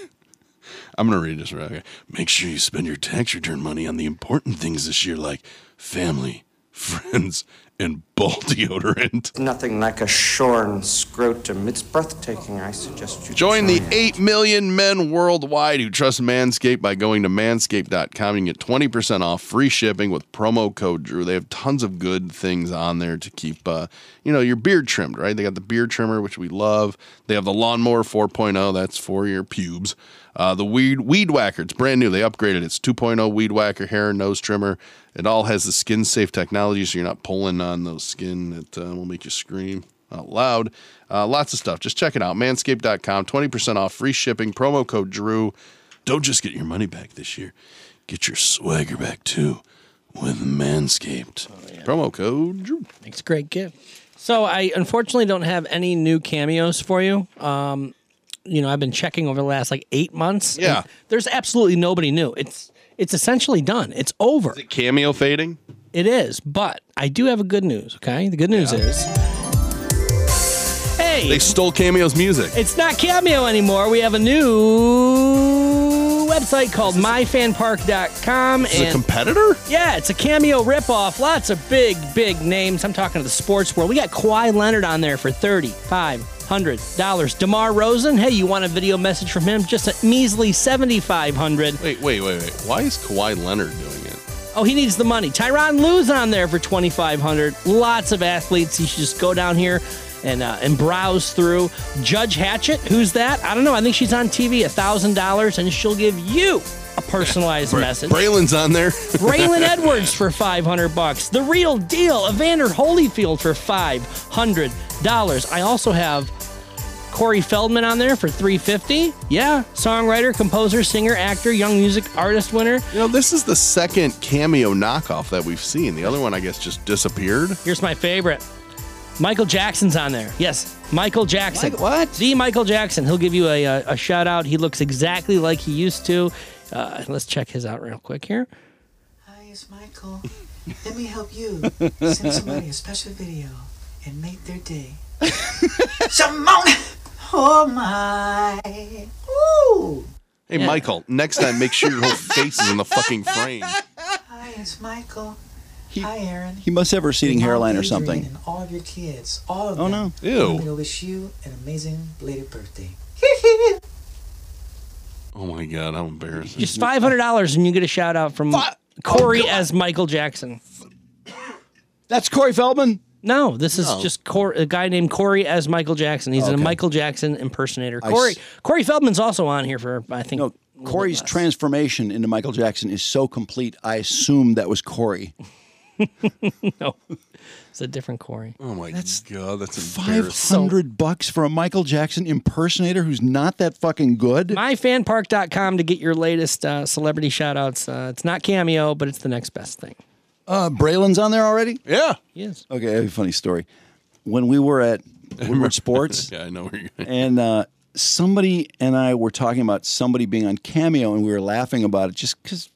S2: I'm going to read this right. Okay. Make sure you spend your tax return money on the important things this year, like family, friends, and ball deodorant.
S4: Nothing like a shorn scrotum. It's breathtaking. I suggest you
S2: Join the 8 million men worldwide who trust Manscaped by going to manscaped.com. You can get 20% off free shipping with promo code Drew. They have tons of good things on there to keep, uh, you know, your beard trimmed, right? They got the beard trimmer, which we love. They have the lawnmower 4.0, that's for your pubes. Uh, the weed weed whacker, it's brand new. They upgraded it. It's 2.0 weed whacker, hair and nose trimmer. It all has the skin safe technology, so you're not pulling on those skin that uh, will make you scream out loud. Uh, lots of stuff. Just check it out. Manscaped.com, 20% off, free shipping, promo code Drew. Don't just get your money back this year, get your swagger back too with Manscaped. Oh, Promo code Drew.
S3: Makes a great gift. So I unfortunately don't have any new cameos for you. Um, you know, I've been checking over the last like eight months. and
S2: Yeah.
S3: there's absolutely nobody new. It's it's essentially done. It's over.
S2: Cameo fading.
S3: It is, but I do have a good news. Okay, the good news is, hey,
S2: they stole Cameo's music.
S3: It's not Cameo anymore. We have a new website called myfanpark.com.
S2: Is it a
S3: and-
S2: competitor?
S3: yeah, it's a cameo ripoff. Lots of big, big names. I'm talking to the sports world. We got Kawhi Leonard on there for thirty-five hundred dollars. Demar Rosen, hey, you want a video message from him? Just a measly seventy-five hundred.
S2: Wait, wait, wait, wait. Why is Kawhi Leonard doing it?
S3: Oh, he needs the money. Tyron Lue's on there for twenty five hundred. Lots of athletes. You should just go down here and uh, and browse through. Judge Hatchett, who's that? I don't know. I think she's on TV. thousand dollars, and she'll give you a personalized
S2: Bra-
S3: message.
S2: Braylon's on there.
S3: Braylon Edwards for 500 bucks. The real deal, Evander Holyfield for $500. I also have Corey Feldman on there for 350. Yeah, songwriter, composer, singer, actor, young music artist winner.
S2: You know, this is the second cameo knockoff that we've seen. The other one, I guess, just disappeared.
S3: Here's my favorite. Michael Jackson's on there. Yes, Michael Jackson. what? The Michael Jackson. He'll give you a, a, a shout out. He looks exactly like he used to. Uh, let's check his out real quick here.
S15: Hi, it's Michael. Let me help you send somebody a special video and make their day. Simone! Oh my! Ooh!
S2: Hey, Michael, next time make sure your whole face is in the fucking frame.
S15: Hi, it's Michael. Hi, Aaron.
S1: He must have a receding hairline or something.
S15: And all of your kids, all of
S1: Oh,
S15: them.
S1: no. Ew.
S15: I'm gonna wish you an amazing belated birthday.
S2: Oh my god, how embarrassing.
S3: Just five hundred dollars, and you get a shout out from Corey as Michael Jackson. That's Corey Feldman. No, this is
S1: No.
S3: just Cor- a guy named Corey as Michael Jackson. He's a
S1: Okay.
S3: Michael Jackson impersonator.
S1: I
S3: Corey
S1: s-
S3: Corey Feldman's also on here for I think. No,
S1: Corey's transformation into Michael Jackson is so complete. I assume that was Corey.
S3: no, it's a different Corey.
S2: Oh my god, that's
S1: Five hundred bucks for a Michael Jackson impersonator who's not that fucking good.
S3: Myfanpark.com to get your latest uh, celebrity shout outs. Uh, it's not Cameo, but it's the next best thing.
S1: Uh, Braylon's on there already.
S2: Yeah.
S3: Yes.
S1: Okay. I have a funny story. When we were at Woodward Sports,
S2: yeah, I know where you're going.
S1: and uh, somebody and I were talking about somebody being on Cameo, and we were laughing about it just because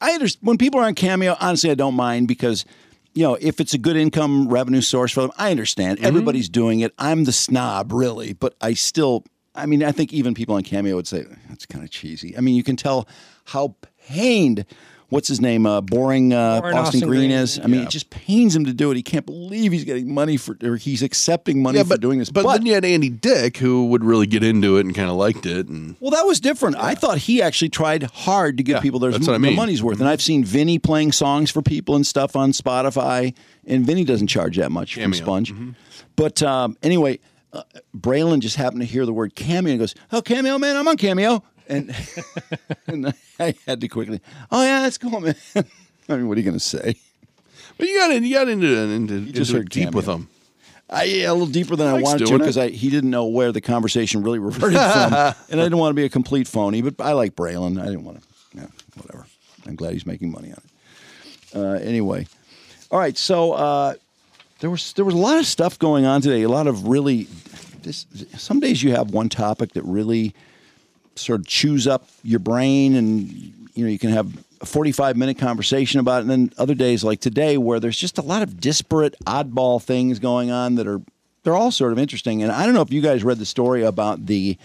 S1: I understand when people are on Cameo. Honestly, I don't mind because you know if it's a good income revenue source for them, I understand. Everybody's doing it. I'm the snob, really, but I still. I mean, I think even people on Cameo would say that's kind of cheesy. I mean, you can tell how pained. What's his name? Uh, boring uh,
S3: Boring
S1: Austin,
S3: Austin
S1: Green,
S3: Green.
S1: is. I mean,
S3: Yeah.
S1: it just pains him to do it. He can't believe he's getting money for, or he's accepting money for doing this.
S2: But, then you had Andy Dick, who would really get into it and kind of liked it. And
S1: Well, that was different. I thought he actually tried hard to give people their,
S2: that's what I
S1: their
S2: mean. Mm-hmm.
S1: money's worth. And I've seen Vinny playing songs for people and stuff
S2: Mm-hmm.
S1: on Spotify, and Vinny doesn't charge that much from Sponge. But um, anyway, Braylon just happened to hear the word cameo and goes, "Oh, cameo, man! I'm on cameo." And, and I had to quickly, "Oh yeah, that's cool, man." I mean, what are you going to say?
S2: But you got in, you got into into,
S1: You just
S2: into
S1: heard
S2: it deep with
S1: cameo.
S2: them.
S1: I, yeah, a little deeper than I
S2: Mike's
S1: wanted to
S2: doing it.
S1: because I he didn't know where the conversation really reverted from, and I didn't want to be a complete phony. But I like Braylon. I didn't want to. Yeah, whatever. I'm glad he's making money on it. Uh, anyway, all right. So uh, there was there was a lot of stuff going on today. A lot of really. This, some days you have one topic that really sort of chews up your brain and you know you can have a 45 minute conversation about it and then other days like today where there's just a lot of disparate oddball things going on that are they're all sort of interesting and i don't know if you guys read the story about the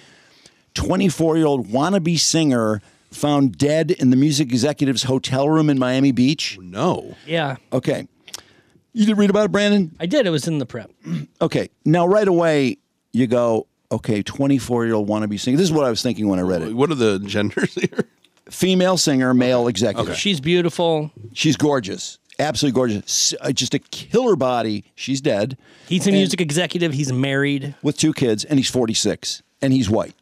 S1: 24 year old wannabe singer found dead in the music executive's hotel room in miami beach no
S3: Yeah.
S1: okay you did read about it brandon
S3: I did. It was in the prep.
S1: okay now right away you go okay 24 year old wannabe singer this is what i was thinking when i read it
S2: What are the genders here?
S1: female singer, male executive.
S3: She's beautiful.
S1: She's gorgeous, absolutely gorgeous. S- uh, Just a killer body. She's dead.
S3: He's a music executive. He's married
S1: with two kids, and he's 46, and he's white.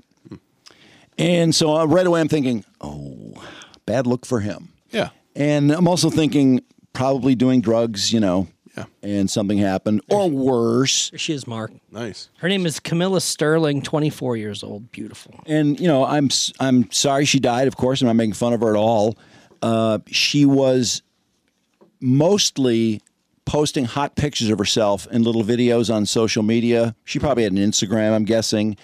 S1: And so uh, right away, I'm thinking, oh, bad look for him.
S2: Yeah.
S1: And I'm also thinking probably doing drugs, you know. Yeah. And something happened, or worse.
S3: There she is, Mark.
S2: Nice.
S3: Her name is Camilla Sterling, 24 years old. Beautiful.
S1: and you know I'm s- I'm sorry she died. Of course, I'm not making fun of her at all. Uh, she was mostly posting hot pictures of herself in little videos on social media. She probably had an Instagram, I'm guessing,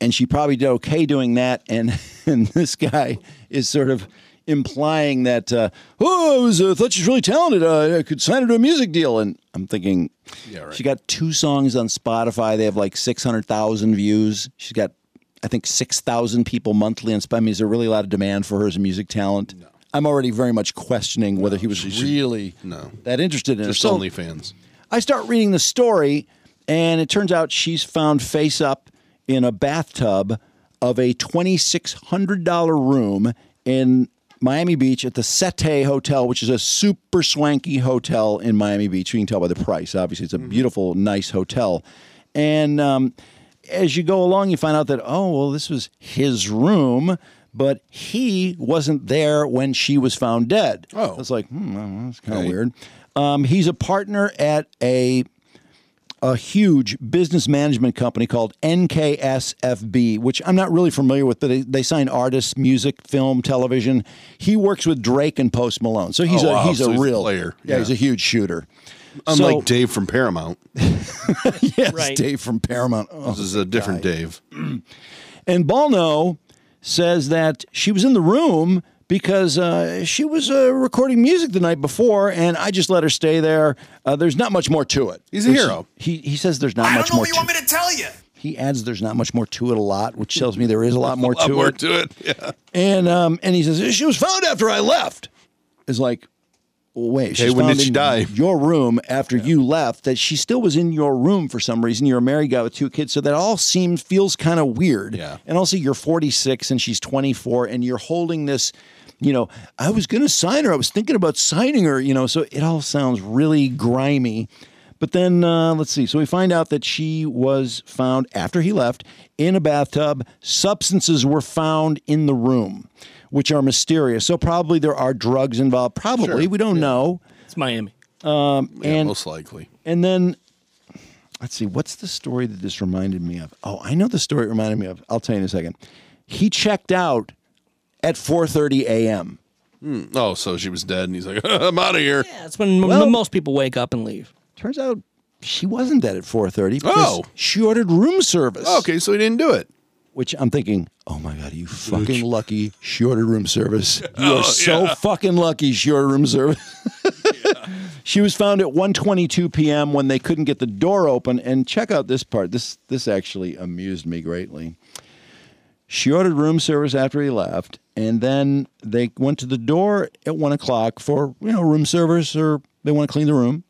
S1: and she probably did okay doing that. And and this guy is sort of implying that uh, oh, I was uh, thought she's really talented. Uh, I could sign her to a music deal, and I'm thinking she got two songs on Spotify. They have like 600,000 views. She's got, I think, 6,000 people monthly on Spotify. I mean, is there really a lot of demand for her as a music talent? I'm already very much questioning whether he was really
S2: no
S1: that interested in her.
S2: just
S1: So
S2: OnlyFans.
S1: I start reading the story, and it turns out she's found face up in a bathtub of a $2,600 room in Miami Beach at the Sete Hotel, which is a super swanky hotel in Miami Beach. You can tell by the price. Obviously, it's a beautiful, nice hotel. And um, as you go along, you find out that, oh, well, this was his room. But he wasn't there when she was found dead. Oh, it's like hmm, well, that's kind of weird. Um, he's a partner at a a huge business management company called NKSFB, which I'm not really familiar with, but they, they sign artists, music, film, television. He works with Drake and Post Malone, so he's
S2: Oh,
S1: a
S2: wow.
S1: he's a
S2: So he's a
S1: real
S2: player.
S1: Yeah,
S2: Yeah.
S1: he's a huge shooter.
S2: Unlike
S1: So-
S2: Dave from Paramount.
S1: yes, Dave from Paramount. Oh,
S2: this is a different Dave.
S1: And Balno says that she was in the room because uh, she was uh, recording music the night before, and I just let her stay there. Uh, there's not much more to it.
S2: He's a
S1: Which-
S2: hero.
S1: He, he says there's not much more. to it.
S15: me to tell you?
S1: He adds there's not much more to it a lot, which tells me there is a lot more to
S2: more
S1: it.
S2: to it. Yeah.
S1: And um, and he says she was found after I left. Is like, well, wait,
S2: Okay,
S1: she's
S2: when
S1: found
S2: did she
S1: in
S2: die?
S1: Your room after you left. That she still was in your room for some reason. You're a married guy with two kids, so that all seems feels kind of weird. Yeah. And also, you're 46 and she's 24, and you're holding this. You know, I was going to sign her. I was thinking about signing her. You know, so it all sounds really grimy. But then uh, let's see. So we find out that she was found after he left in a bathtub. Substances were found in the room, which are mysterious. So probably there are drugs involved. Probably we don't know.
S3: It's Miami.
S1: Um, and
S2: most likely.
S1: And then let's see. What's the story that this reminded me of? Oh, I know the story it reminded me of. I'll tell you in a second. He checked out at 4:30 a.m.
S2: Hmm. Oh, so she was dead, and he's like, I'm out of here.
S3: Yeah, that's when m-
S1: Well-
S3: most people wake up and leave.
S1: Turns out she wasn't dead at 4:30. because
S2: Oh.
S1: she ordered room service.
S2: Okay, so he didn't do it.
S1: Which I'm thinking, oh my god, are you fucking lucky? She ordered room service. You are
S2: Oh,
S1: so fucking lucky. She ordered room service. she was found at 1:22 p.m. when they couldn't get the door open. And check out this part. This this actually amused me greatly. She ordered room service after he left, and then they went to the door at one o'clock for you know room service or they want to clean the room,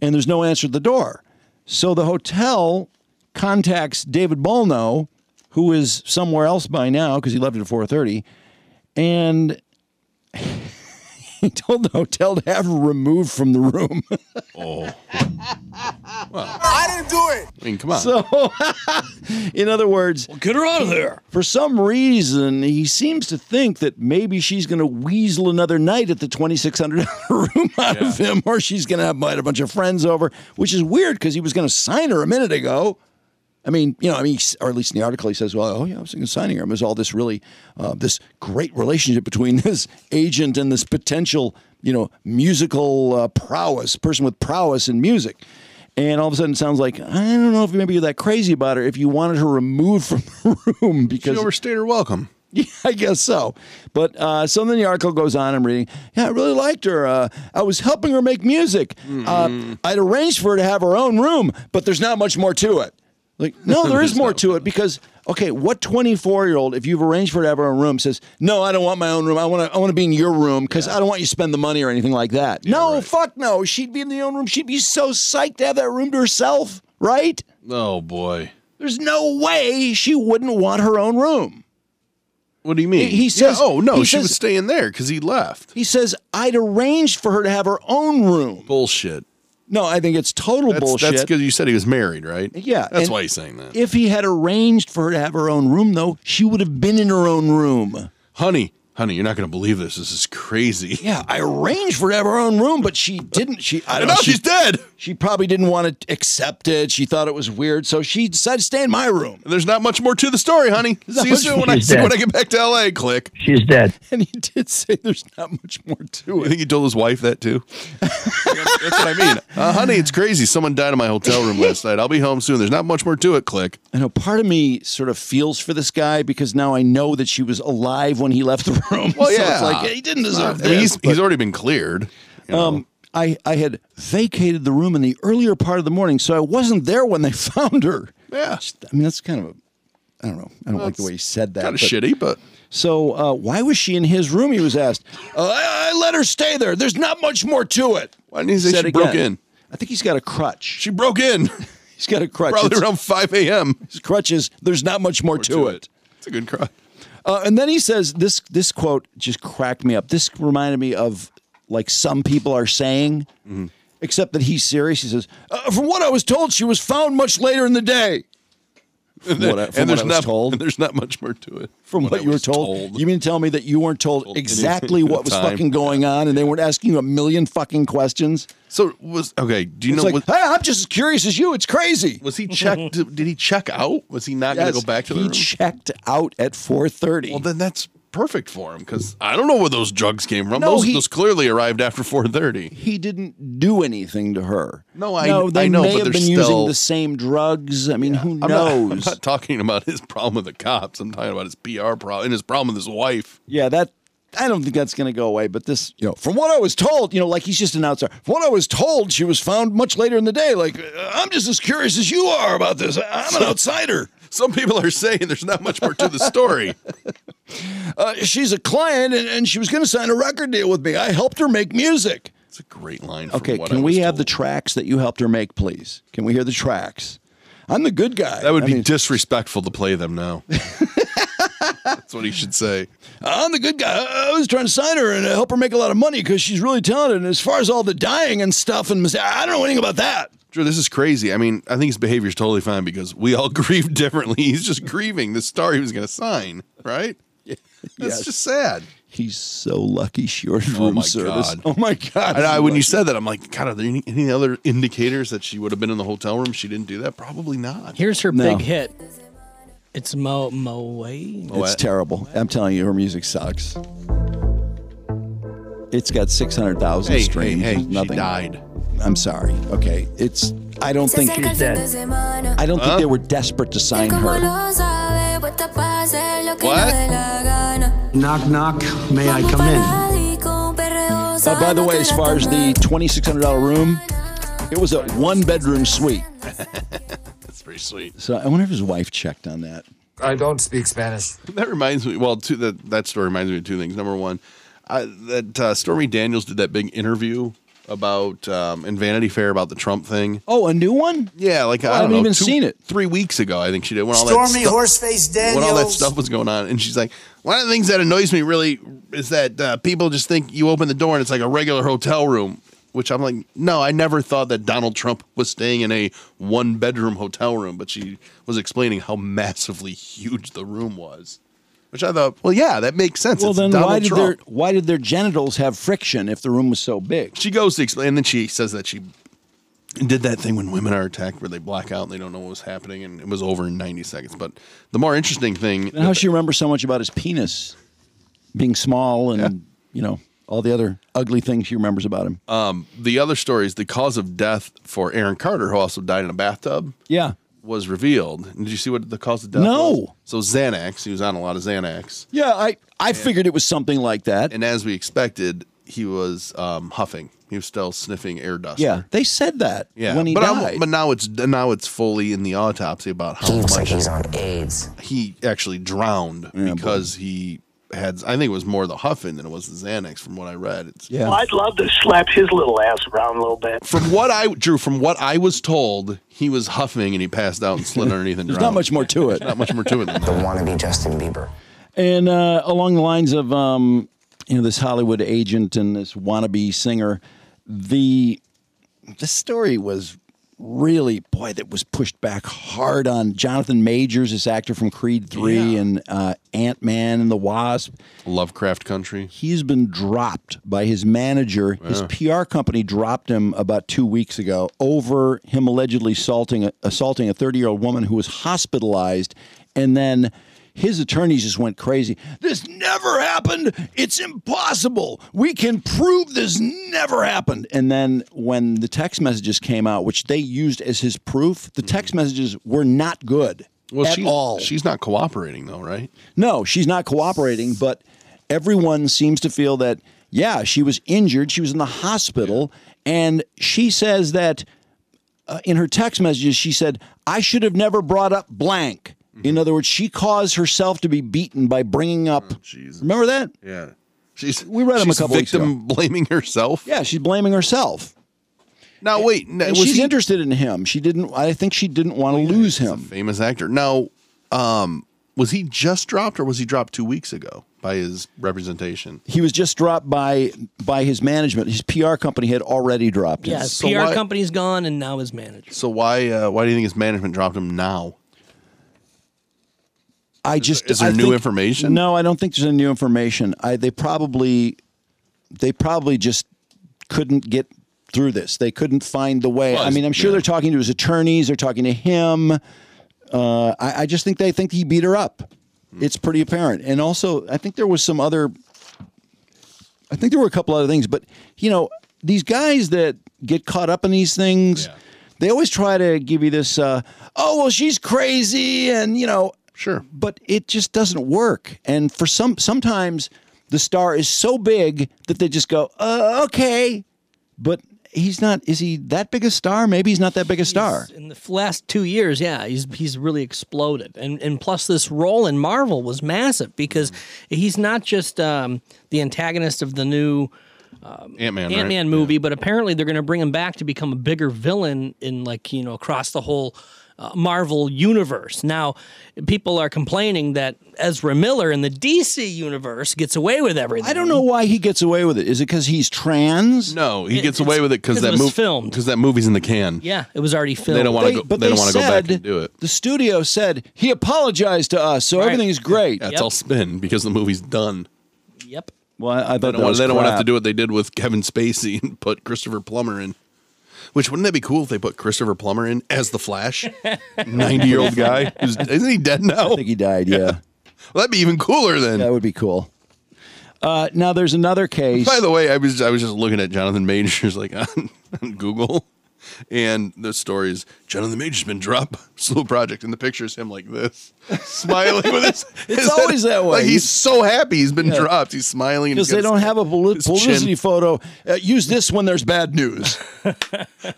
S1: and there's no answer at the door. So the hotel contacts David Bolno, who is somewhere else by now because he left at four thirty, and he told the hotel to have her removed from the room.
S2: Oh.
S13: I didn't do it.
S2: I mean, come
S1: So, in other words,
S3: get her out of there.
S1: For some reason, he seems to think that maybe she's going to weasel another night at the twenty six hundred dollar room out of him, or she's going to have might have a bunch of friends over, which is weird because he was going to sign her a minute ago. I mean, you know, I mean, he's- or at least in the article he says, "Well, oh yeah, I was thinking of signing her." It was all this really, uh, this great relationship between this agent and this potential, you know, musical uh, prowess person with prowess in music. And all of a sudden, it sounds like I don't know if maybe you're that crazy about her. If you wanted her removed from the room because
S2: She overstayed her welcome.
S1: Yeah, I guess so. But uh, so then the article goes on. I'm reading. Yeah, I really liked her. Uh, I was helping her make music.
S2: Mm-hmm.
S1: Uh, I'd arranged for her to have her own room, but there's not much more to it. Like, no, there is more to it because okay, what 24 year old, if you've arranged for her to have her own room, says, no, I don't want my own room. I want to. I want to be in your room because I don't want you to spend the money or anything like that. no, fuck no. She'd be in the own room. She'd be so psyched to have that room to herself, right?
S2: Oh boy.
S1: There's no way she wouldn't want her own room.
S2: What do you mean?
S1: He, he says,
S2: Yeah, oh no,
S1: he
S2: she
S1: says-
S2: was staying there because he left.
S1: He says, I'd arranged for her to have her own room.
S2: Bullshit.
S1: No, I think it's total
S2: That's,
S1: bullshit.
S2: That's because you said he was married, right?
S1: Yeah,
S2: That's
S1: and-
S2: why he's saying that.
S1: If he had arranged for her to have her own room, though, she would have been in her own room.
S2: honey, honey, you're not going to believe this. This is crazy.
S1: Yeah, I arranged for her to have her own room, but she didn't. She, I don't
S2: And now
S1: know.
S2: she's dead.
S1: She probably didn't want to accept it. She thought it was weird, so she decided to stay in my room.
S2: There's not much more to the story, honey.
S1: Not
S2: See you
S1: much
S2: soon
S1: more.
S2: when I,
S1: She's
S2: see when
S1: dead.
S2: I get back to LA. Click.
S1: She's dead. And he did say there's not much more to
S2: You think he told his wife that too? That's what I mean. Uh, honey, it's crazy. Someone died in my hotel room last night. I'll be home soon. There's not much more to it. Click.
S1: I know part of me sort of feels for this guy because now I know that she was alive when he left the room.
S2: Well,
S1: So
S2: yeah.
S1: it's like he didn't
S2: It's
S1: deserve
S2: not-
S1: this.
S2: I mean, he's,
S1: but-
S2: he's already been cleared.
S1: Um, I, I had vacated the room in the earlier part of the morning, so I wasn't there when they found her.
S2: Yeah.
S1: I mean, that's kind of a, I don't know. I don't like the
S2: That's
S1: way he said that.
S2: kinda shitty, but.
S1: So uh, why was she in his room? He was asked. Uh, I, I let her stay there. There's not much more to it.
S2: Why didn't he say
S1: Said
S2: she broke
S1: again.
S2: in?
S1: I think he's got a crutch. She
S2: broke in.
S1: he's got a crutch.
S2: Probably
S1: It's-
S2: around 5 a.m.
S1: His crutch is there's not much more, to, it.
S2: It's a good cry.
S1: Uh, and then he says this this quote just cracked me up. This reminded me of like some people are saying,
S2: Mm-hmm.
S1: except that he's serious. He says, uh, "From what I was told, she was found much later in the day." From what
S2: and
S1: I- from what
S2: there's
S1: I was
S2: not
S1: told.
S2: and there's not much more to it.
S1: From what, you were told, you mean to tell me that you weren't told, exactly
S2: anything at
S1: what
S2: the
S1: was
S2: time.
S1: fucking going on, and they weren't asking you a million fucking questions?
S2: So was okay. Do you
S1: It's
S2: know?
S1: like,
S2: was,
S1: "Hey, I'm just as curious as you. It's crazy.
S2: Was he checked? did he check out? Was he not going
S1: Yes,
S2: to go back to the
S1: he
S2: room?
S1: checked out at 4:30.
S2: Well, then that's perfect for him because I don't know where those drugs came from.
S1: No,
S2: those,
S1: he-
S2: those clearly arrived after four thirty.
S1: he didn't do anything to her.
S2: No, I-
S1: no, they
S2: I know,
S1: may
S2: but
S1: have
S2: they're
S1: been
S2: still-
S1: using the same drugs. I mean, who
S2: I'm not,
S1: knows?
S2: I'm not talking about his problem with the cops. I'm talking about his PR problem and his problem with his wife.
S1: yeah, that I don't think that's going to go away. But this, you know, from what I was told, you know, like he's just an outsider. From what I was told, she was found much later in the day. Like uh, I'm just as curious as you are about this. I- I'm an outsider.
S2: Some people are saying there's not much more to the story.
S1: Uh, she's a client, and, and she was going to sign a record deal with me. I helped her make music.
S2: It's a great line. From
S1: Okay,
S2: what
S1: can
S2: I
S1: we
S2: was
S1: have the tracks that you helped her make, please? Can we hear the tracks? I'm the good guy.
S2: told. That would
S1: I
S2: be
S1: mean-
S2: disrespectful to play them now. That's what he should say.
S1: I'm the good guy. I I was trying to sign her and uh, help her make a lot of money because she's really talented. And as far as all the dying and stuff, and mis- I don't know anything about that.
S2: Drew, this is crazy. I mean, I think his behavior is totally fine because we all grieve differently. He's just grieving the star he was going to sign, right? That's
S1: Yes.
S2: just sad.
S1: He's so lucky she ordered
S2: Oh
S1: room
S2: my
S1: service.
S2: God.
S1: Oh my god!
S2: And I, when you
S1: Lucky.
S2: said that, I'm like, God, are there any, any other indicators that she would have been in the hotel room? She didn't do that? Probably not.
S3: Here's her
S1: No.
S3: big hit. It's Mo Mo Way.
S1: it's terrible. I'm telling you, her music sucks. It's got six hundred thousand
S2: Hey, hey,
S1: streams.
S2: hey, she
S1: Nothing.
S2: died.
S1: I'm sorry. Okay, it's. I don't think I don't think
S2: Huh?
S1: they were desperate to sign her.
S5: Knock, knock. May I come in?
S1: Uh, by the way, as far as the twenty six hundred dollar room, it was a one bedroom suite.
S2: That's pretty sweet.
S1: So I wonder if his wife checked on that.
S5: I don't speak Spanish.
S2: That reminds me. Well, two, that that story reminds me of two things. Number one, I, that uh, Stormy Daniels did that big interview about um, in Vanity Fair about the Trump thing.
S1: Oh, a new one?
S2: Yeah, like
S1: Oh, I
S2: I, don't
S1: haven't
S2: know,
S1: even
S2: two-
S1: seen it.
S2: Three weeks ago, I think she did. When all that
S5: Stormy
S2: stuff-
S5: Horseface
S2: When all that
S5: Daniels.
S2: stuff was going on, and she's like, One of the things that annoys me really is that uh, people just think you open the door and it's like a regular hotel room, which I'm like, no, I never thought that Donald Trump was staying in a one bedroom hotel room, but she was explaining how massively huge the room was, which I thought, well, yeah, that makes sense.
S1: Well,
S2: It's
S1: then
S2: Donald
S1: why did
S2: Trump.
S1: their why did their genitals have friction if the room was so big?
S2: She goes to explain, and then she says that she did that thing when women are attacked where they black out and they don't know what was happening, and it was over in 90 seconds. But the more interesting thing,
S1: And how she remembers so much about his penis being small and you know all the other ugly things she remembers about him.
S2: um, the other story is the cause of death for Aaron Carter, who also died in a bathtub.
S1: Yeah.
S2: Was revealed. And Did you see what the cause of death
S1: No.
S2: was? So Xanax, he was on a lot of Xanax.
S1: Yeah, I I figured it was something like that.
S2: And as we expected, he was um, huffing. He was still sniffing air dust.
S1: Yeah, they said that
S2: Yeah,
S1: when he
S2: but I'm-
S1: died.
S2: but now it's now it's fully in the autopsy about how
S1: He looks
S2: much
S1: like he's
S2: on AIDS. He actually drowned because he had. I think it was more the huffing than it was the Xanax, from what I read. It's,
S16: Well, I'd love to slap his little ass around a little bit.
S2: From what I drew, from what I was told, he was huffing and he passed out and slid underneath and
S1: There's
S2: drowned.
S1: not much more to it.
S2: There's not much more to it than that. The wannabe Justin Bieber.
S1: And uh, along the lines of um, you know this Hollywood agent and this wannabe singer, the the story was really boy that was pushed back hard on Jonathan Majors, this actor from Creed Three and uh, Ant Man and the Wasp,
S2: Lovecraft Country.
S1: He's been dropped by his manager. His
S2: Yeah.
S1: PR company dropped him about two weeks ago over him allegedly assaulting assaulting a 30 year old woman who was hospitalized, and then. His attorneys just went crazy. This never happened. It's impossible. We can prove this never happened. And then when the text messages came out, which they used as his proof, the text messages were not good
S2: Mm-hmm. Well,
S1: at
S2: she,
S1: all.
S2: she's not cooperating though, right?
S1: No, she's not cooperating, but everyone seems to feel that, yeah, she was injured. She was in the hospital. And she says that uh, in her text messages, she said, I should have never brought up blank.
S2: Mm-hmm.
S1: In other words, she caused herself to be beaten by bringing up. remember that?
S2: Yeah. Oh, She's
S1: we read him a
S2: she's
S1: couple weeks
S2: victim
S1: ago.
S2: blaming herself.
S1: Yeah, she's blaming herself.
S2: Now wait, now,
S1: And
S2: was
S1: she's
S2: he-
S1: interested in him. She didn't. I think she didn't want to lose him.
S2: famous actor. Now, um, was he just dropped or was he dropped two weeks ago by his representation?
S1: He was just dropped by by his management. His PR company had already dropped him.
S3: Yeah, his PR company's gone, and now his manager.
S2: So why uh, why do you think his management dropped him now?
S1: I just
S2: is there
S1: I
S2: new
S1: think-
S2: information?
S1: No, I don't think there's any new information. I they probably they probably just couldn't get through this. They couldn't find the way.
S2: Well,
S1: I mean, I'm sure they're talking to his attorneys. They're talking to him. Uh, I, I just think they think he beat her up. It's pretty apparent. And also, I think there was some other. I think there were a couple other things, but you know, these guys that get caught up in these things, they always try to give you this. Uh, oh well, she's crazy, and you know,
S2: sure,
S1: but it just doesn't work. And for some, sometimes the star is so big that they just go, uh, okay, but he's not. Is he that big a star? Maybe he's not that big a star.
S3: In the f- last two years, yeah, he's he's really exploded, and and plus this role in Marvel was massive because he's not just um, the antagonist of the new
S2: Ant Man.
S3: Ant Man movie, but apparently they're going to bring him back to become a bigger villain in like you know across the whole uh, Marvel universe. Now, people are complaining that Ezra Miller in the DC universe gets away with everything.
S1: I don't know why he gets away with it. Is it because he's trans?
S2: No, he gets away with it because that
S3: was
S2: movie because that movie's in the can.
S3: Yeah, it was already filmed.
S2: They don't want to go. They,
S1: but they
S2: don't want to go back
S1: said-
S2: and do it.
S1: The studio said he apologized to us, so everything is great.
S2: That's all spin because the movie's done.
S3: Yep.
S1: Well, I, I thought
S2: They
S1: that
S2: don't, want,
S1: was
S2: they don't want to have to
S1: crap.
S2: do what they did with Kevin Spacey and put Christopher Plummer in. Which wouldn't that be cool if they put Christopher Plummer in as the Flash, ninety year old guy? who's- Isn't he dead now? I think
S1: he died. Yeah,
S2: Well, that'd be even cooler then.
S1: That would be cool. Uh, now there's another case.
S2: By the way, I was I was just looking at Jonathan Majors like on, on Google, and the story is Jonathan Majors been dropped by Slow Project, and the picture is him like this, smiling with his.
S1: It's
S2: his head-
S1: always that way.
S2: Like he's so happy he's been
S1: Yeah.
S2: dropped. He's smiling and
S1: because
S2: he's
S1: they
S2: got
S1: don't
S2: his-
S1: have a poli-
S2: his
S1: publicity
S2: chin.
S1: photo. Uh, use this when there's bad news.
S2: And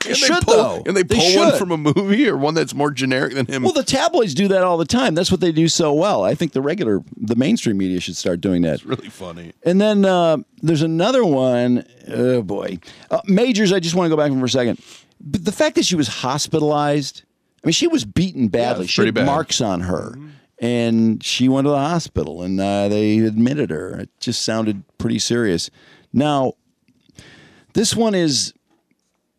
S2: they
S1: should,
S2: pull,
S1: though.
S2: And they
S1: They
S2: pull one
S1: should.
S2: from a movie or one that's more generic than him.
S1: Well, the tabloids do that all the time. That's what they do so well. I think the regular, the mainstream media should start doing that.
S2: really funny.
S1: And then uh, there's another one. Oh boy, uh, Majors. I just want to go back for a second. But the fact that she was hospitalized. I mean, she was beaten badly.
S2: it's
S1: she
S2: pretty
S1: had
S2: bad. Mm-hmm.
S1: marks on her. and she went to the hospital and uh, they admitted her. It just sounded pretty serious. Now, this one is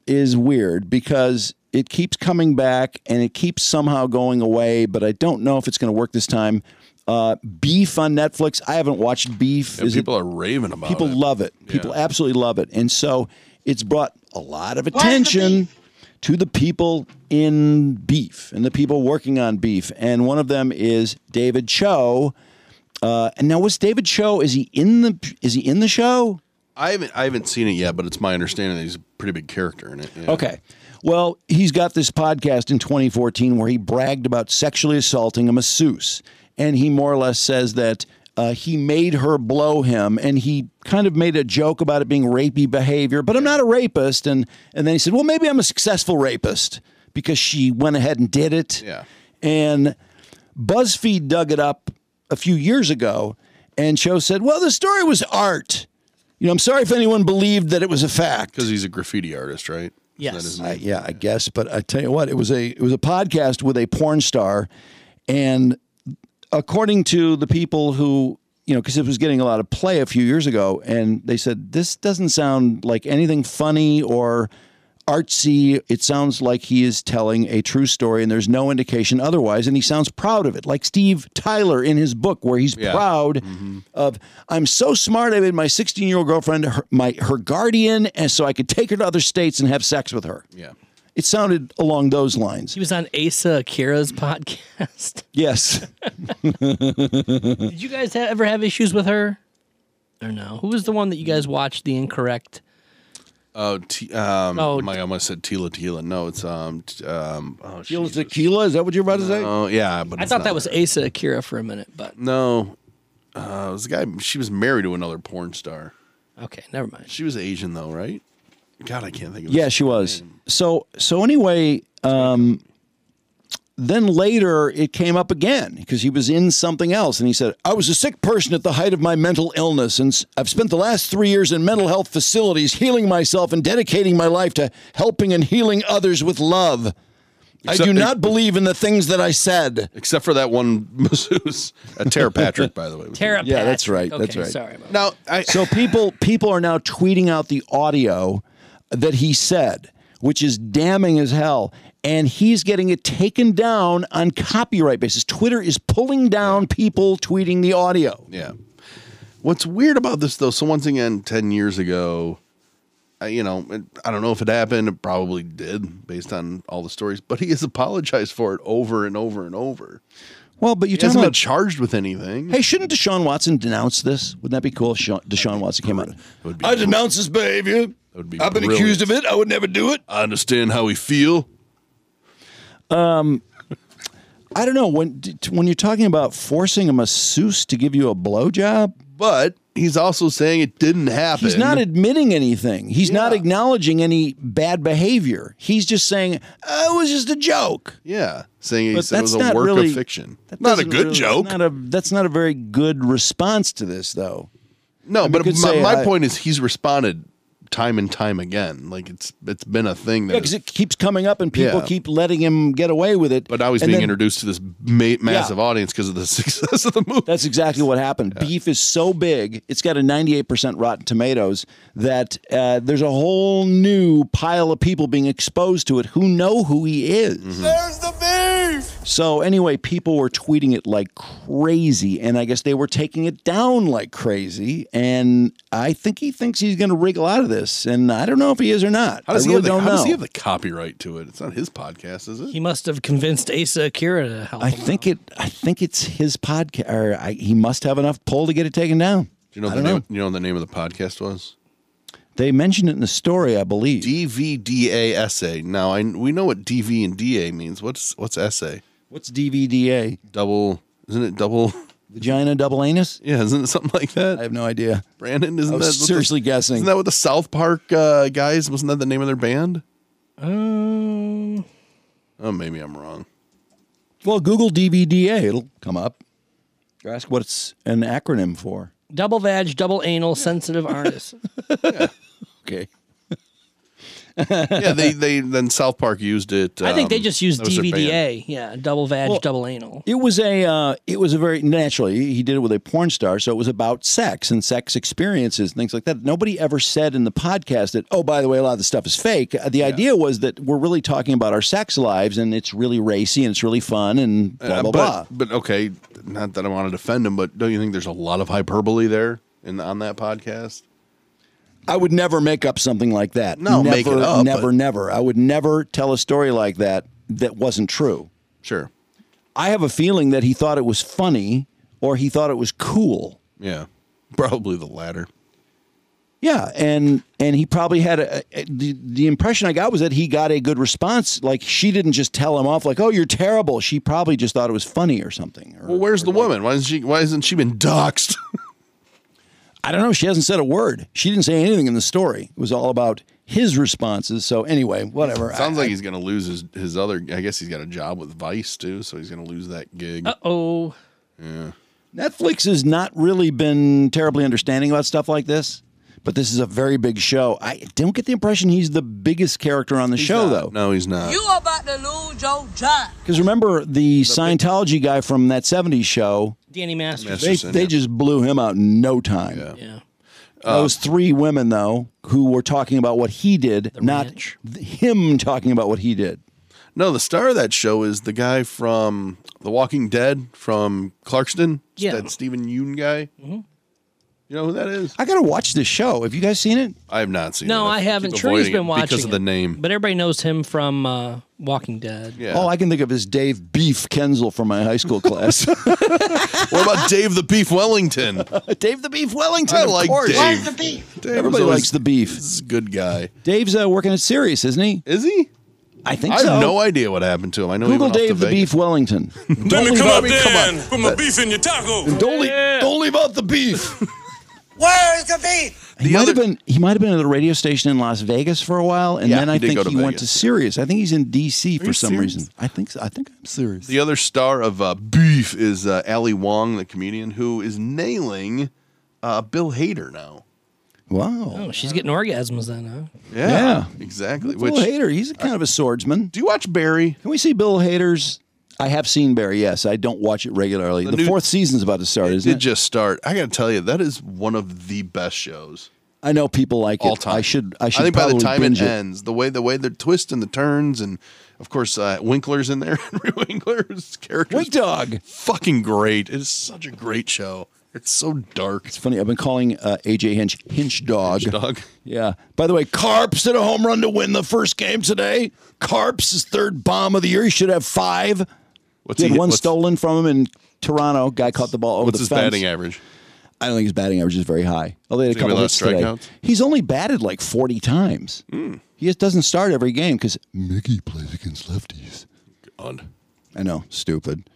S1: is weird because it keeps coming back and it keeps somehow going away, but I don't know if it's going to work this time. Uh, Beef on Netflix. I haven't watched Beef.
S2: Yeah,
S1: Is it-
S2: people are raving about
S1: people
S2: it.
S1: love it. People absolutely love it, and so it's brought a lot of attention to the people in beef and the people working on beef. And one of them is David Cho. Uh, and now, was David Cho? Is he in the? Is he in the show?
S2: I haven't I haven't seen it yet, but it's my understanding that he's a pretty big character in it. yeah.
S1: Okay. Well, he's got this podcast in 2014 where he bragged about sexually assaulting a masseuse. And he more or less says that uh, he made her blow him and he kind of made a joke about it being rapey behavior, but I'm not a rapist. And, and then he said, well, maybe I'm a successful rapist because she went ahead and did it. Yeah. And BuzzFeed dug it up a few years ago, and Cho said, "Well, the story was art. You know, I'm sorry if anyone believed that it was a fact because
S2: he's a graffiti artist, right?
S1: Yes, I, yeah, I guess. But I tell you what, it was a it was a podcast with a porn star, and according to the people who you know, because it was getting a lot of play a few years ago, and they said this doesn't sound like anything funny or artsy. It sounds like he is telling a true story, and there's no indication otherwise. And he sounds proud of it, like Steve Tyler in his book, where he's proud of I'm so smart. I made my 16 year old girlfriend her, my her guardian, and so I could take her to other states and have sex with her.
S2: Yeah.
S1: It sounded along those lines.
S3: He was on Asa Akira's podcast.
S1: Yes.
S3: Did you guys ha- ever have issues with her? Or no? Who was the one that you guys watched the incorrect?
S2: Oh, t- um,
S3: Oh,
S2: my! I almost said Tila Tila. No, it's um, t- um oh,
S1: Tequila, tequila. Is that what you're about to say?
S2: Oh yeah, but
S3: I
S2: it's
S3: thought
S2: not
S3: that was Asa Akira for a minute, but
S2: no. Uh, it was a guy. She was married to another porn star.
S3: Okay, never mind.
S2: She was Asian though, right? God, I can't think of.
S1: Yeah, she was. So so anyway, um, then later it came up again because he was in something else, and he said, "I was a sick person at the height of my mental illness, and s- I've spent the last three years in mental health facilities, healing myself and dedicating my life to helping and healing others with love." I
S2: Except-
S1: do not believe in the things that I said.
S2: Except for that one masseuse, uh, Tara Patrick, by the way.
S3: Tara
S1: Yeah, that's right. that's
S2: Okay,
S1: right.
S2: sorry about
S1: now, so people people are now tweeting out the audio that he said, which is damning as hell, and he's getting it taken down on copyright basis. Twitter is pulling down people tweeting the audio.
S2: Yeah. What's weird about this though? So once again, ten years ago, I, you know, it, I don't know if it happened. It probably did, based on all the stories. But he has apologized for it over and over and over.
S1: Well, but you
S2: he hasn't
S1: talking
S2: been
S1: about-
S2: charged with anything.
S1: Hey, shouldn't Deshaun Watson denounce this? Wouldn't that be cool? if Deshaun, Deshaun Watson came out. I denounce this behavior. I've been accused of it. I would never do it.
S2: I understand how we feel.
S1: Um, I don't know when d- when you're talking about forcing a masseuse to give you a blowjob,
S2: but he's also saying it didn't happen.
S1: He's not admitting anything. He's not acknowledging any bad behavior. He's just saying oh, it was just a joke.
S2: Yeah, saying he
S1: But
S2: said it was
S1: that's
S2: a
S1: not
S2: work
S1: really-
S2: of fiction.
S1: That
S2: Not a
S1: doesn't
S2: good
S1: really-
S2: joke.
S1: Not a, that's not a very good response to this, though.
S2: No,
S1: I mean,
S2: but
S1: you
S2: my,
S1: could say,
S2: my
S1: I-
S2: point is he's responded time and time again. Like it's it's been a thing that
S1: because it keeps coming up and people
S2: Yeah.
S1: keep letting him get away with it. But
S2: now he's being introduced to this ma- massive audience because of the success of the movie.
S1: That's exactly what happened. Beef is so big; it's got a 98% Rotten Tomatoes that uh, there's a whole new pile of people being exposed to it who know who he is.
S2: Mm-hmm.
S13: There's the beef.
S1: So anyway, people were tweeting it like crazy, and I guess they were taking it down like crazy. And I think he thinks he's going to wriggle out of this, and I don't know if he is or not.
S2: How does,
S1: I
S2: he, have
S1: really
S2: the,
S1: don't
S2: how
S1: know.
S2: does he have the copyright to it? It's not his podcast, is it?
S3: He must have convinced Asa Akira to help.
S1: I think it. I think it's his podcast, or I, he must have enough pull to get it taken down.
S2: Do you know
S1: I
S2: the
S1: don't
S2: name,
S1: know.
S2: You know what the name of the podcast was
S1: They mentioned it in the story, I believe.
S2: DVDA essay. Now I we know what DV and DA means. What's what's essay?
S1: What's DVDA?
S2: Double isn't it double
S1: vagina double anus?
S2: Yeah, isn't it something like that? I
S1: have no idea.
S2: Brandon, isn't
S1: I was
S2: that what the-
S1: seriously guessing?
S2: Isn't that what the South Park uh, guys? Wasn't that the name of their band?
S3: Um,
S2: Oh, maybe I'm wrong.
S1: Well, Google DVDA, it'll come up. Ask what it's an acronym for.
S3: double vag, double anal, sensitive artist.
S1: Okay.
S2: yeah, they they then South Park used it.
S3: I think
S2: um,
S3: they just used
S2: that was their band.
S3: DVDA. Yeah, double vag,
S1: Well-
S3: double anal.
S1: It was a uh, it was a very naturally he he did it with a porn star, so it was about sex and sex experiences and things like that. Nobody ever said in the podcast that oh by the way a lot of the stuff is fake. Uh, The idea was that we're really talking about our sex lives and it's really racy and it's really fun and blah
S2: Uh,
S1: blah blah.
S2: but, but okay, not that I want to defend him, but don't you think there's a lot of hyperbole there in on that podcast?
S1: I would never make up something like that.
S2: No,
S1: never,
S2: make it up,
S1: never,
S2: but-
S1: never. I would never tell a story like that that wasn't true.
S2: Sure.
S1: I have a feeling that he thought it was funny or he thought it was cool.
S2: Yeah, probably the latter.
S1: Yeah, and and he probably had a, a- the the impression I got was that he got a good response. Like she didn't just tell him off, like "Oh, you're terrible." She probably just thought it was funny or something.
S2: Well, where's the woman? Why isn't she? Why hasn't she been doxxed?
S1: I don't know. She hasn't said a word. She didn't say anything in the story. It was all about his responses. So anyway, whatever.
S2: Sounds like he's going to lose his his other. I guess he's got a job with Vice too, so he's going to lose that gig. Uh
S3: oh.
S2: Yeah.
S1: Netflix has not really been terribly understanding about stuff like this, but this is a very big show. I don't get the impression he's the biggest character on the show, though.
S2: No, he's not.
S18: You about to lose your job.
S1: Because remember the Scientology guy from that '70s show.
S3: Danny Masters.
S1: They, they just blew him out in no time. Yeah.
S2: Uh,
S1: Those three women, though, who were talking about what he did, not th- him talking about what he did.
S2: No, the star of that show is the guy from The Walking Dead from Clarkston.
S1: Yeah.
S2: That Stephen Yoon guy.
S3: Mm-hmm.
S2: You know who that is?
S1: I got to watch this show. Have you guys seen it?
S2: I have not seen it.
S3: No, I
S2: keep
S3: haven't. Trudy's
S2: avoiding
S3: been
S2: it
S3: watching
S2: Because of the
S3: it.
S2: name.
S3: but everybody knows him from uh, Walking Dead.
S1: All I can think of is Dave Beef Kenzel from my high school class.
S2: what about Dave the Beef Wellington?
S1: Dave the Beef Wellington.
S2: I
S1: of
S2: like
S1: course.
S2: Dave.
S1: Like the
S2: beef.
S1: Everybody likes the beef.
S2: He's a good guy.
S1: Dave's uh, working at Sirius, isn't he?
S2: Is he?
S1: I think
S2: I
S1: so.
S2: have no idea what happened to him. I know
S1: Google
S2: he went
S1: Dave
S2: off
S1: the
S2: to Vegas.
S1: Beef Wellington.
S2: Don't leave out-
S13: Then put my beef in your taco.
S2: Don't leave, don't leave out the beef.
S13: Where's the beef?
S1: He might have been he might have been at a radio station in Las Vegas for a while, and
S2: Yeah,
S1: then I
S2: he did
S1: think
S2: go to
S1: he went to
S2: Vegas.
S1: Sirius. I think he's in D.C.
S2: you
S1: for some
S2: serious?
S1: reason. I think so. I think I'm serious.
S2: The other star of uh, Beef is uh, Ali Wong, the comedian, who is nailing uh, Bill Hader now.
S1: Wow.
S3: Oh, she's getting orgasms then, huh?
S2: Yeah,
S1: Yeah.
S2: exactly.
S1: Bill Hader, he's a kind of a swordsman.
S2: Do you watch Barry?
S1: Can we see Bill Hader's? I have seen Barry. Yes, I don't watch it regularly. The,
S2: new-
S1: fourth season's about to start,
S2: It
S1: isn't
S2: did
S1: it?
S2: just start. I got to tell you, that is one of the best shows.
S1: I know people like
S2: All
S1: it.
S2: time.
S1: I should. I should
S2: think by
S1: probably
S2: the time it
S1: binge
S2: ends, the way the way the twist and the turns, and of course uh, Winkler's in there. Henry Winkler's character, Wink
S1: Dog,
S2: fucking great. It is such a great show. It's so dark. It's
S1: funny. I've been calling uh, AJ Hinch Hinch Dog.
S2: Dog.
S1: Yeah. By the way, Carps hit a home run to win the first game today. Carps his third bomb of the year. He should have five.
S2: What's
S1: he had
S2: he-
S1: one
S2: what's-
S1: stolen from him in Toronto. Guy caught the ball over
S2: What's
S1: Oh, the
S2: his
S1: fence.
S2: batting average?
S1: I don't think his batting average is very high. Although he had a
S2: Think we
S1: couple hits
S2: lost
S1: today.
S2: strikeouts?
S1: He's only batted like 40 times.
S22: Hmm.
S1: He just doesn't start every game because Mickey plays against lefties.
S2: God.
S1: I know, stupid.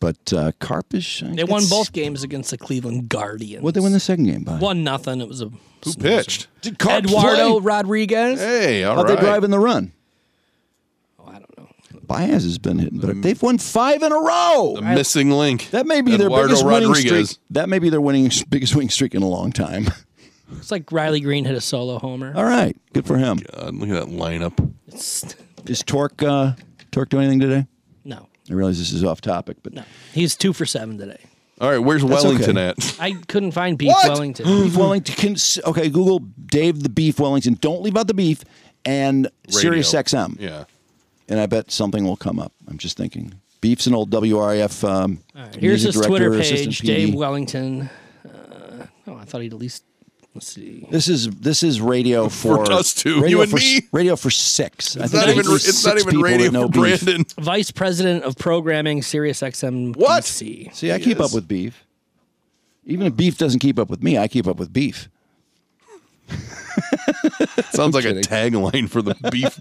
S1: But uh, Carp is. I
S3: They
S1: guess-
S3: won both games against the Cleveland Guardians.
S1: What'd they win the second game by?
S3: One nothing. It was a
S2: Who pitched?
S1: Did Carp
S3: Eduardo
S1: play?
S3: Rodriguez.
S2: Hey, all
S1: How'd
S2: right.
S1: they drive in the run? Oh, I don't know. Baez has been hitting, but they've won five in a row.
S2: The missing link.
S1: That may be their
S2: Eduardo
S1: biggest winning
S2: Rodriguez.
S1: streak. That may be their winning biggest winning streak in a long time.
S3: It's like Riley Green hit a solo homer.
S1: All right, good for him.
S2: God, look at that lineup.
S1: Is Torque uh, Torque do anything today?
S3: No.
S1: I realize this is off topic, but
S3: No. He's two for seven today.
S2: All right, where's
S1: That's
S2: Wellington
S1: okay.
S2: at?
S3: I couldn't find Beef Wellington.
S1: beef Wellington. Can, okay, Google Dave the Beef Wellington. Don't leave out the beef and
S2: Radio.
S1: Sirius XM.
S2: Yeah.
S1: And I bet something will come up. I'm just thinking. Beef's an old WRIF. Um,
S3: Here's
S1: music
S3: his Twitter
S1: director, assistant E.
S3: page,
S1: PD.
S3: Dave Wellington. Uh, oh, I thought he'd at least. Let's see.
S1: This is this is radio for,
S2: For us two,
S1: radio
S2: you and
S1: for,
S2: me.
S1: Radio for six.
S2: It's not
S1: there's
S2: even-
S1: at least
S2: it's not
S1: six
S2: even
S1: people that
S2: radio
S1: know
S2: for
S1: beef.
S2: Brandon.
S3: Vice President of Programming, SiriusXM.
S2: What?
S3: DC.
S1: See, I keep up with beef. Even if beef doesn't keep up with me, I keep up with beef.
S2: Sounds like a tagline for the beef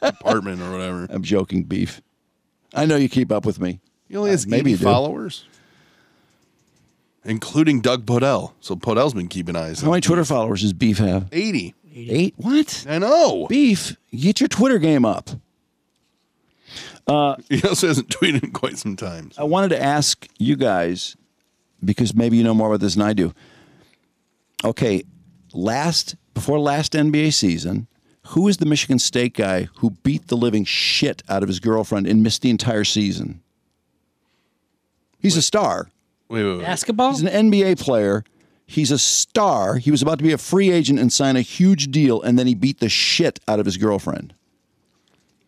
S2: department or whatever.
S1: I'm joking, beef. I know you keep up with me.
S2: He only has
S1: Uh,
S2: 80
S1: maybe you do.
S2: followers, including Doug Podell. So Podell's been keeping eyes.
S1: How
S2: on
S1: many Twitter followers does beef have?
S2: 80.
S1: Eight? What?
S2: I know.
S1: Beef, get your Twitter game up. Uh,
S2: He also hasn't tweeted in quite some time.
S1: I wanted to ask you guys because maybe you know more about this than I do. Okay, last before last NBA season, Who is the Michigan State guy who beat the living shit out of his girlfriend and missed the entire season? He's a star.
S2: Wait, wait, wait.
S1: Basketball? He's an NBA player. He's a star. He was about to be a free agent and sign a huge deal, and then he beat the shit out of his girlfriend.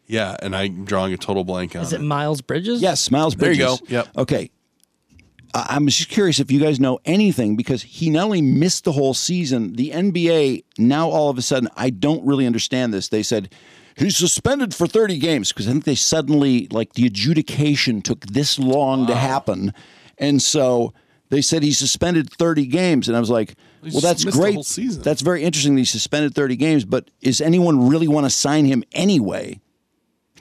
S2: Yeah, and I'm drawing a total blank on
S3: Is it Miles Bridges?
S1: Yes, Miles
S2: There
S1: Bridges.
S2: you go. Yep.
S1: Okay. I- I'm just curious if you guys know anything because he not only missed the whole season, the NBA now all of a sudden, I don't really understand this. They said he's suspended for 30 games because I think they suddenly, like, the adjudication took this long to happen. And so they said he suspended 30 games. And I was like,
S2: He's
S1: well, that's
S2: missed the
S1: great.
S2: whole season.
S1: That's very interesting that he suspended 30 games, but is anyone really want to sign him anyway?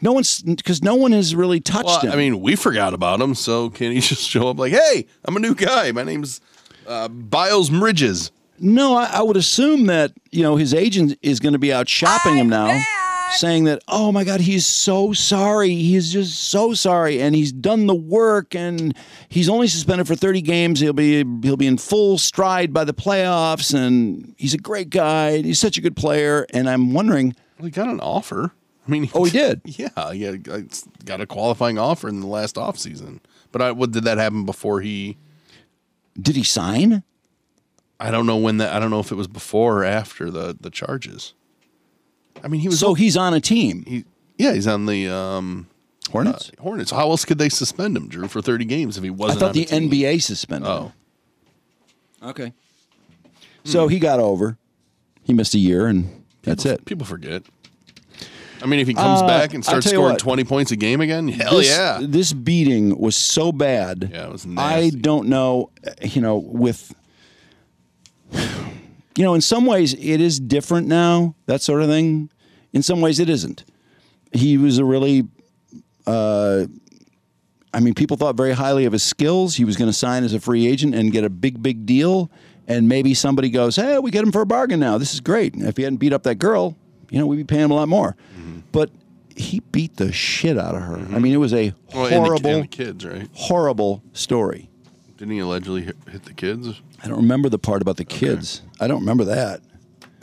S1: No one's because no one has really touched
S2: Well,
S1: him.
S2: I mean, we forgot about him, so can he just show up like, "Hey, I'm a new guy. My name's uh, Biles Bridges."
S1: No, I, I would assume that you know his agent is going to be out shopping him now, saying that, "Oh my God, he's so sorry. He's just so sorry, and he's done the work, and he's only suspended for thirty games. He'll be he'll be in full stride by the playoffs, and he's a great guy. And he's such a good player." And I'm wondering,
S2: well, he got an offer. I mean,
S1: oh, he did.
S2: Yeah, yeah, I got a qualifying offer in the last offseason. But I, what did that happen before he?
S1: Did he sign?
S2: I don't know when that. I don't know if it was before or after the the charges. I mean, he was
S1: so he's on a team.
S2: Yeah, he's on the um,
S1: Hornets.
S2: Hornets. How else could they suspend him, Drew, for thirty games if he
S1: I
S2: wasn't?
S1: thought
S2: on a
S1: the
S2: team?
S1: NBA suspended. Oh,
S2: Okay.
S1: so he got over. He missed a year, and that's it.
S2: People forget. I mean, if he comes
S1: Uh,
S2: back
S1: I'll
S2: and starts
S1: tell you
S2: scoring
S1: what.
S2: 20 points a game again, hell
S1: this,
S2: yeah.
S1: This beating was so bad. Yeah,
S2: it was
S1: I don't know, uh, you know, with you know, in some ways it is different now, that sort of thing. In some ways it isn't. He was a really uh I mean, people thought very highly of his skills. He was going to sign as a free agent and get a big, big deal. And maybe somebody goes, "Hey, we get him for a bargain now. This is great." And if he hadn't beat up that girl, you know, we'd be paying him a lot more.
S2: Mm-hmm.
S1: But he beat the shit out of her. I mean, it was a
S2: Well,
S1: horrible,
S2: and the- and the kids, right?
S1: horrible story.
S2: Didn't he allegedly hit, hit the kids?
S1: I don't remember the part about the kids. I don't remember that.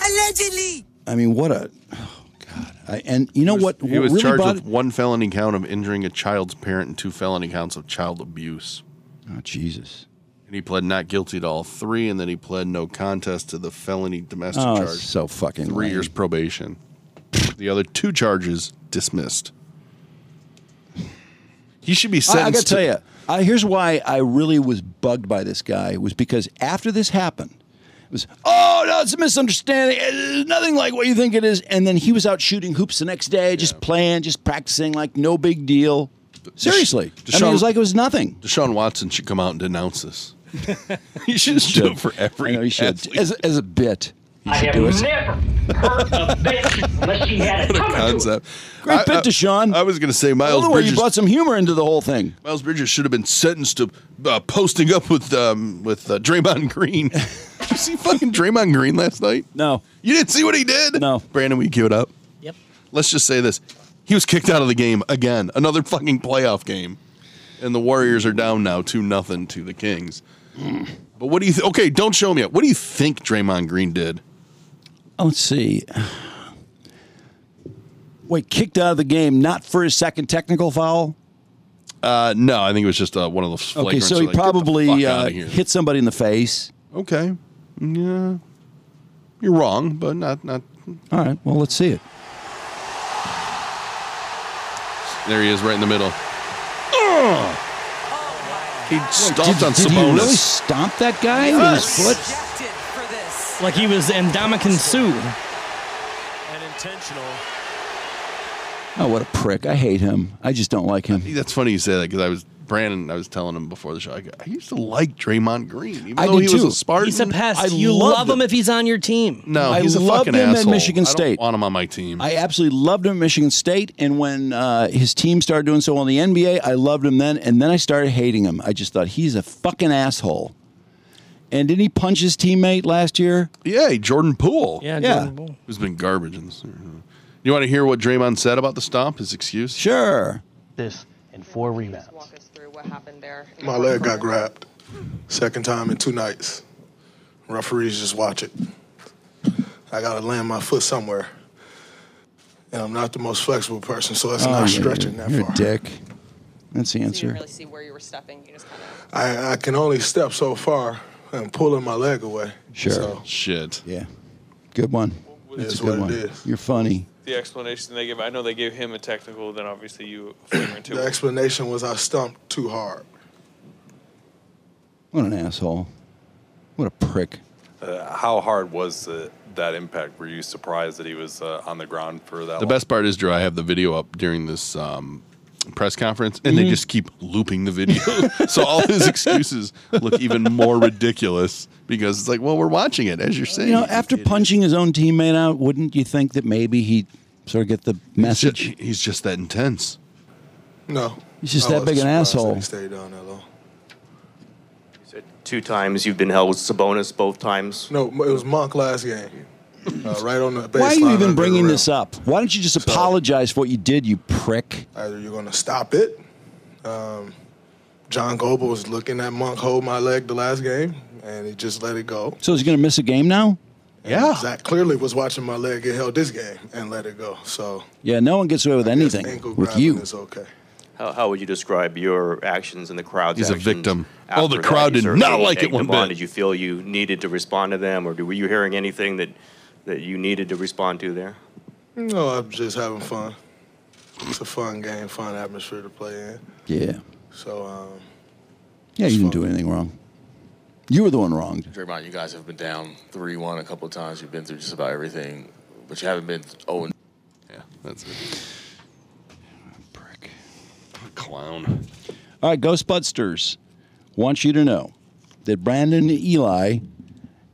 S13: Allegedly.
S1: I mean, what a oh god! I, and you know what?
S2: He
S1: what
S2: was
S1: really
S2: charged
S1: bod-
S2: with one felony count of injuring a child's parent and two felony counts of child abuse.
S1: Oh, Jesus.
S2: And he pled not guilty to all three, and then he pled no contest to the felony domestic
S1: Oh,
S2: charge.
S1: it's so fucking
S2: Three
S1: lame.
S2: years probation. The other two charges dismissed. He should be
S1: I, I
S2: sentenced
S1: gotta tell
S2: to-
S1: you, I, here's why I really was bugged by this guy was because after this happened, it was oh no, it's a misunderstanding. It's nothing like what you think it is. And then he was out shooting hoops the next day, just playing, just practicing, like no big deal. Seriously, I mean, it was like it was nothing.
S2: Deshaun Watson should come out and denounce this. he should just do it for every.
S1: You should,
S2: athlete.
S1: as, as a bit. You
S2: I
S1: should
S2: have
S1: do it.
S2: never
S13: Hurt a bitch unless she had
S2: What a concept. Great
S1: bit, Deshaun.
S2: I was going to say Miles
S1: By the way, you
S2: Bridges.
S1: brought some humor into the whole thing.
S2: Miles Bridges should have been sentenced to uh, posting up with um, with uh, Draymond Green. Did you see fucking Draymond Green last night?
S1: No.
S2: You didn't see what he did? No. Brandon, we queued up.
S3: Yep.
S2: Let's just say this. He was kicked out of the game again. Another fucking playoff game. And the Warriors are down now 2 nothing to the Kings. But what do you th- Okay, don't show me. up. What do you think Draymond Green did?
S1: Oh, Let's see. Wait, kicked out of the game not for his second technical foul.
S2: Uh, no, I think it was just uh, one of those
S1: Okay,
S2: flagrants.
S1: so he
S2: like, get the fuck
S1: probably
S2: outta
S1: uh,
S2: here.
S1: hit somebody in the face.
S2: Okay. Yeah. You're wrong, but not not
S1: All right. Well, let's see it.
S2: There he is, right in the middle. Ugh. He stomped on
S1: did
S2: Sabonis.
S1: he really stomp that guy with his foot?
S3: Like he was Andamakan Sue.
S19: And intentional.
S1: Oh, what a prick! I hate him. I just don't like him.
S2: That's funny you say that because I was Brandon. I was telling him before the show. I, go, I used to like Draymond Green, even
S1: I
S2: though
S1: did
S2: he was
S1: too.
S2: a Spartan.
S3: He's a pest.
S1: I
S3: you
S1: loved
S3: love him if he's on your team.
S2: No,
S1: I
S2: he's a
S1: loved
S2: fucking
S1: him at
S2: asshole.
S1: Michigan
S2: I
S1: State.
S2: don't want him on my team.
S1: I absolutely loved him at Michigan State, and when uh, his team started doing so well in the NBA, I loved him then, and then I started hating him. I just thought he's a fucking asshole. And didn't he punch his teammate last year?
S2: Yeah, Jordan Poole.
S1: Yeah, Yeah. Jordan Poole.
S2: Who's been garbage. In this. You want to hear what Draymond said about the stomp? His excuse?
S1: Sure.
S2: This and four rebounds.
S10: My leg got grabbed. Second time in two nights. Referees just watch it. I gotta land my foot somewhere. And I'm not the most flexible person, so that's
S1: Oh,
S10: not
S1: yeah,
S10: stretching
S1: you're,
S10: that
S1: you're
S10: far.
S1: a dick. That's the answer.
S10: I, I can only step so far and pulling my leg away.
S1: Sure.
S10: So
S2: Shit.
S1: Yeah. Good one. That's
S10: is
S1: a good
S10: what
S1: one.
S10: it
S1: You're funny.
S9: The explanation they give, I know they gave him a technical, then obviously you a finger and two.
S10: the explanation was I stumped too hard.
S1: What an asshole. What a prick.
S20: Uh, how hard was the, that impact? Were you surprised that he was uh, on the ground for that?
S2: The
S20: long?
S2: best part is, Drew, I have the video up during this um, press conference, and
S1: Mm-hmm.
S2: they
S20: Mhm.
S2: just keep looping the video. so all his excuses look even more ridiculous because it's like, well, we're watching it, as you're saying.
S1: You know, after punching his own teammate out, wouldn't you think that maybe he sort of get the message? He's
S2: just, that intense.
S10: No.
S1: He's just
S10: I
S1: that big an
S10: wasn't surprised that
S1: asshole.
S10: He stayed down that long.
S22: Two times you've been held with Sabonis, both times.
S10: No, it was Monk last game. Uh, right on the baseline.
S1: Why are you
S10: under
S1: even
S10: the
S1: bringing
S10: rim.
S1: this up? Why don't you just apologize for what you did, you prick?
S10: Either you're going to stop it. Um, John Goble was looking at Monk hold my leg the last game, and he just let it go.
S1: So he's going to miss a game now?
S10: Yeah. Zach clearly was watching my leg get held this game and let it go. So
S1: Yeah, no one gets away with
S10: ankle
S1: anything with
S10: grabbing
S1: you.
S10: is okay.
S22: How, how would you describe your actions and the crowd's
S2: He's a
S22: actions
S2: victim.
S22: after
S2: Oh, the
S22: that?
S2: crowd
S22: You
S2: did
S22: certainly
S2: not like it
S22: egged
S2: one
S22: them on.
S2: bit.
S22: Did you feel you needed to respond to them, or were you hearing anything that, that you needed to respond to there?
S10: No, I'm just having fun. It's a fun game, fun atmosphere to play in.
S1: Yeah.
S10: So um,
S1: Yeah, you didn't do anything wrong. You were the one wronged.
S25: Draymond, you guys have been down three one a couple of times. You've been through just about everything, but you haven't been oh zero. Yeah, that's it.
S2: Clown.
S1: All right, Ghostbusters wants you to know that Brandon and Eli,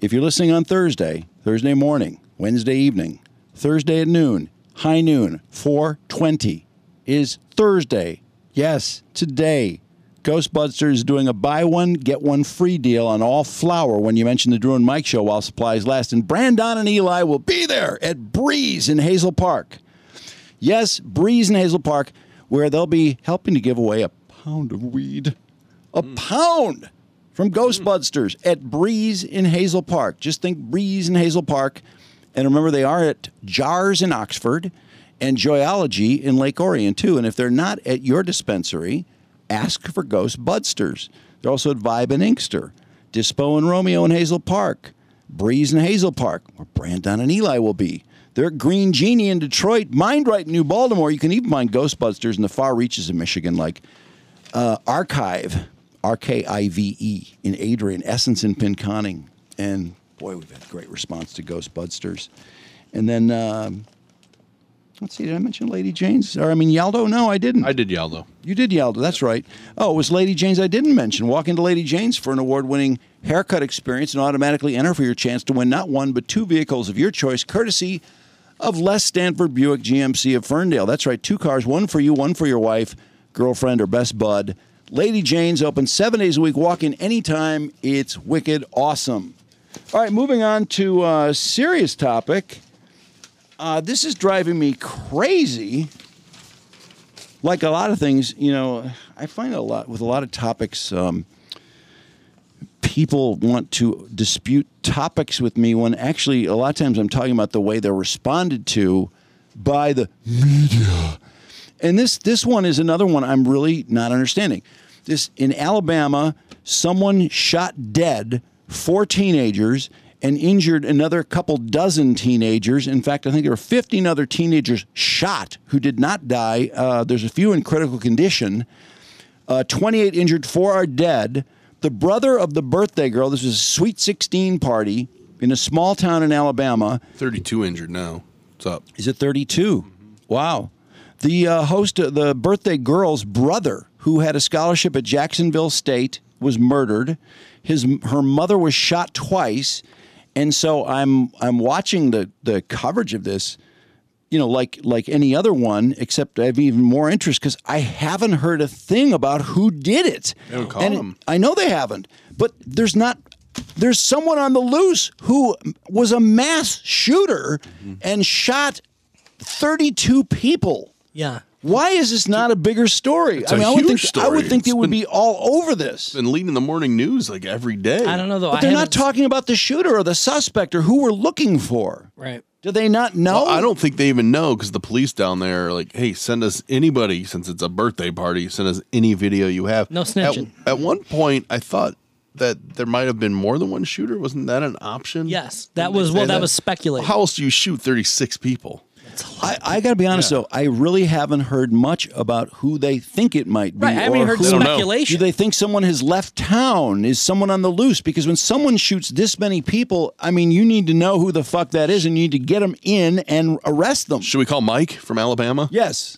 S1: if you're listening on Thursday, Thursday morning, Wednesday evening, Thursday at noon, high noon, 420 is Thursday. Yes, today. Ghostbusters is doing a buy one, get one free deal on all flour when you mention the Drew and Mike show while supplies last. And Brandon and Eli will be there at Breeze in Hazel Park. Yes, Breeze in Hazel Park, where they'll be helping to give away a pound of weed. A pound from Ghostbusters at Breeze in Hazel Park. Just think Breeze in Hazel Park. And remember, they are at Jars in Oxford and Joyology in Lake Orion, too. And if they're not at your dispensary, ask for Ghostbusters. They're also at Vibe and Inkster, Dispo and Romeo in Hazel Park. Breeze and Hazel Park, where Brandon and Eli will be. They're at Green Genie in Detroit, Mind Right in New Baltimore. You can even find Ghostbusters in the far reaches of Michigan, like uh, Archive, R K I V E, in Adrian, Essence in Pinconning. And boy, we've had great response to Ghostbusters. And then, um, let's see, did I mention Lady Jane's? Or, I mean, Yaldo? No, I didn't. I
S2: did Yaldo.
S1: You did Yaldo, that's right. Oh, it was Lady Jane's I didn't mention. Walk into Lady Jane's for an award winning haircut experience and automatically enter for your chance to win not one, but two vehicles of your choice, courtesy of Les Stanford Buick GMC of Ferndale. That's right, two cars, one for you, one for your wife, girlfriend, or best bud. Lady Jane's open seven days a week. Walk in anytime. It's wicked awesome. All right, moving on to a serious topic. Uh, this is driving me crazy. Like a lot of things, you know, I find a lot with a lot of topics. Um, people want to dispute topics with me when actually a lot of times I'm talking about the way they're responded to by the media. And this this one is another one I'm really not understanding. This in Alabama, someone shot dead four teenagers and injured another couple dozen teenagers. In fact, I think there were 15 other teenagers shot who did not die. Uh, there's a few in critical condition. Uh, 28 injured, four are dead. The brother of the birthday girl, this was a sweet 16 party in a small town in Alabama.
S2: 32 injured now. What's up?
S1: Is it 32? Wow. The uh, host, of the birthday girl's brother, who had a scholarship at Jacksonville State, was murdered. His her mother was shot twice, and so I'm I'm watching the the coverage of this, you know, like like any other one, except I have even more interest because I haven't heard a thing about who did it.
S2: They don't call
S1: And
S2: them.
S1: I know they haven't, but there's not. There's someone on the loose who was a
S2: Mm-hmm.
S1: mass shooter and shot 32 people.
S3: Yeah.
S1: Why is this not a bigger story?
S2: It's
S1: I
S2: a
S1: mean, I would
S2: huge
S1: think I would
S2: story.
S1: think they
S2: It's
S1: would
S2: been-
S1: be all over this.
S2: Been leading the morning news like every day.
S1: I
S3: don't know though.
S1: But
S3: I
S1: they're not
S3: haven't-
S1: talking about the shooter or the suspect or who we're looking for.
S3: Right.
S1: Do they not know?
S2: Well, I don't think they even know because the police down there are like, hey, send us anybody since it's a birthday party, send us any video you have. No
S3: snitching.
S2: At, at one point, I thought that there might have been more than one shooter. Wasn't that an option?
S3: Yes, that was well, that was speculated.
S2: How else do you shoot 36 people?
S1: I, I got to be honest though. I really haven't heard much about who they think it might be.
S3: Right, I haven't
S1: or
S3: heard
S1: who-
S3: They don't know. speculation.
S1: Do they think someone has left town? Is someone on the loose? Because when someone shoots this many people, I mean, you need to know who the fuck that is, and you need to get them in and arrest them.
S2: Should we call Mike from Alabama?
S1: Yes.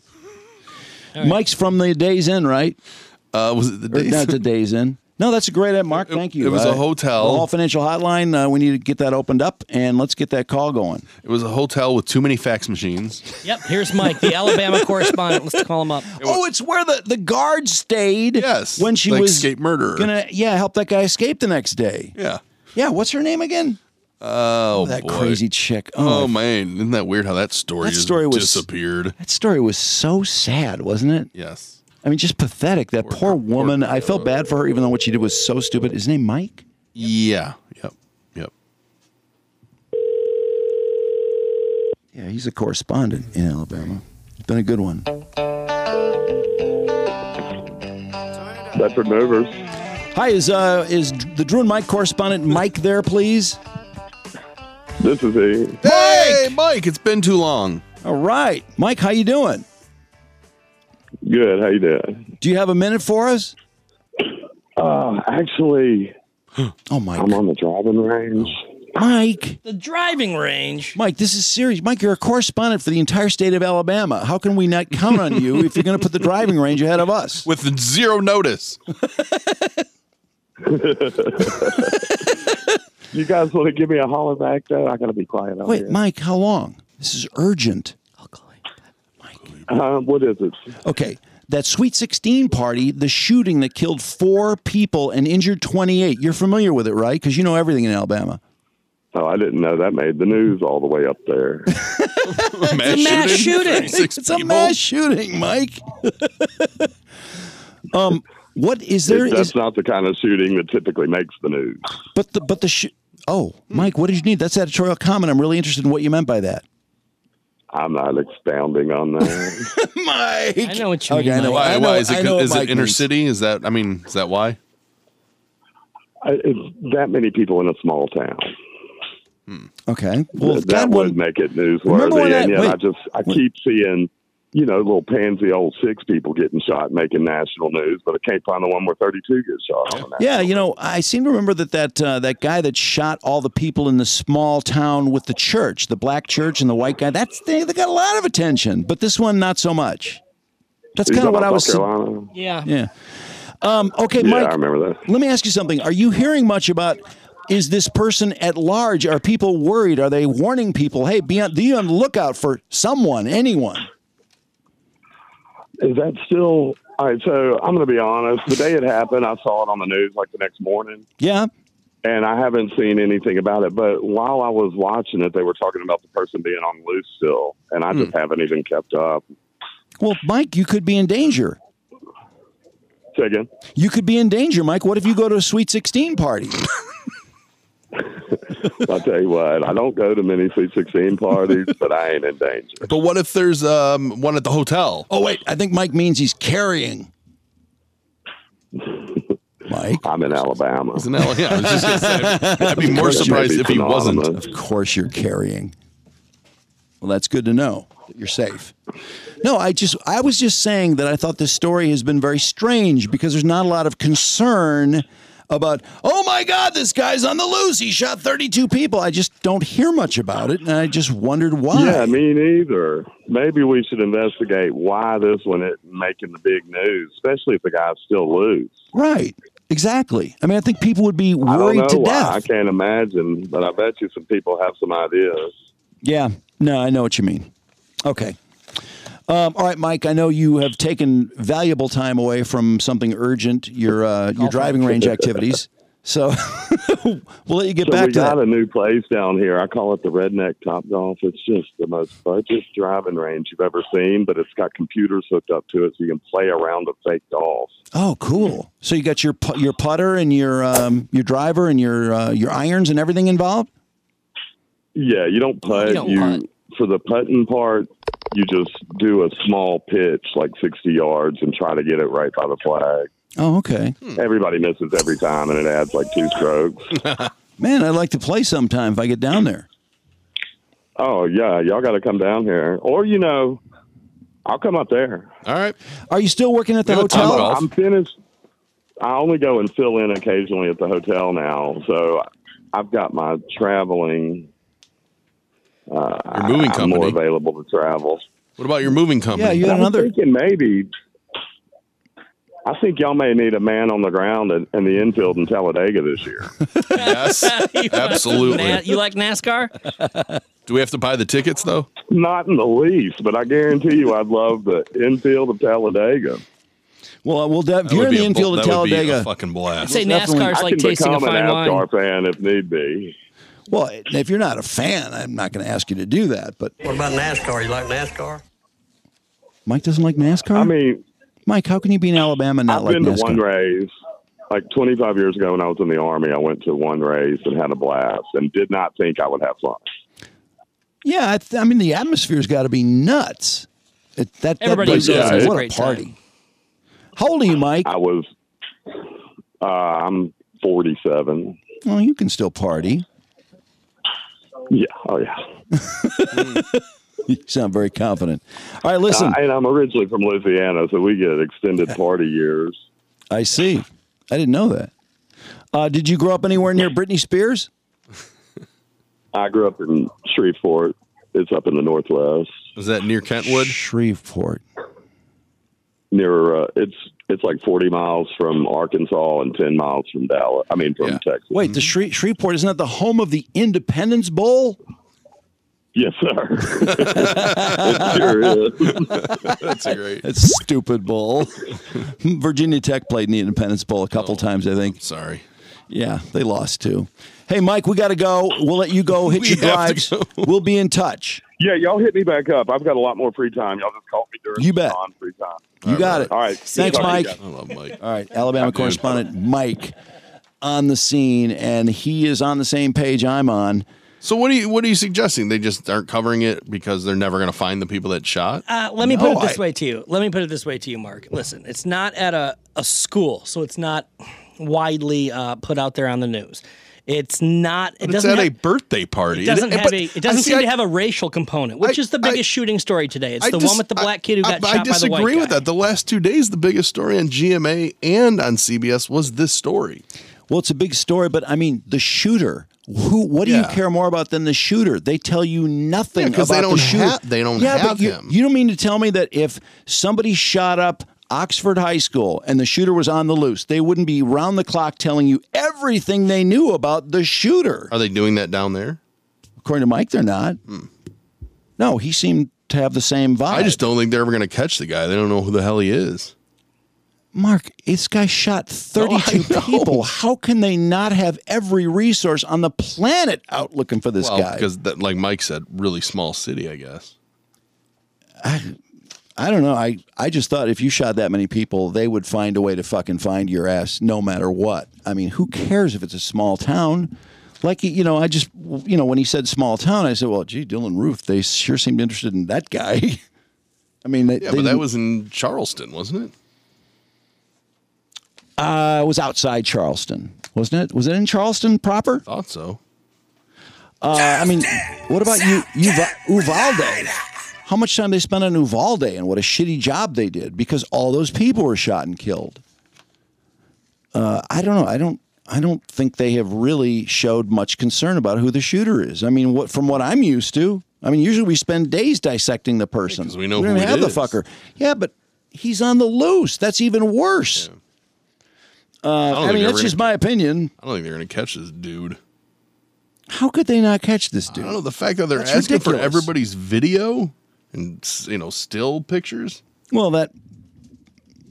S1: Mike's from the Days Inn, right?
S2: Uh, was it the Days
S1: Not the
S2: Inn?
S1: Days Inn. No, that's a great ad, Mark. Thank you.
S2: it was a
S1: Uh,
S2: hotel.
S1: All Financial Hotline. Uh, we need to get that opened up, and let's get that call going.
S2: It was a hotel with too many fax machines.
S3: Yep, here's Mike, the Alabama correspondent. Let's call him up.
S1: Oh, it's where the, the guard stayed. Yes, when she
S2: the
S1: was
S2: escape murderer.
S1: Gonna yeah, help that guy escape the next day.
S2: Yeah.
S1: Yeah. What's her name again?
S2: Oh,
S1: that
S2: boy.
S1: crazy chick.
S2: Oh,
S1: Oh,
S2: man, isn't that weird how that story
S1: That
S2: just
S1: story was-
S2: disappeared?
S1: That story was so sad, wasn't it?
S2: Yes.
S1: I mean, just pathetic. That poor, woman. I felt bad for her, even though what she did was so stupid. His name Mike.
S2: Yeah. Yep. Yep.
S1: Yeah, he's a correspondent in Alabama. It's been a good one.
S8: Bedford Movers.
S1: Hi, is uh is the Drew and Mike correspondent Mike there, please?
S8: This is he.
S2: Hey, Mike, it's been too long.
S1: All right, Mike, how you doing?
S8: Good. How you doing?
S1: Do you have a minute for us?
S8: Uh, actually,
S1: oh my!
S8: I'm on the driving range.
S1: Mike.
S3: The driving range.
S1: Mike, this is serious. Mike, you're a correspondent for the entire state of Alabama. How can we not count on you if you're going to put the driving range ahead of us?
S2: With zero notice.
S8: You guys want to give me a holler back though? I gotta be quiet out
S1: Wait,
S8: here.
S1: Mike, how long? This is urgent.
S8: Um, what is it?
S1: Okay, that Sweet 16 party, the shooting that killed four people and injured 28. You're familiar with it, right? Because you know everything in Alabama.
S8: Oh, I didn't know that made the news all the way up there.
S1: It's a mass shooting. It's a mass shooting, Mike. um, what is there?
S8: That's
S1: Is,
S8: not the kind of shooting that typically makes the news.
S1: but the but the sh- oh, Mike, what did you need? That's editorial comment. I'm really interested in what you meant by that.
S8: I'm not expounding on that.
S1: Mike. I
S3: know what
S8: you
S2: okay,
S8: mean,
S2: I know.
S8: Mike.
S2: Why,
S8: I
S2: why
S8: know-
S2: is
S8: I
S2: it,
S8: know what
S2: is
S8: Mike
S2: it inner
S8: means.
S2: city? Is that, I mean, is that why?
S8: I, it's that many people in a small town.
S1: Okay. Well,
S8: that that would make it
S1: Remember when
S8: newsworthy,
S1: that-
S8: and yet
S1: wait.
S8: I just I keep seeing you know little pansy old six people getting shot, making national news, but I can't find the one where thirty two gets shot. On that.
S1: Yeah, you know, I seem to remember that that uh, that guy that shot all the people in the small town with the church, the black church and the white guy. That's they, they got a lot of attention, but this one not so much. That's
S8: He's
S1: kind of
S8: not
S1: what
S8: in
S1: I was.
S8: South Carolina.
S3: Yeah.
S1: Yeah. Um, okay,
S8: Yeah,
S1: Mike.
S8: I remember that.
S1: Let me ask you something. Are you hearing much about? Is this person at large? Are people worried? Are they warning people? Hey, be on, be on the lookout for someone, anyone.
S8: Is that still all right? So I'm going to be honest. The day it happened, I saw it on the news like the next morning,
S1: Yeah.
S8: and I haven't seen anything about it. But while I was watching it, they were talking about the person being on loose still, and I
S1: Hmm.
S8: just haven't even kept up.
S1: Well, Mike, you could be in danger.
S8: Say again.
S1: You could be in danger, Mike. What if you go to a Sweet 16 party?
S8: I'll tell you what, I don't go to many Sweet 16 parties, but I ain't in danger.
S2: But what if there's um, one at the hotel?
S1: Oh, wait. I think Mike means he's carrying.
S8: I'm in Alabama.
S2: He's in Al- yeah, I was just gonna say, I'd be more
S8: Of course you
S2: surprised
S8: would
S2: if
S8: be
S2: he wasn't.
S8: synonymous.
S1: Of course, you're carrying. Well, that's good to know. that You're safe. No, I just I was just saying that I thought this story has been very strange because there's not a lot of concern about. Oh my God, this guy's on the loose. He shot 32 people. I just don't hear much about it, and I just wondered why.
S8: Yeah, me neither. Maybe we should investigate why this one isn't making the big news, especially if the guy's still loose.
S1: Right. Exactly. I mean, I think people would be
S8: I don't
S1: worried
S8: know
S1: to
S8: why.
S1: death.
S8: I can't imagine, but I bet you some people have some ideas.
S1: Yeah. No, I know what you mean. Okay. Um, all right, Mike. I know you have taken valuable time away from something urgent, your uh, your driving range activities. So we'll let you get
S8: so
S1: back
S8: we
S1: to
S8: got
S1: that.
S8: a new place down here. I call it the Redneck Top Golf. It's just the most budget driving range you've ever seen, but it's got computers hooked up to it, so you can play around a fake golf.
S1: Oh, cool. So you got your pu- your putter and your um, your driver and your uh, your irons and everything involved.
S8: Yeah, you don't putt.
S1: You don't putt.
S8: for the putting part, you just do a small pitch, like sixty yards, and try to get it right by the flag.
S1: Oh, okay.
S8: Everybody misses every time, and it adds like two strokes.
S1: Man, I'd like to play sometime if I get down there.
S8: oh yeah, y'all got to come down here, or you know, I'll come up there.
S2: All right.
S1: Are you still working at the
S8: I'm-
S1: hotel?
S8: I'm, finished. I only go and fill in occasionally at the hotel now, so I've got my traveling. Uh,
S2: Your moving
S8: I'm
S2: company.
S8: more available to travel.
S2: What about your moving company?
S8: I was Thinking maybe. I think y'all may need a man on the ground in, in the infield in Talladega this year.
S2: yes, absolutely.
S3: Na- you like NASCAR?
S2: Do we have to buy the tickets though?
S8: Not in the least, but I guarantee you, I'd love the infield of Talladega.
S1: Well, uh, we'll de- if
S2: That
S1: you're
S2: would
S1: in
S2: be
S1: the
S2: a
S1: infield
S2: bl-
S1: of
S2: that would be a
S1: Talladega,
S2: fucking blast.
S3: I'd say NASCAR's
S8: I
S3: like
S8: can
S3: tasting a
S8: become
S3: fine
S8: an
S3: wine.
S8: NASCAR fan if need be.
S1: well, if you're not a fan, I'm not going to ask you to do that. But
S6: What about NASCAR? You like NASCAR?
S1: Mike doesn't like NASCAR. I
S8: mean,
S1: Mike, how can you be in Alabama and not
S8: I've
S1: like
S8: been to
S1: NASCAR?
S8: one race. Like 25 years ago when I was in the Army, I went to one race and had a blast and did not think I would have fun.
S1: Yeah, I, th- I mean the atmosphere's got to be nuts. It, that that
S8: Everybody
S1: place
S8: goes
S1: is-
S8: and has a
S1: what
S8: great
S1: a party. How old are you, Mike?
S8: I was, uh, I'm 47.
S1: Well, you can still party.
S8: Yeah. Oh, yeah.
S1: You sound very confident. All right, listen.
S8: Uh, and I'm originally from Louisiana, so we get extended party years.
S1: I see. I didn't know that. Uh, did you grow up anywhere near Britney Spears?
S8: I grew up in Shreveport. It's up in the northwest
S2: Was that near Kentwood?
S1: Shreveport.
S8: near. Uh, it's it's like 40 miles from Arkansas and 10 miles from Dallas. I mean, from Texas.
S1: Wait, the Shre- Shreveport isn't that the home of the Independence Bowl?
S8: Yes, sir. it sure is.
S2: That's a great.
S1: It's stupid bowl. Virginia Tech played in the Independence Bowl a couple times, I think.
S2: Oh, sorry.
S1: Yeah, they lost too. Hey, Mike, we got to go. We'll let you go. Hit
S8: We
S1: your
S8: have
S1: drives. We'll be in touch.
S8: Yeah, y'all hit me back up. I've got a lot more free time. Y'all just call me during
S1: You bet.
S8: on free time.
S1: You got it.
S8: All right.
S1: Thanks, Mike. All right, Alabama
S2: Dude.
S1: correspondent Mike on the scene, and he is on the same page I'm on.
S2: So what do you what are you suggesting? They just aren't covering it because they're never going to find the people that shot.
S3: Uh, let me put
S2: No,
S3: it this
S2: I-
S3: way to you. Let me put it this way to you, Mark. Listen, it's not at a, a school, so it's not widely uh, put out there on the news. It's not. It
S2: But it's
S3: doesn't
S2: at
S3: have,
S2: a birthday party.
S3: It doesn't
S2: And-
S3: have
S2: but
S3: a. It doesn't
S2: I see,
S3: seem
S2: I-
S3: to have a racial component, which
S2: I-
S3: is the biggest shooting story today. It's
S2: I
S3: the
S2: dis-
S3: one with the black kid who
S2: I-
S3: got
S2: I
S3: shot by the white
S2: disagree
S3: guy.
S2: with that. The last two days, the biggest story on GMA and on CBS was this story.
S1: Well, it's a big story, but I mean, the shooter. Who? What do you
S2: Yeah.
S1: care more about than the shooter? They tell you nothing
S2: Yeah, 'cause
S1: about
S2: they
S1: the
S2: don't
S1: shooter.
S2: ha- they don't
S1: yeah,
S2: have
S1: but you,
S2: him.
S1: you don't mean to tell me that if somebody shot up Oxford High School and the shooter was on the loose, they wouldn't be round the clock telling you everything they knew about the shooter.
S2: Are they doing that down there? Hmm.
S1: According to Mike, they're not. No, he seemed to have the same vibe.
S2: I just don't think they're ever going to catch the guy. They don't know who the hell he is.
S1: Mark, this guy shot 32 people. How can they not have every resource on the planet out looking for this
S2: well,
S1: guy?
S2: because that, like Mike said, really small city, I guess.
S1: I don't know. I, I just thought if you shot that many people, they would find a way to fucking find your ass no matter what. I mean, who cares if it's a small town? Like, you know, I just, you know, when he said small town, I said, well, gee, Dylan Roof, they sure seemed interested in that guy. I mean, they,
S2: Yeah,
S1: they
S2: but that
S1: didn't-
S2: was in Charleston, wasn't it?
S1: uh, it was outside Charleston, wasn't it? Was it in Charleston proper?
S2: Thought so.
S1: Uh, I mean, what about you, you Uvalde? How much time they spent on Uvalde and what a shitty job they did because all those people were shot and killed. Uh, I don't know. I don't. I don't think they have really showed much concern about who the shooter is. I mean, what from what I'm used to. I mean, usually we spend days dissecting the person.
S2: we know
S1: don't
S2: who it
S1: have
S2: is.
S1: the fucker. Yeah, but he's on the loose. That's even worse. Uh,
S2: don't
S1: I,
S2: think
S1: mean,
S2: they're
S1: that's
S2: gonna-
S1: just my opinion.
S2: I don't think they're going to catch this dude.
S1: How could they not catch this dude?
S2: I don't know the fact that they're
S1: That's
S2: asking for
S1: ridiculous.
S2: everybody's video and s- you know still pictures.
S1: Well, that.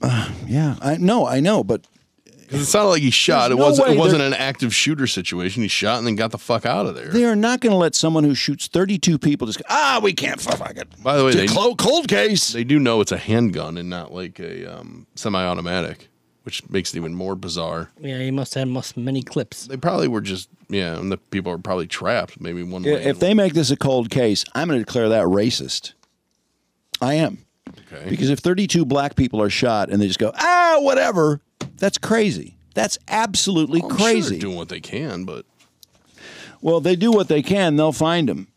S1: Uh, yeah, I no, I know, but
S2: Because it sounded like he shot.
S1: There's
S2: It
S1: no
S2: wasn't.
S1: way
S2: It wasn't
S1: they're-
S2: an active shooter situation. He shot and then got the fuck out of there.
S1: They are not going to let someone who shoots 32 people just go, ah, we can't fuck fuck it.
S2: By the way,
S1: It's a
S2: they
S1: clo- cold case.
S2: They do know it's a handgun and not like a um, semi-automatic, which makes it even more bizarre.
S3: Yeah, he must have had must many clips.
S2: They probably were just yeah, and the people are probably trapped. Maybe one
S1: Yeah,
S2: way.
S1: if they make this a cold case, I'm going to declare that racist. I am.
S2: Okay.
S1: Because if 32 black people are shot and they just go, ah, whatever, that's crazy. That's absolutely
S2: I'm sure they're
S1: crazy.
S2: doing what they can, but
S1: Well, they do what they can, they'll find them.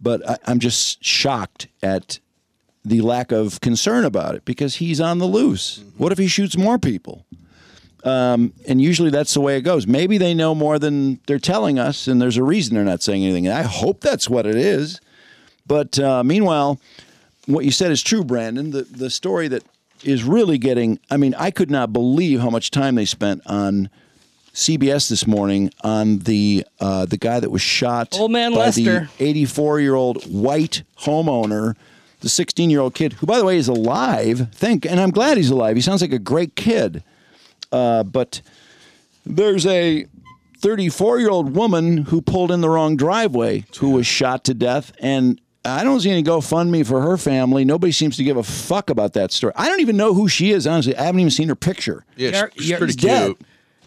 S1: But I, I'm just shocked at the lack of concern about it because he's on the loose. What if he shoots more people? Um, and usually that's the way it goes. Maybe they know more than they're telling us, and there's a reason they're not saying anything. And I hope that's what it is. But uh, meanwhile, what you said is true, Brandon. The the story that is really getting. I mean, I could not believe how much time they spent on CBS this morning on the uh, the guy that was shot.
S3: Old man
S1: by
S3: Lester.
S1: the 84 year old white homeowner. The 16 year old kid, who by the way is alive. Think, and I'm glad he's alive. He sounds like a great kid. Uh, but there's a 34 year old woman who pulled in the wrong driveway who was shot to death. And I don't see any GoFundMe for her family. Nobody seems to give a fuck about that story. I don't even know who she is, honestly. I haven't even seen her picture.
S3: Yar- Yar-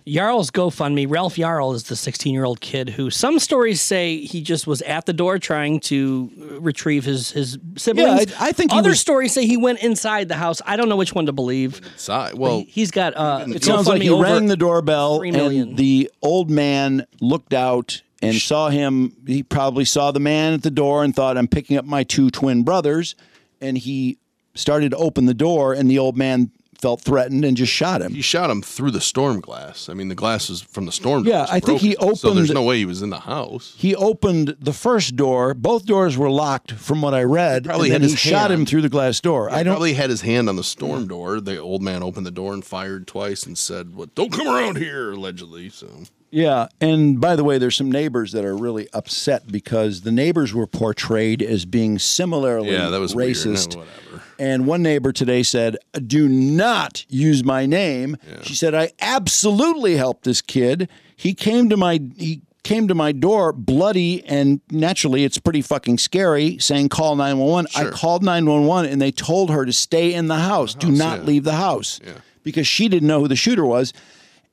S3: Jarl's GoFundMe. Ralph Jarl is the 16 year old kid who some stories say he just was at the door trying to retrieve his his siblings.
S1: I- I think he
S3: other
S1: was-
S3: stories say he went inside the house. I don't know which one to believe.
S2: Inside,
S1: well,
S3: he's got uh,
S1: It sounds like
S3: GoFundMe
S1: he
S3: over-
S1: rang the doorbell
S3: three
S1: and
S3: million.
S1: the old man looked out and saw him. He probably saw the man at the door and thought, I'm picking up my two twin brothers. And he started to open the door, and the old man felt threatened and just shot him.
S2: he shot him through the storm glass. I mean, the glass is from the storm.
S1: Yeah,
S2: was
S1: I think he
S2: broken, So there's
S1: opened-
S2: no way he was in the house.
S1: He opened the first door. Both doors were locked, from what I read.
S2: probably
S1: and then
S2: had
S1: he
S2: his
S1: shot
S2: hand.
S1: him through the glass door.
S2: I
S1: I don't.
S2: probably had his hand on the storm door. The old man opened the door and fired twice and said, "What? Don't come around here!" Allegedly, so
S1: Yeah, and by the way, there's some neighbors that are really upset because the neighbors were portrayed as being similarly
S2: yeah, that was weird. No,
S1: racist.
S2: whatever.
S1: And one neighbor today said, Do not use my name. She said, I absolutely helped this kid. He came to my he came to my door bloody and naturally it's pretty fucking scary saying call 911 i called 911 and they told her to stay in the house, do not leave the house because she didn't know who the shooter was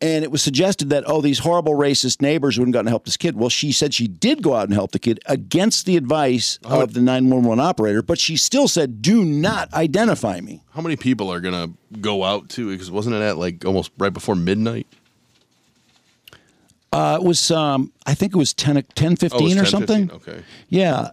S1: and it was suggested that oh these horrible racist neighbors wouldn't go out and help this kid well she said she did go out and help the kid against the advice of the 911 operator but she still said do not identify me
S2: How many people are gonna go out too? Because wasn't it at like almost right before midnight?
S1: uh, it was um, i think it was 10 10
S2: Oh, it was
S1: 15 or
S2: 10,
S1: something
S2: 15, Okay.
S1: yeah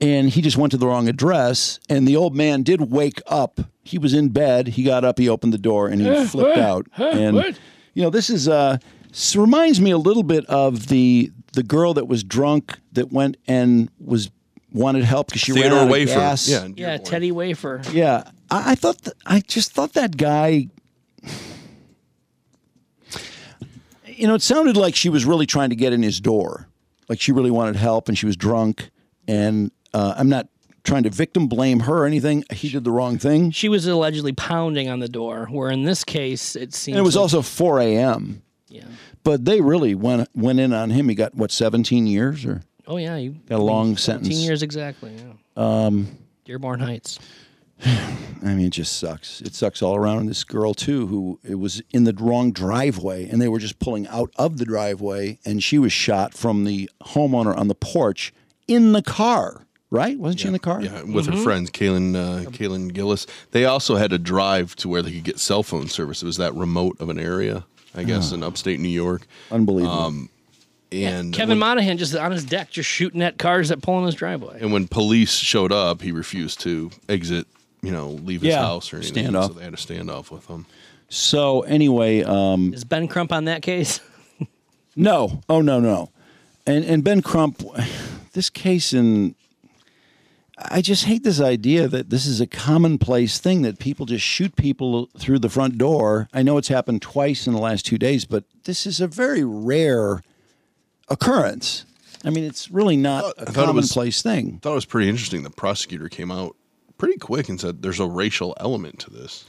S1: and he just went to the wrong address and the old man did wake up he was in bed he got up he opened the door and
S23: Huh,
S1: he flipped
S23: what?
S1: out
S23: Huh,
S1: and
S23: what?
S1: you know this is uh this reminds me a little bit of the the girl that was drunk that went and was wanted help because she
S2: Theodore
S1: ran out
S2: Wafer.
S1: of gas
S2: Yeah.
S3: Yeah, Teddy Wafer.
S1: yeah, I, I thought th- I just thought that guy. You know, it sounded like she was really trying to get in his door, like she really wanted help, and she was drunk. And uh, I'm not trying to victim blame her or anything. He did the wrong thing.
S3: She was allegedly pounding on the door, where in this case it seems
S1: And it was
S3: like-
S1: also 4 a.m. Yeah. But they really went went in on him. He got what 17 years or
S3: Oh yeah, you
S1: got a long
S3: 17
S1: sentence.
S3: years exactly. Yeah.
S1: Um,
S3: Dearborn Heights.
S1: I mean, it just sucks. It sucks all around. And This girl too, who it was in the wrong driveway, and they were just pulling out of the driveway, and she was shot from the homeowner on the porch in the car. Right? Wasn't she in the car?
S2: Yeah, with
S1: Mm-hmm.
S2: her friends, Kaylin, uh, Kaylin Gillis. They also had to drive to where they could get cell phone service. It was that remote of an area, I guess, in upstate New York.
S1: Unbelievable.
S2: Um, and
S3: Kevin
S2: when,
S3: Monahan just on his deck, just shooting at cars that pull in his driveway.
S2: and when police showed up, he refused to exit. You know, leave his
S1: Yeah.
S2: house or anything.
S1: Standoff.
S2: So they had a standoff with him.
S1: So anyway, um,
S3: Is Ben Crump on that case?
S1: No. Oh no no. And and Ben Crump, this case in. I just hate this idea that this is a commonplace thing that people just shoot people through the front door. I know it's happened twice in the last two days, but this is a very rare occurrence. I mean, it's really not a
S2: thought it was-
S1: commonplace thing.
S2: I thought it was pretty interesting. The prosecutor came out pretty quick and said, "There's a racial element to this."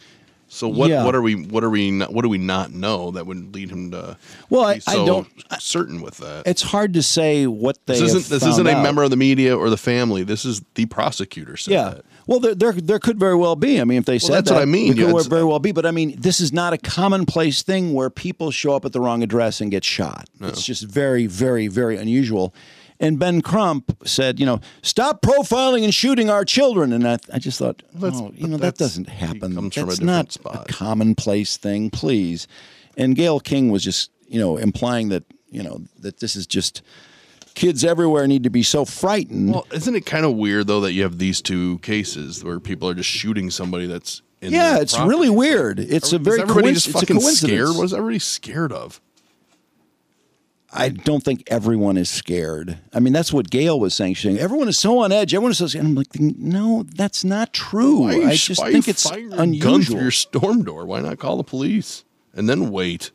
S2: So what
S1: Yeah.
S2: what are we what are we not, what do we not know that would lead him to
S1: Well, I-
S2: be
S1: I
S2: so
S1: don't-
S2: certain with that.
S1: It's hard to say what they.
S2: This
S1: have
S2: isn't this
S1: found
S2: isn't a
S1: out.
S2: member of the media or the family. This is the prosecutor said
S1: Yeah.
S2: that.
S1: Well, there, there there could very well be. I mean, if they said
S2: that's
S1: that,
S2: what I mean.
S1: it
S2: Yeah,
S1: could
S2: it's-
S1: very well be. But I mean, this is not a commonplace thing where people show up at the wrong address and get shot. It's just very, very, very unusual. And Ben Crump said, you know, stop profiling and shooting our children. And I, I just thought,
S2: That's-
S1: oh, you know,
S2: but
S1: that
S2: that's-
S1: doesn't happen.
S2: comes from a
S1: that's
S2: different
S1: not a commonplace thing, please. And Gail King was just, you know, implying that, you know, that this is just kids everywhere need to be so frightened.
S2: Well, isn't it kind of weird though that you have these two cases where people are just shooting somebody that's in
S1: yeah,
S2: their
S1: it's
S2: property?
S1: really weird. It's a
S2: Is
S1: very
S2: everybody
S1: coinc-
S2: just
S1: it's a
S2: fucking
S1: coincidence.
S2: scared? What is everybody scared of?
S1: I don't think everyone is scared. I mean, that's what Gail was saying. She's saying everyone is so on edge. Everyone is so scared. And I'm like, no, that's not true.
S2: Why are you-
S1: I just
S2: why are you
S1: think it's
S2: firing a Gun through
S1: unusual.
S2: your storm door. Why not call the police and then wait?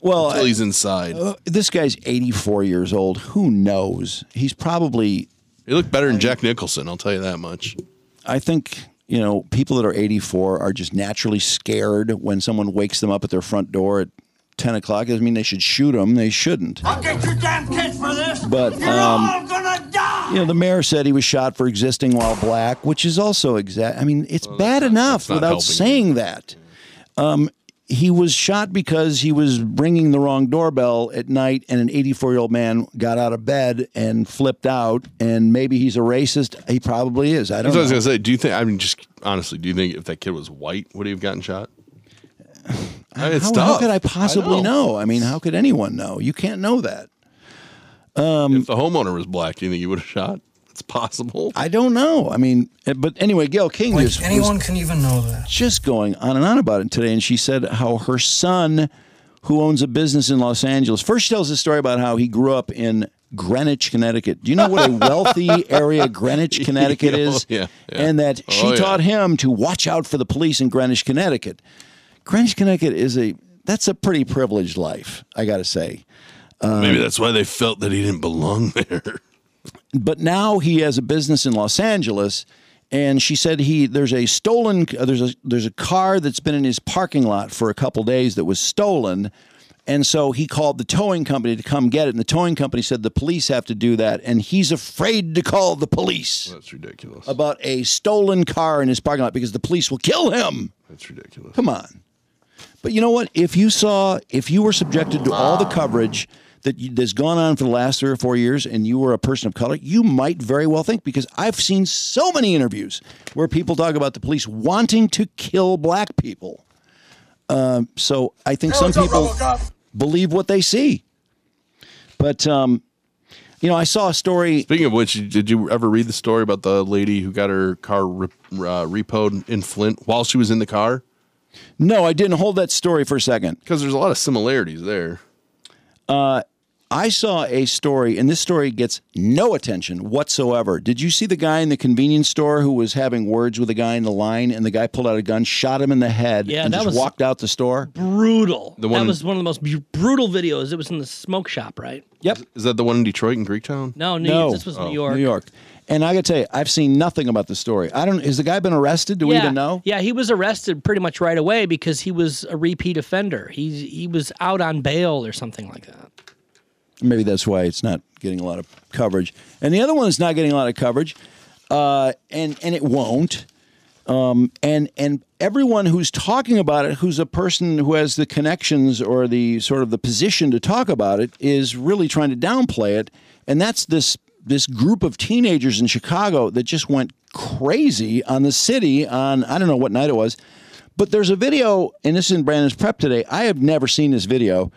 S1: Well,
S2: until
S1: I-
S2: he's inside.
S1: Uh, this guy's 84 years old. Who knows? He's probably.
S2: He looked better than Jack Nicholson. I'll tell you that much.
S1: I think you know people that are 84 are just naturally scared when someone wakes them up at their front door at 10 o'clock. It doesn't mean they should shoot them. They shouldn't.
S13: I'll get you damn kids for this.
S1: But,
S13: you're
S1: um,
S13: all gonna die.
S1: You know, the mayor said he was shot for existing while black, which is also exact. I mean, it's bad enough
S2: not
S1: without
S2: helping.
S1: saying that. Um, he was shot because he was ringing the wrong doorbell at night, and an 84 year old man got out of bed and flipped out. And maybe he's a racist. He probably is. I
S2: That's
S1: don't
S2: what I
S1: know.
S2: was gonna say. Do you think? I mean, just honestly, do you think if that kid was white, would he have gotten shot? I mean, it's
S1: how,
S2: tough.
S1: how could I possibly
S2: know.
S1: know. I mean, how could anyone know? You can't know that. Um,
S2: if the homeowner was black, do you think he would have shot? It's possible.
S1: I don't know. I mean, eh, but anyway, Gail King
S23: Like,
S1: was, was
S23: anyone can even know that.
S1: just going on and on about it today. And she said how her son, who owns a business in Los Angeles, first she tells a story about how he grew up in Greenwich, Connecticut. Do you know what a wealthy area Greenwich, Connecticut
S2: Yeah, oh,
S1: is?
S2: yeah, yeah.
S1: And that she
S2: Oh, yeah.
S1: taught him to watch out for the police in Greenwich, Connecticut. Greenwich, Connecticut is a that's a pretty privileged life, I got to say. Um,
S2: Maybe that's why they felt that he didn't belong there.
S1: but now he has a business in Los Angeles, and she said he there's a stolen uh, there's a there's a car that's been in his parking lot for a couple days that was stolen, and so he called the towing company to come get it, and the towing company said the police have to do that, and he's afraid to call the police
S2: That's ridiculous.
S1: about a stolen car in his parking lot because the police will kill him.
S2: That's ridiculous.
S1: Come on. But you know what? If you saw, if you were subjected to all the coverage that you, that's gone on for the last three or four years, and you were a person of color, you might very well think because I've seen so many interviews where people talk about the police wanting to kill black people. Um, so I think
S13: Hey,
S1: some
S13: what's up,
S1: people
S13: RoboCop?
S1: believe what they see. But um, you know, I saw a story.
S2: Speaking of which, did you ever read the story about the lady who got her car rep- uh, repoed in Flint while she was in the car?
S1: No, I didn't hold that story for a second.
S2: Because there's a lot of similarities there.
S1: Uh, I saw a story, and this story gets no attention whatsoever. Did you see the guy in the convenience store who was having words with a guy in the line, and the guy pulled out a gun, shot him in the head,
S3: Yeah,
S1: and
S3: that
S1: just
S3: was-
S1: walked out the store?
S3: Brutal.
S2: The one-
S3: that was one of the most bu- brutal videos. It was in the smoke shop, right?
S1: Yep.
S2: Is that the one in Detroit and Greektown? Oh.
S3: No, New York. This was New York.
S1: New York. And I got to tell you, I've seen nothing about the story. I don't. Has the guy been arrested? Do we
S3: yeah.
S1: even know?
S3: Yeah, he was arrested pretty much right away because he was a repeat offender. He he was out on bail or something like that.
S1: Maybe that's why it's not getting a lot of coverage. And the other one is not getting a lot of coverage, uh, and and it won't. Um, and and everyone who's talking about it, who's a person who has the connections or the sort of the position to talk about it, is really trying to downplay it. And that's this this group of teenagers in Chicago that just went crazy on the city on I don't know what night it was, but there's a video, and this is in Brandon's prep today. I have never seen this video.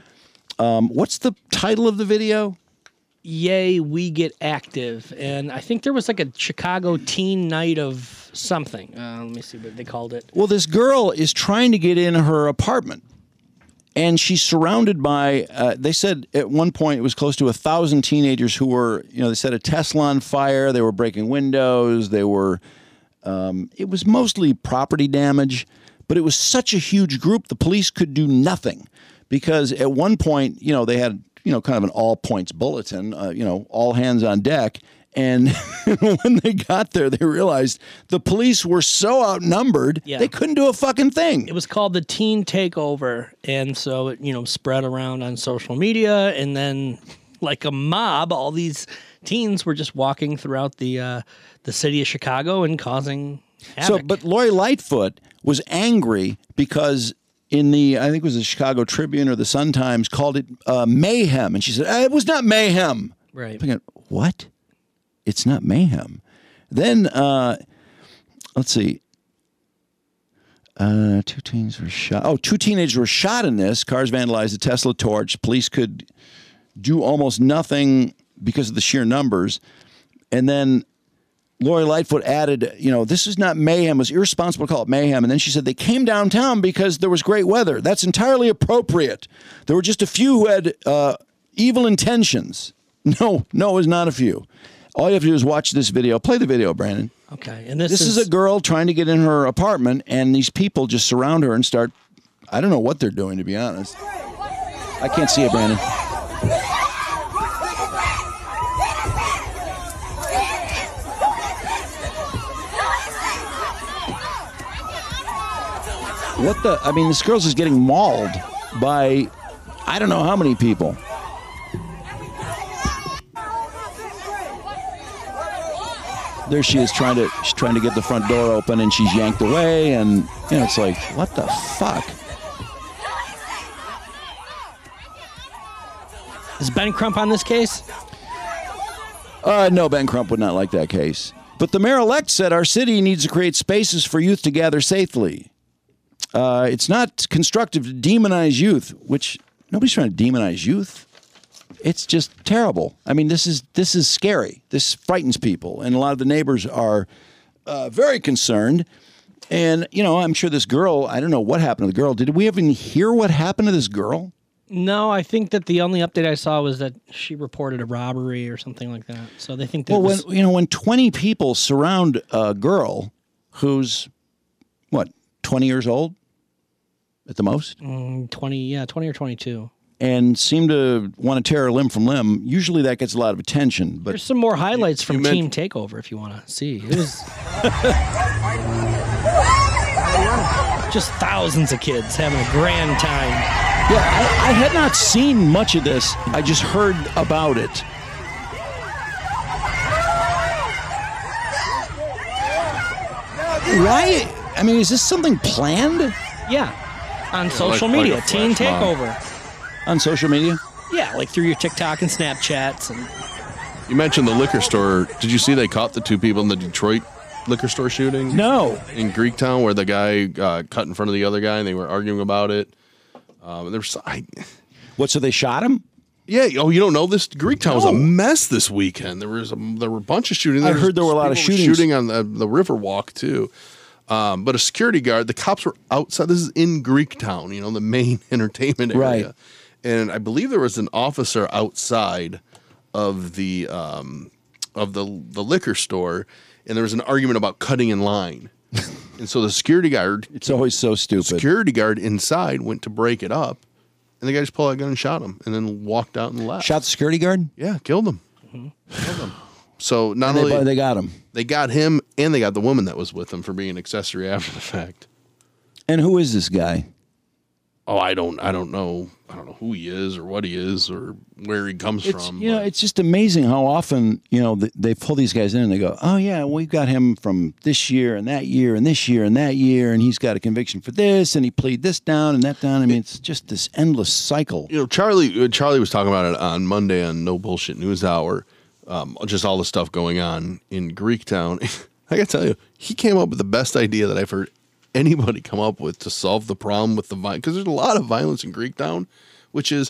S1: Um, what's the title of the video?
S3: Yay, we get active. And I think there was like a Chicago teen night of something. Uh, let me see what they called it.
S1: Well, this girl is trying to get in her apartment, and she's surrounded by. Uh, they said at one point it was close to a thousand teenagers who were, you know, they set a Tesla on fire. They were breaking windows. They were. Um, it was mostly property damage, but it was such a huge group. The police could do nothing because at one point, you know, they had you know kind of an all points bulletin, uh, you know, all hands on deck, And when they got there, they realized the police were so outnumbered,
S3: Yeah.
S1: they couldn't do a fucking thing.
S3: It was called the Teen Takeover, and so it you know spread around on social media, and then like a mob, all these teens were just walking throughout the uh, the city of Chicago and causing.
S1: So,
S3: Havoc.
S1: but Lori Lightfoot was angry because in the I think it was the Chicago Tribune or the Sun Times called it uh, mayhem, and she said "Uh, it was not mayhem.
S3: Right.
S1: Thinking, what? It's not mayhem. Then uh, let's see. Uh, two teens were shot. Oh, two teenagers were shot in this. Cars vandalized, a Tesla torch. Police could do almost nothing because of the sheer numbers. And then Lori Lightfoot added, you know, this is not mayhem. It was irresponsible to call it mayhem. And then she said they came downtown because there was great weather. That's entirely appropriate. There were just a few who had uh, evil intentions. No, no, it was not a few. All you have to do is watch this video. Play the video, Brandon.
S3: Okay, and this,
S1: This, is, a girl trying to get in her apartment, and these people just surround her and start. I don't know what they're doing, to be honest. I can't see it, Brandon. What the? I mean, this girl's just getting mauled by I don't know how many people. There she is trying to she's trying to get the front door open and she's yanked away and you know it's like what the fuck?
S3: Is Ben Crump on this case?
S1: Uh, no, Ben Crump would not like that case. But the mayor elect said our city needs to create spaces for youth to gather safely. Uh, it's not constructive to demonize youth, which nobody's trying to demonize youth. It's just terrible. I mean, this is this is scary. This frightens people, and a lot of the neighbors are uh, very concerned. And you know, I'm sure this girl. I don't know what happened to the girl. Did we even hear what happened to this girl?
S3: No, I think that the only update I saw was that she reported a robbery or something like that. So they think that
S1: Well,
S3: it was,
S1: when you know when twenty people surround a girl who's what twenty years old at the most,
S3: mm, twenty, yeah, twenty or twenty-two.
S1: and seem to want to tear her limb from limb, usually that gets a lot of attention. But
S3: There's some more highlights from
S1: you meant-
S3: Team Takeover if you want to see. It was just thousands of kids having a grand time.
S1: Yeah, I, I had not seen much of this. I just heard about it. Why? I mean, is this something planned?
S3: Yeah, on social
S1: like- like
S3: media,
S1: a
S3: Teen
S1: flash mob.
S3: Takeover.
S1: On social media?
S3: Yeah, like through your TikTok and Snapchats and
S2: You mentioned the liquor store. Did you see they caught the two people in the Detroit liquor store shooting?
S1: No.
S2: In Greektown, where the guy uh, cut in front of the other guy and they were arguing about it. Um, and there's, I,
S1: what? So they shot him?
S2: Yeah. Oh, you don't know this? Greektown was a
S1: No.
S2: mess this weekend. There was a, there were a bunch of shootings.
S1: I heard there were a lot of
S2: people
S1: shootings.
S2: shooting on the the river walk too. Um, but a security guard, the cops were outside. This is in Greektown, you know, the main entertainment area.
S1: Right.
S2: And I believe there was an officer outside of the um, of the the liquor store, and there was an argument about cutting in line. and so the security guard,
S1: it's always so stupid.
S2: Security guard inside went to break it up, and the guy just pulled out a gun and shot him, and then walked out and left.
S1: Shot the security guard?
S2: Yeah, killed him. So not
S1: And they-
S2: only
S1: they got him,
S2: they got him, and they got the woman that was with him for being an accessory after the fact.
S1: And who is this guy?
S2: Oh, I don't, I don't know, I don't know who he is or what he is or where he comes
S1: It's
S2: from.
S1: you know, it's just amazing how often you know th- they pull these guys in and they go, "Oh yeah, we've got him from this year and that year and this year and that year, and he's got a conviction for this, and he plead this down and that down." I mean, it's just this endless cycle.
S2: you know, Charlie uh, Charlie was talking about it on Monday on No Bullshit News Hour. Um, just all the stuff going on in Greektown. I gotta tell you, he came up with the best idea that I've heard anybody come up with to solve the problem with the violence. Because there's a lot of violence in Greektown, which is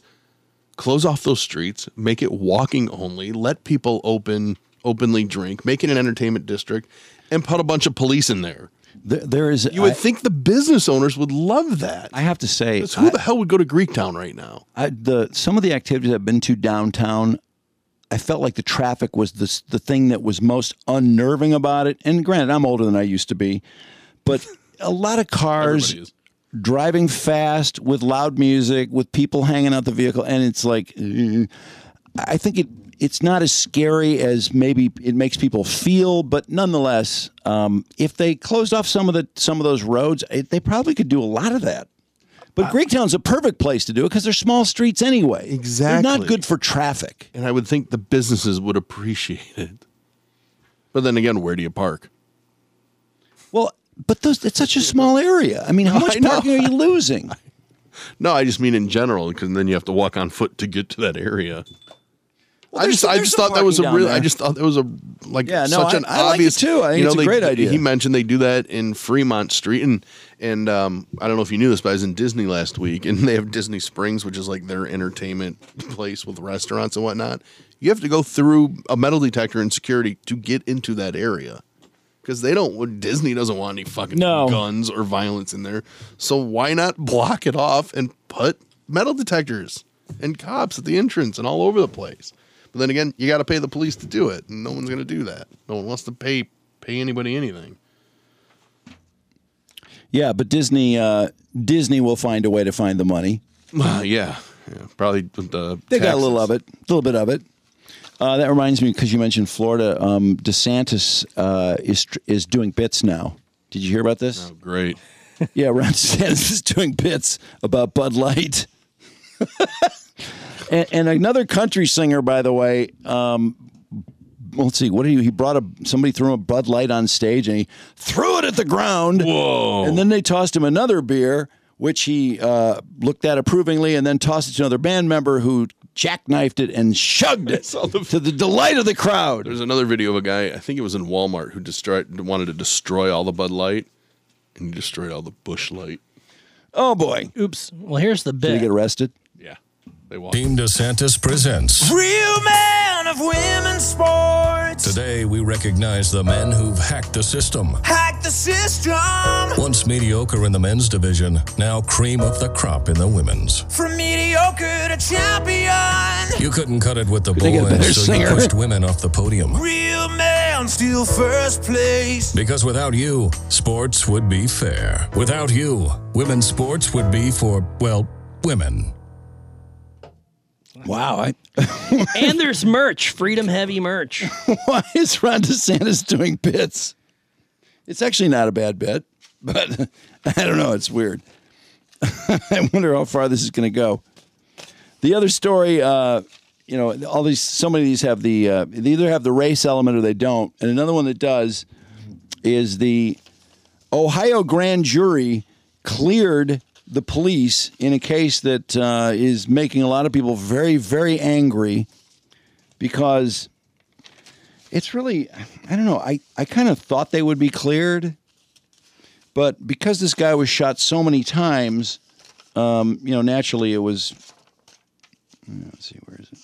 S2: close off those streets, make it walking only, let people open openly drink, make it an entertainment district, and put a bunch of police in there.
S1: There, there is.
S2: You would think the business owners would love that.
S1: I have to say,
S2: 'Cause who the hell would go to Greektown right now?
S1: I, the some of the activities I've been to downtown, I felt like the traffic was the s- the thing that was most unnerving about it. And granted, I'm older than I used to be, but a lot of cars driving fast with loud music, with people hanging out the vehicle, and it's like, eh. I think it it's not as scary as maybe it makes people feel, but nonetheless, um, if they closed off some of the some of those roads, it, they probably could do a lot of that. But
S2: Uh,
S1: Greektown's a perfect place to do it because they're small streets anyway. Exactly, they're not good for traffic.
S2: And I would think the businesses would appreciate it. But then again, where do you park?
S1: Well, but those, it's such a small area. I mean, how much parking are you losing?
S2: No, I just mean in general, because then you have to walk on foot to get to that area. I
S1: there's-
S2: just, I
S1: there's
S2: just
S1: some
S2: thought that was
S1: parking
S2: a
S1: down
S2: real. I
S1: there.
S2: just thought that was a like
S1: Yeah, no,
S2: such
S1: I-
S2: an
S1: I like it
S2: obvious
S1: too. I think
S2: you know,
S1: it's a
S2: they-
S1: great idea.
S2: He mentioned they do that in Fremont Street, and and um, I don't know if you knew this, but I was in Disney last week, and they have Disney Springs, which is like their entertainment place with restaurants and whatnot. You have to go through a metal detector and security to get into that area because they don't. Disney doesn't want any fucking guns or violence in there, so why not block it off and put metal detectors and cops at the entrance and all over the place? But then again, you got to pay the police to do it, and no one's going to do that. No one wants to pay pay anybody anything.
S1: Yeah, but Disney uh, Disney will find a way to find the money.
S2: Uh, yeah, yeah, probably with the
S1: They got a little
S2: taxes.
S1: of it, a little bit of it. Uh, that reminds me because you mentioned Florida. Um, DeSantis uh, is is doing bits now. Did you hear about this?
S2: Oh, great.
S1: yeah, Ron DeSantis is doing bits about Bud Light. and, and another country singer, by the way. Um, let's see. What did he? He brought a somebody threw him a Bud Light on stage, and he threw it at the ground. Whoa! And then they tossed him another beer, which he uh, looked at approvingly, and then tossed it to another band member who jackknifed it and shugged it to the delight of the crowd.
S2: There's another video of a guy. I think it was in Walmart who destroyed wanted to destroy all the Bud Light, and he destroyed all the Bush Light.
S1: Oh boy!
S3: Oops. Well, here's the
S1: Did he
S3: bit.
S1: get arrested?
S2: Yeah, they walked.
S23: Team DeSantis presents.
S13: Real man of women's sports.
S23: Today, we recognize the men who've hacked the system.
S13: Hack the system.
S23: Once mediocre in the men's division, now cream of the crop in the women's.
S13: From mediocre to champion.
S23: You couldn't cut it with the
S13: Could they get a better
S23: boys, so you
S13: singer?
S23: pushed women off the podium.
S13: Real man still first place.
S23: Because without you, sports would be fair. Without you, women's sports would be for, well, women.
S1: Wow. I,
S3: and there's merch, Freedom Heavy merch.
S1: Why is Ron DeSantis doing bits? It's actually not a bad bit, but I don't know. It's weird. I wonder how far this is going to go. The other story, uh, you know, all these, so many of these have the, uh, they either have the race element or they don't. And another one that does is the Ohio grand jury cleared the police in a case that uh, is making a lot of people very, very angry because it's really I don't know. I, I kind of thought they would be cleared, but because this guy was shot so many times, um, you know, naturally it was. uh, Let's see, where is it?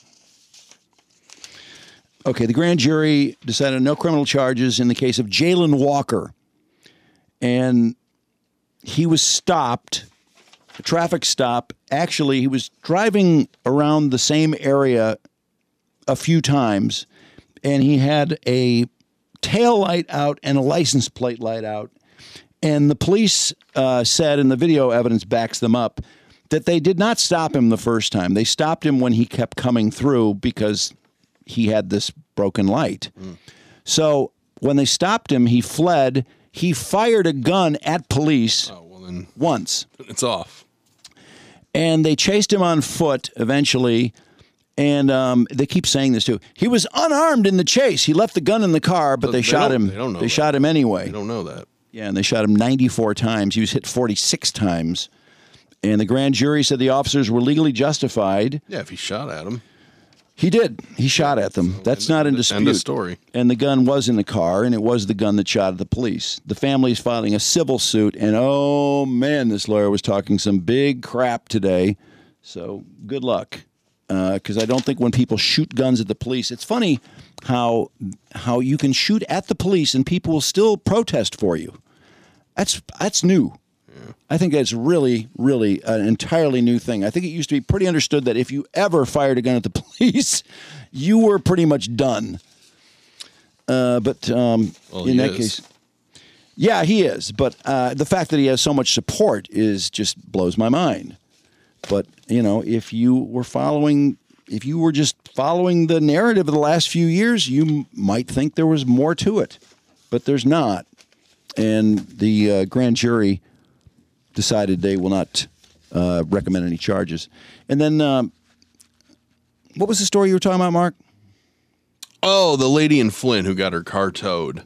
S1: Okay, the grand jury decided no criminal charges in the case of Jalen Walker, and he was stopped. A traffic stop. Actually, he was driving around the same area a few times and he had a tail light out and a license plate light out. And the police uh, said, and the video evidence backs them up, that they did not stop him the first time. They stopped him when he kept coming through because he had this broken light. So when they stopped him, he fled. He fired a gun at police once
S2: It's off.
S1: and they chased him on foot eventually. And um, they keep saying this too. He was unarmed in the chase. He left the gun in the car, but,
S2: But
S1: they,
S2: they
S1: shot
S2: don't-
S1: him.
S2: they don't know that.
S1: shot him anyway.
S2: I don't know that.
S1: Yeah, and they shot him 94 times. He was hit 46 times. And the grand jury said the officers were legally justified.
S2: Yeah, if he shot at him.
S1: He did. He shot at them. That's not in dispute.
S2: end of story.
S1: And the gun was in the car, and it was the gun that shot at the police. The family is filing a civil suit, and oh man, this lawyer was talking some big crap today. So good luck, because I don't think when people shoot guns at the police, it's funny how how you can shoot at the police and people will still protest for you. That's that's new. I think that's really, really an entirely new thing. I think it used to be pretty understood that if you ever fired a gun at the police, you were pretty much done. Uh, but um,
S2: Well,
S1: in
S2: he
S1: that
S2: is.
S1: case, yeah, he is. But uh, the fact that he has so much support is just blows my mind. But you know, if you were following if you were just following the narrative of the last few years, you m- might think there was more to it, but there's not. And the uh, grand jury decided they will not uh, recommend any charges. And then, um, what was the story you were talking about, Mark?
S2: Oh, the lady in Flynn who got her car towed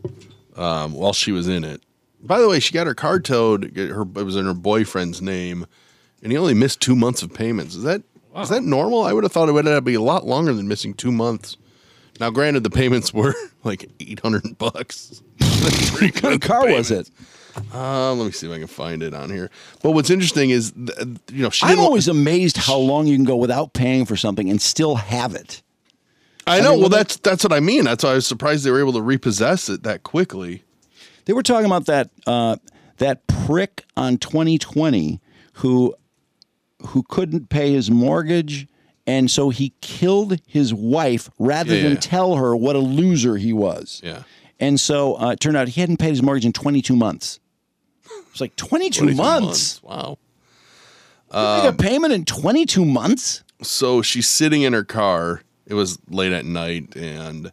S2: um, while she was in it. By the way, she got her car towed. Her it was in her boyfriend's name, and he only missed two months of payments. Is that is that normal? I would have thought it would have be a lot longer than missing two months. Now, granted, the payments were like eight hundred bucks. What
S1: kind of car was it?
S2: Uh, let me see if I can find it on here. But what's interesting is, th- you know, she
S1: I'm
S2: didn't-
S1: always amazed how long you can go without paying for something and still have it.
S2: I
S1: I
S2: know.
S1: mean,
S2: well,
S1: when they-
S2: that's that's what I mean. That's why I was surprised they were able to repossess it that quickly.
S1: They were talking about that uh, that prick on 2020 who who couldn't pay his mortgage, and so he killed his wife rather
S2: Yeah,
S1: than
S2: yeah.
S1: tell her what a loser he was.
S2: Yeah.
S1: And so uh, it turned out he hadn't paid his mortgage in 22 months. It's like 22, months.
S2: Wow.
S1: You make a payment in 22 months?
S2: so she's sitting in her car. It was late at night, and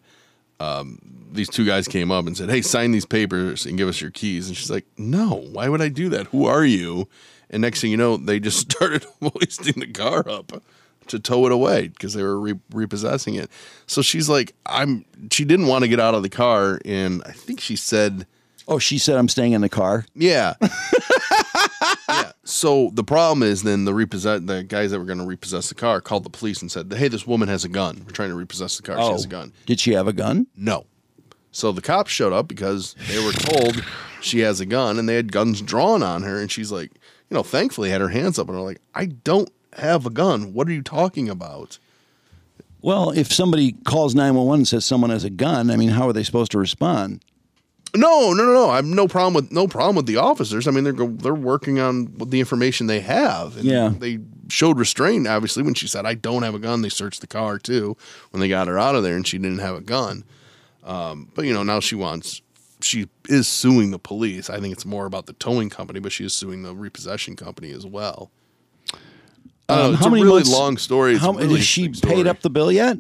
S2: um, these two guys came up and said, "Hey, sign these papers and give us your keys." And she's like, "No, why would I do that? Who are you?" And next thing you know, they just started hoisting the car up to tow it away because they were re- repossessing it. So she's like, "I'm." She didn't want to get out of the car, and I think she said.
S1: Oh, she said I'm staying in the car.
S2: Yeah. yeah. So the problem is then the repossess the guys that were going to repossess the car called the police and said, "Hey, this woman has a gun. We're trying to repossess the car. She has a gun."
S1: Oh, Did she have a gun?
S2: No. So the cops showed up because they were told she has a gun and they had guns drawn on her and she's like, you know, thankfully had her hands up and are like, "I don't have a gun. What are you talking about?"
S1: Well, if somebody calls 911 and says someone has a gun, I mean, how are they supposed to respond?
S2: No, no, no, no. I'm no problem with no problem with the officers. I mean, they're go- they're working on what the information they have. And
S1: Yeah.
S2: they showed restraint obviously when she said, "I don't have a gun." They searched the car too when they got her out of there, and she didn't have a gun. Um, but you know, now she wants she is suing the police. I think it's more about the towing company, but she is suing the repossession company as well. I don't know,
S1: Um,
S2: it's a really
S1: months-
S2: long story. It's
S1: How,
S2: a really
S1: has she
S2: interesting
S1: paid
S2: story.
S1: up the bill yet?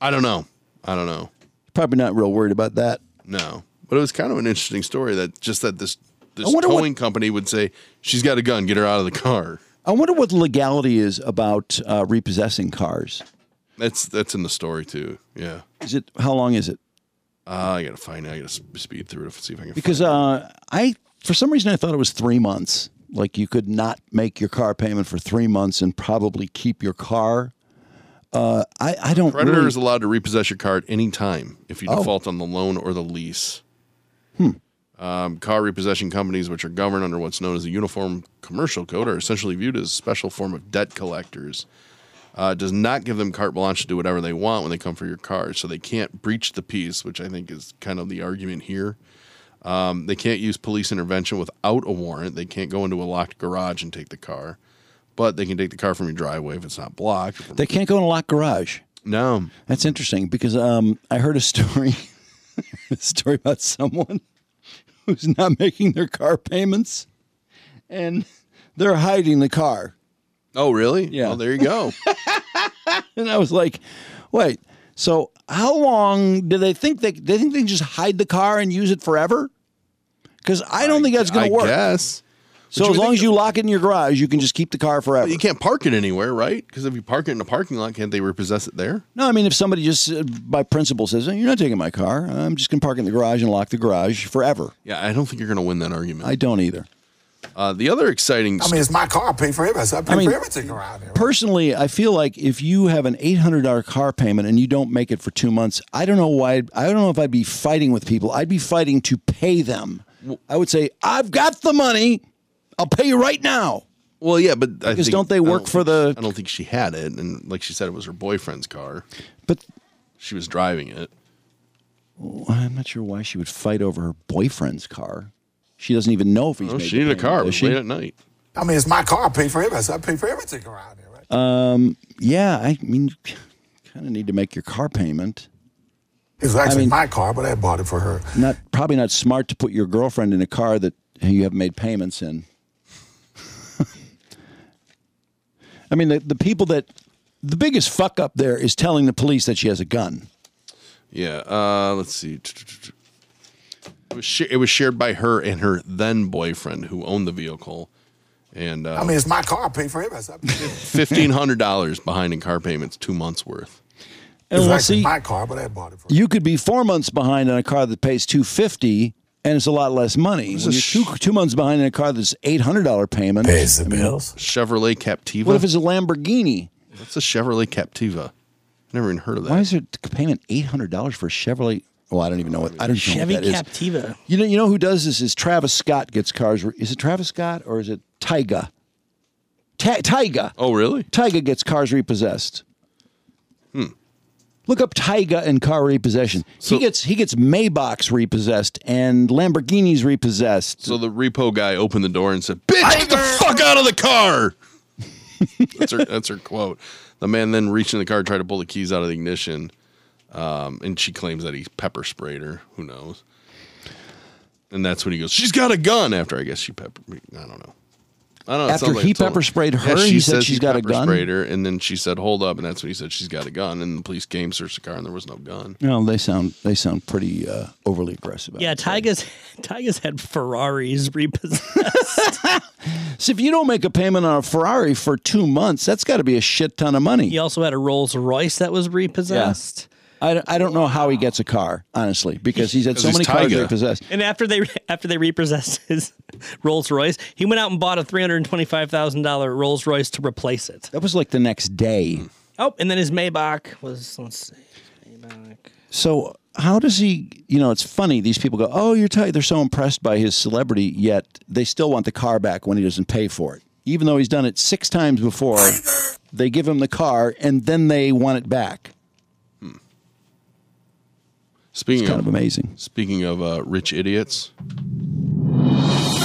S2: I don't know. I don't know.
S1: Probably not real worried about that.
S2: No, but it was kind of an interesting story that just that this this
S1: I wonder what-
S2: towing company would say she's got a gun, get her out of the car.
S1: I wonder what the legality is about uh, repossessing cars.
S2: That's that's in the story too. Yeah,
S1: Is it how long is it?
S2: uh, I gotta find it. I gotta sp- speed through it to see if I can.
S1: Because uh, I, for some reason, I thought it was three months. Like you could not make your car payment for three months and probably keep your car. Uh, I I don't.
S2: creditor
S1: really-
S2: is allowed to repossess your car at any time if you
S1: Oh.
S2: default on the loan or the lease.
S1: Hmm.
S2: Um, car repossession companies, which are governed under what's known as the Uniform Commercial Code, are essentially viewed as a special form of debt collectors. Uh, it does not give them carte blanche to do whatever they want when they come for your car, so they can't breach the peace, which I think is kind of the argument here. Um, they can't use police intervention without a warrant. They can't go into a locked garage and take the car, but they can take the car from your driveway if it's not blocked.
S1: They can't go in a locked garage.
S2: No,
S1: That's interesting because um, I heard a story, a story about someone who's not making their car payments, and they're hiding the car.
S2: Oh, really? Yeah. Well, there you go.
S1: and I was like, wait. So how long do they think they they think they can just hide the car and use it forever? Because I don't think that's going
S2: I
S1: to work.
S2: guess. But you
S1: So as
S2: would
S1: long
S2: think-
S1: as you lock it in your garage, you can just keep the car forever.
S2: you can't park it anywhere, right? Because if you park it in a parking lot, can't they repossess it there?
S1: No, I mean if somebody just uh, by principle says, "You're not taking my car. I'm just going to park it in the garage and lock the garage forever."
S2: Yeah, I don't think you're going to win that argument.
S1: I don't either.
S2: Uh, the other exciting.
S24: I mean, it's my car. I pay for everything. I pay
S1: I mean-
S24: for everything around here.
S1: Personally, I feel like if you have an eight hundred dollar car payment and you don't make it for two months, I don't know why. I don't know if I'd be fighting with people. I'd be fighting to pay them. I would say, "I've got the money. I'll pay you right now."
S2: Well, yeah, but I
S1: Because
S2: think-
S1: don't they
S2: I
S1: work for
S2: think
S1: the-
S2: she- I don't think she had it, and like she said, it was her boyfriend's car.
S1: But
S2: she was driving it.
S1: I'm not sure why she would fight over her boyfriend's car. She doesn't even know if he's.
S2: Oh,
S1: made
S2: she
S1: the
S2: needed a
S1: payment,
S2: car. It
S1: does
S2: was
S1: she?
S2: late at night.
S24: I mean, it's my car. I pay for everything. I pay for everything around here.
S1: Um, yeah, I mean, you kind of need to make your car payment.
S24: It's actually
S1: I mean-
S24: my car, but I bought it for her.
S1: Not probably not smart to put your girlfriend in a car that you haven't made payments in. I mean, the, the people that the biggest fuck up there is telling the police that she has a gun.
S2: Yeah. Uh, let's see. It was, sh- it was shared by her and her then boyfriend who owned the vehicle. And uh,
S24: I mean, it's my car. I pay for it myself.
S2: $1,500 behind in car payments, two months worth.
S24: It's
S1: And we'll
S24: actually
S1: see.
S24: my car, but I bought it.
S1: You could be four months behind on a car that pays two fifty, and it's a lot less money. When you're two two months behind in a car that's eight hundred dollar payment. Pays the bills.
S2: Chevrolet Captiva.
S1: What if it's a Lamborghini?
S2: What's a Chevrolet Captiva? Never even heard of that.
S1: Why is it payment eight hundred dollars for a Chevrolet? Well, I don't even know what I don't even
S3: Chevy
S1: know what that is.
S3: Captiva.
S1: You know, you know who does this is Travis Scott gets cars. Is it Travis Scott or is it Tyga? Ta- Tyga.
S2: Oh, really?
S1: Tyga gets cars repossessed. Hmm. Look up Tyga and car repossession. he gets he gets Maybachs repossessed and Lamborghinis repossessed.
S2: So the repo guy opened the door and said, "Bitch, get the fuck out of the car." that's her. That's her quote. The man then reached in the car, tried to pull the keys out of the ignition, um, and she claims that he pepper sprayed her. Who knows? And that's when he goes, "She's got a gun." After I guess she pepper. I don't know. I don't know. it
S1: After
S2: sounds like
S1: he
S2: it's all-
S1: pepper sprayed her,
S2: she
S1: he said
S2: says
S1: she's
S2: he
S1: got a
S2: pepper
S1: gun?
S2: Sprayed her, and then she said, "Hold up," and that's when he said she's got a gun. And the police came, searched the car, and there was no gun.
S1: No, they sound they sound pretty uh, overly aggressive.
S3: Yeah, Tigers. Tigers had Ferraris repossessed.
S1: So if you don't make a payment on a Ferrari for two months, that's got to be a shit ton of money.
S3: He also had a Rolls Royce that was repossessed.
S1: I, don't- I don't know how he gets a car, honestly, because he's had so many cars that he possessed.
S3: And after they after they repossessed his Rolls Royce, he went out and bought a three hundred twenty five thousand dollar Rolls Royce to replace it.
S1: That was like the next day.
S3: Oh, and then his Maybach was let's see.
S1: So how does he? You know, it's funny. These people go, "Oh, you're tight." They're so impressed by his celebrity, yet they still want the car back when he doesn't pay for it, even though he's done it six times before. they give him the car, and then they want it back.
S2: Speaking
S1: kind
S2: of,
S1: amazing.
S2: Speaking of uh, rich idiots,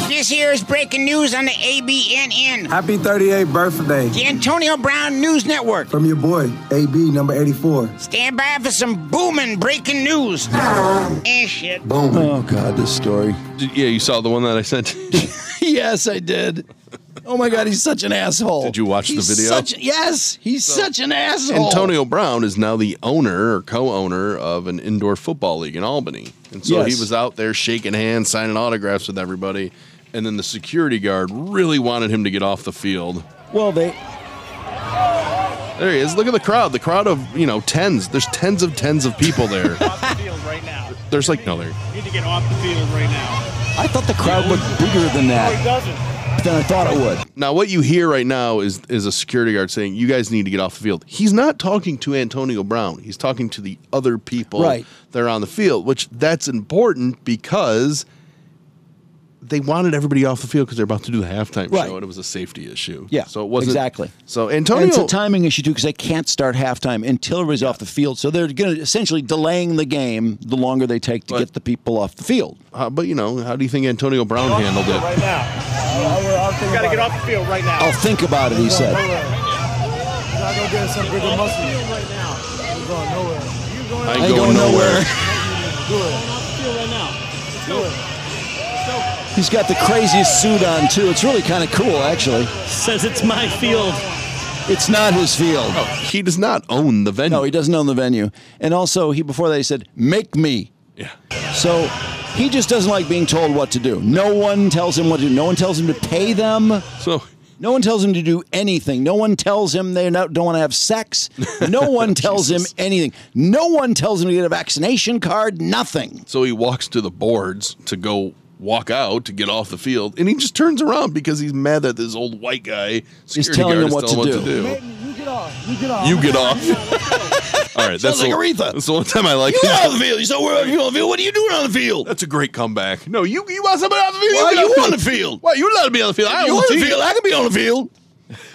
S14: This here is breaking news on the ABNN.
S17: Happy 38th birthday.
S14: The Antonio Brown News Network.
S17: From your boy, AB number 84.
S14: Stand by for some booming breaking news. and shit.
S1: Boom. Oh God, this story.
S2: D- yeah, you saw the one that I sent.
S1: yes, I did. Oh my God, he's such an asshole.
S2: Did you watch
S1: He's
S2: the video?
S1: Such, yes, he's such an asshole.
S2: Antonio Brown is now the owner or co-owner of an indoor football league in Albany, and so
S1: Yes.
S2: he was out there shaking hands, signing autographs with everybody, and then the security guard really wanted him to get off the field.
S1: Well, they
S2: There he is. Look at the crowd. The crowd of you know tens. There's tens of tens of people there.
S12: right now.
S2: There's like no there.
S12: You need to get off the field right now.
S1: I thought the crowd looked bigger than
S12: No, he
S1: that
S12: doesn't.
S1: than I thought it would.
S2: Now what you hear right now is is a security guard saying, "You guys need to get off the field." He's not talking to Antonio Brown. He's talking to the other people
S1: Right.
S2: that are on the field, which that's important because they wanted everybody off the field because they're about to do the halftime
S1: Right.
S2: show, and it was a safety issue.
S1: Yeah,
S2: so it wasn't
S1: exactly.
S2: So
S1: And it's a
S2: Antonio,
S1: timing issue too because they can't start halftime until everybody's off the field. So they're going to essentially delaying the game the longer they take to get the people off the field.
S2: Uh, but you know, how do you think Antonio Brown handled it?
S12: Right now. You gotta get off the field right now.
S1: I'll think about it. He said.
S12: Not gonna get some bigger muscle. Right now. You're going nowhere. You're going
S2: I ain't going nowhere.
S12: Do it. Off the field right now. Do it.
S1: He's got the craziest suit on too. It's really kind of cool, actually.
S3: Says it's my field.
S1: It's not his field.
S2: he does not own the venue.
S1: No, he doesn't own the venue. And also, he before that he said, "Make me."
S2: Yeah.
S1: So he just doesn't like being told what to do. No one tells him what to do. No one tells him to pay them.
S2: So.
S1: No one tells him to do anything. No one tells him they not, don't want to have sex. No one tells him anything. No one tells him to get a vaccination card. Nothing.
S2: So he walks to the boards to go walk out to get off the field, and he just turns around because he's mad that this old white guy security
S1: telling
S2: guard
S1: him
S2: is
S1: what
S2: telling
S1: to
S2: him what
S1: do.
S2: to do.
S12: You get off. You get off.
S2: You get off. All right, that's
S1: Sounds like
S2: the,
S1: Aretha.
S2: That's the one time I like.
S1: You were on the field. You said, "We're on the field. What are you doing on the field?"
S2: That's a great comeback. No, you you want somebody on the field?
S1: Why
S2: get
S1: you
S2: off
S1: on the field?
S2: Why you allowed to be on the field? I
S1: You
S2: own
S1: on the
S2: team.
S1: field, I can be on the field.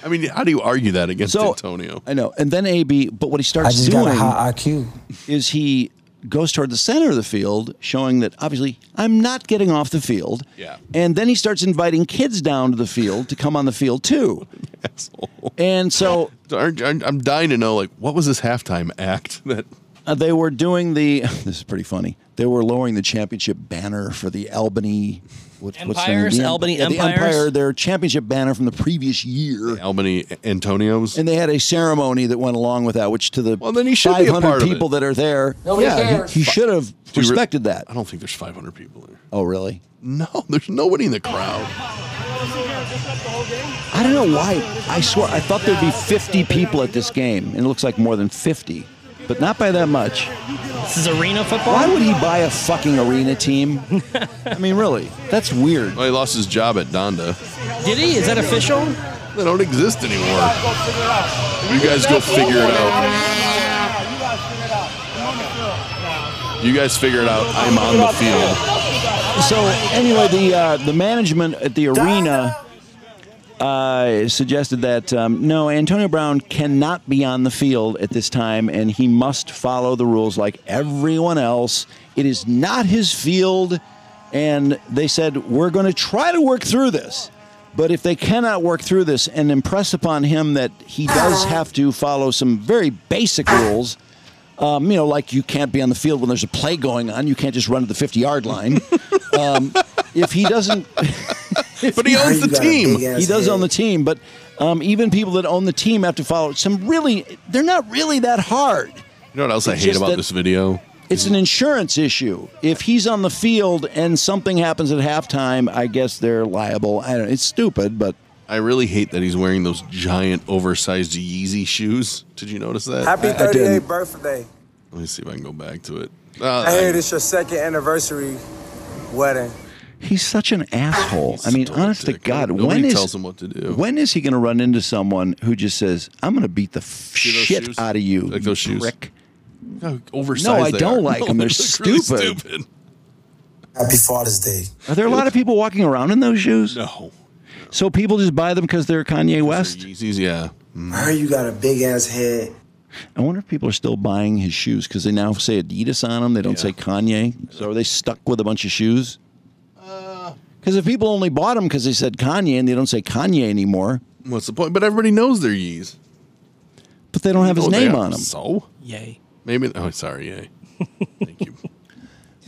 S2: I mean, how do you argue that against
S1: So-
S2: Antonio?
S1: I know. And then AB, but what he starts
S2: I just
S1: doing
S2: got a high
S1: IQ. is he goes toward the center of the field, showing that obviously I'm not getting off the field.
S2: Yeah.
S1: And then he starts inviting kids down to the field to come on the field too.
S2: Asshole.
S1: And so
S2: So aren't- aren't- I'm dying to know, like, what was this halftime act that
S1: uh, they were doing the. This is pretty funny. They were lowering the championship banner for the Albany what's
S3: Empires,
S1: what's the name?
S3: Albany
S1: yeah, the
S3: Empires?
S1: Empire, their championship banner from the previous year.
S2: Albany Antonio's.
S1: And they had a ceremony that went along with that, which to the
S2: Well, then he should be a
S1: 500
S2: part of it.
S1: people that are there,
S2: Nobody
S1: yeah, he-
S2: cares.
S1: he, should have
S2: you re-
S1: respected that.
S2: I don't think there's 500 people there.
S1: Oh, really?
S2: No, there's nobody in the crowd.
S1: I don't know why. I swear, I thought there'd be 50 people at this game, and it looks like more than 50, but not by that much.
S3: This is arena football.
S1: Why would he buy a fucking arena team? I mean, really, that's weird.
S2: Well, he lost his job at Donda.
S3: Did he? Is that official?
S2: They don't exist anymore. You guys go figure it out. You guys figure it out. I'm on the field.
S1: So anyway, the uh, the management at the arena uh, suggested that um, no, Antonio Brown cannot be on the field at this time, and he must follow the rules like everyone else. It is not his field, and they said we're going to try to work through this. But if they cannot work through this and impress upon him that he does have to follow some very basic rules, um, you know, like you can't be on the field when there's a play going on. You can't just run to the 50 yard line. um, if he doesn't.
S2: but he owns the You got a team. big ass
S1: He does
S2: head.
S1: own the team, but um, even people that own the team have to follow some really, they're not really that hard.
S2: You know what else I
S1: It's
S2: hate
S1: just
S2: about
S1: that-
S2: this video?
S1: It's an insurance issue. If he's on the field and something happens at halftime, I guess they're liable. I don't, it's stupid, but
S2: I really hate that he's wearing those giant, oversized Yeezy shoes. Did you notice that?
S17: Happy
S2: I- I
S17: 38th
S2: didn't.
S17: birthday.
S2: Let me see if I can go back to it.
S1: Uh,
S17: I heard it's your second anniversary wedding.
S1: he's such an asshole. I mean, honest to God,
S2: Nobody
S1: when is
S2: tells him what to do.
S1: when is he going to run into someone who just says, "I'm going to beat the shit
S2: shoes?
S1: out of you"?
S2: Like those
S1: you
S2: shoes?
S1: prick."
S2: No, oversized.
S1: No, I
S2: they
S1: don't
S2: are.
S1: like
S2: No,
S1: them. They're
S2: they look really
S1: stupid.
S2: stupid.
S17: Happy Father's Day.
S1: Are there a lot of people walking around in those shoes?
S2: No.
S1: So people just buy them because they're Kanye West.
S2: Yeezys, yeah. Mm.
S17: I heard you got a big ass head.
S1: I wonder if people are still buying his shoes because they now say Adidas on them. They don't say Kanye. So are they stuck with a bunch of shoes?
S2: Uh,
S1: Because if people only bought them because they said Kanye and they don't say Kanye anymore,
S2: What's the point? But everybody knows they're Yeez.
S1: but they don't have his
S2: Oh, they
S1: name
S2: are.
S1: on them.
S2: So
S3: Yay.
S2: maybe. Oh, sorry. Yeah.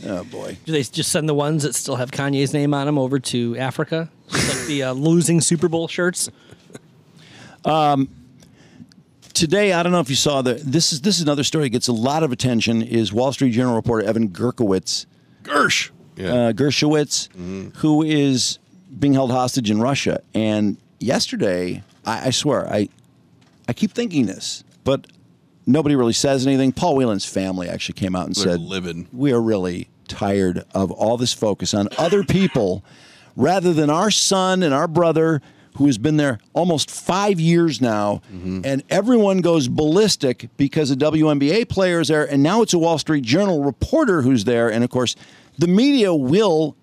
S1: Oh boy.
S3: Do they just send the ones that still have Kanye's name on them over to Africa? Just like the uh, losing Super Bowl shirts.
S1: Um, today, I don't know if you saw the this is this is another story that gets a lot of attention. Is Wall Street Journal reporter Evan Gerkowitz,
S2: Gersh.
S1: uh, Gershowitz, who is being held hostage in Russia. And yesterday, I, I swear, I I keep thinking this, but nobody really says anything. Paul Whelan's family actually came out and
S2: They're
S1: said,
S2: livid.
S1: "We are really tired of all this focus on other people, rather than our son and our brother." Who has been there almost five years now, and everyone goes ballistic because a WNBA player is there, and now it's a Wall Street Journal reporter who's there, and of course, the media will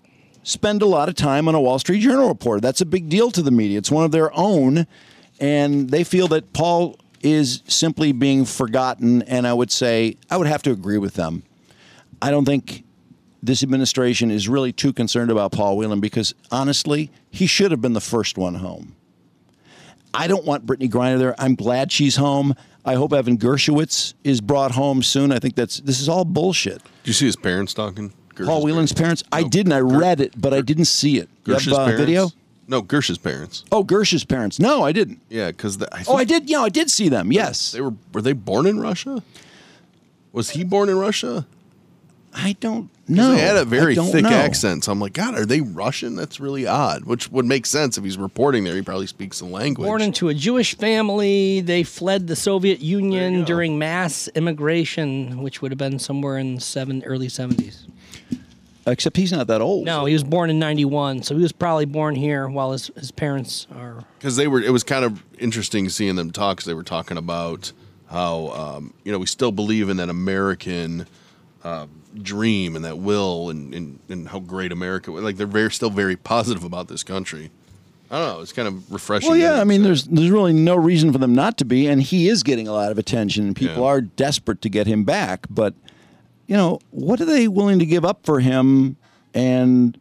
S1: spend a lot of time on a Wall Street Journal report. That's a big deal to the media. It's one of their own, and they feel that Paul is simply being forgotten. And I would say I would have to agree with them. I don't think this administration is really too concerned about Paul Whelan because honestly, he should have been the first one home. I don't want Brittany Griner there. I'm glad she's home. I hope Evan Gershowitz is brought home soon. I think that's this is all bullshit.
S2: Did you see his parents talking? Gersh's
S1: Paul Whelan's parents. I didn't. I read it, but I didn't see it. You have,
S2: Gersh's
S1: uh,
S2: parents.
S1: video?
S2: No, Gersh's parents.
S1: Oh, Gersh's parents. No, I didn't.
S2: Yeah, because I
S1: Oh, I
S2: think
S1: did. Yeah, I did see them. Yes.
S2: they were. Were they born in Russia? Was he born in Russia?
S1: I don't
S2: 'Cause
S1: know.
S2: They had
S1: I
S2: a very
S1: don't
S2: thick
S1: know.
S2: accent. So I'm like, God, are they Russian? That's really odd. Which would make sense if he's reporting there. He probably speaks the language.
S3: Born into a Jewish family, they fled the Soviet Union during mass immigration, which would have been somewhere in the seven, early 70s.
S1: Except he's not that old.
S3: No, he was born in 91, so he was probably born here while his, his parents are.
S2: because they were it was kind of interesting seeing them talk 'cause they were talking about how um, you know we still believe in that american uh, dream and that will and, and and how great america like they're very still very positive about this country i don't know it's kind of refreshing
S1: Well, yeah.
S2: to-
S1: I mean, there's there's really no reason for them not to be, and he is getting a lot of attention, and people
S2: Yeah.
S1: are desperate to get him back. But you know, what are they willing to give up for him, and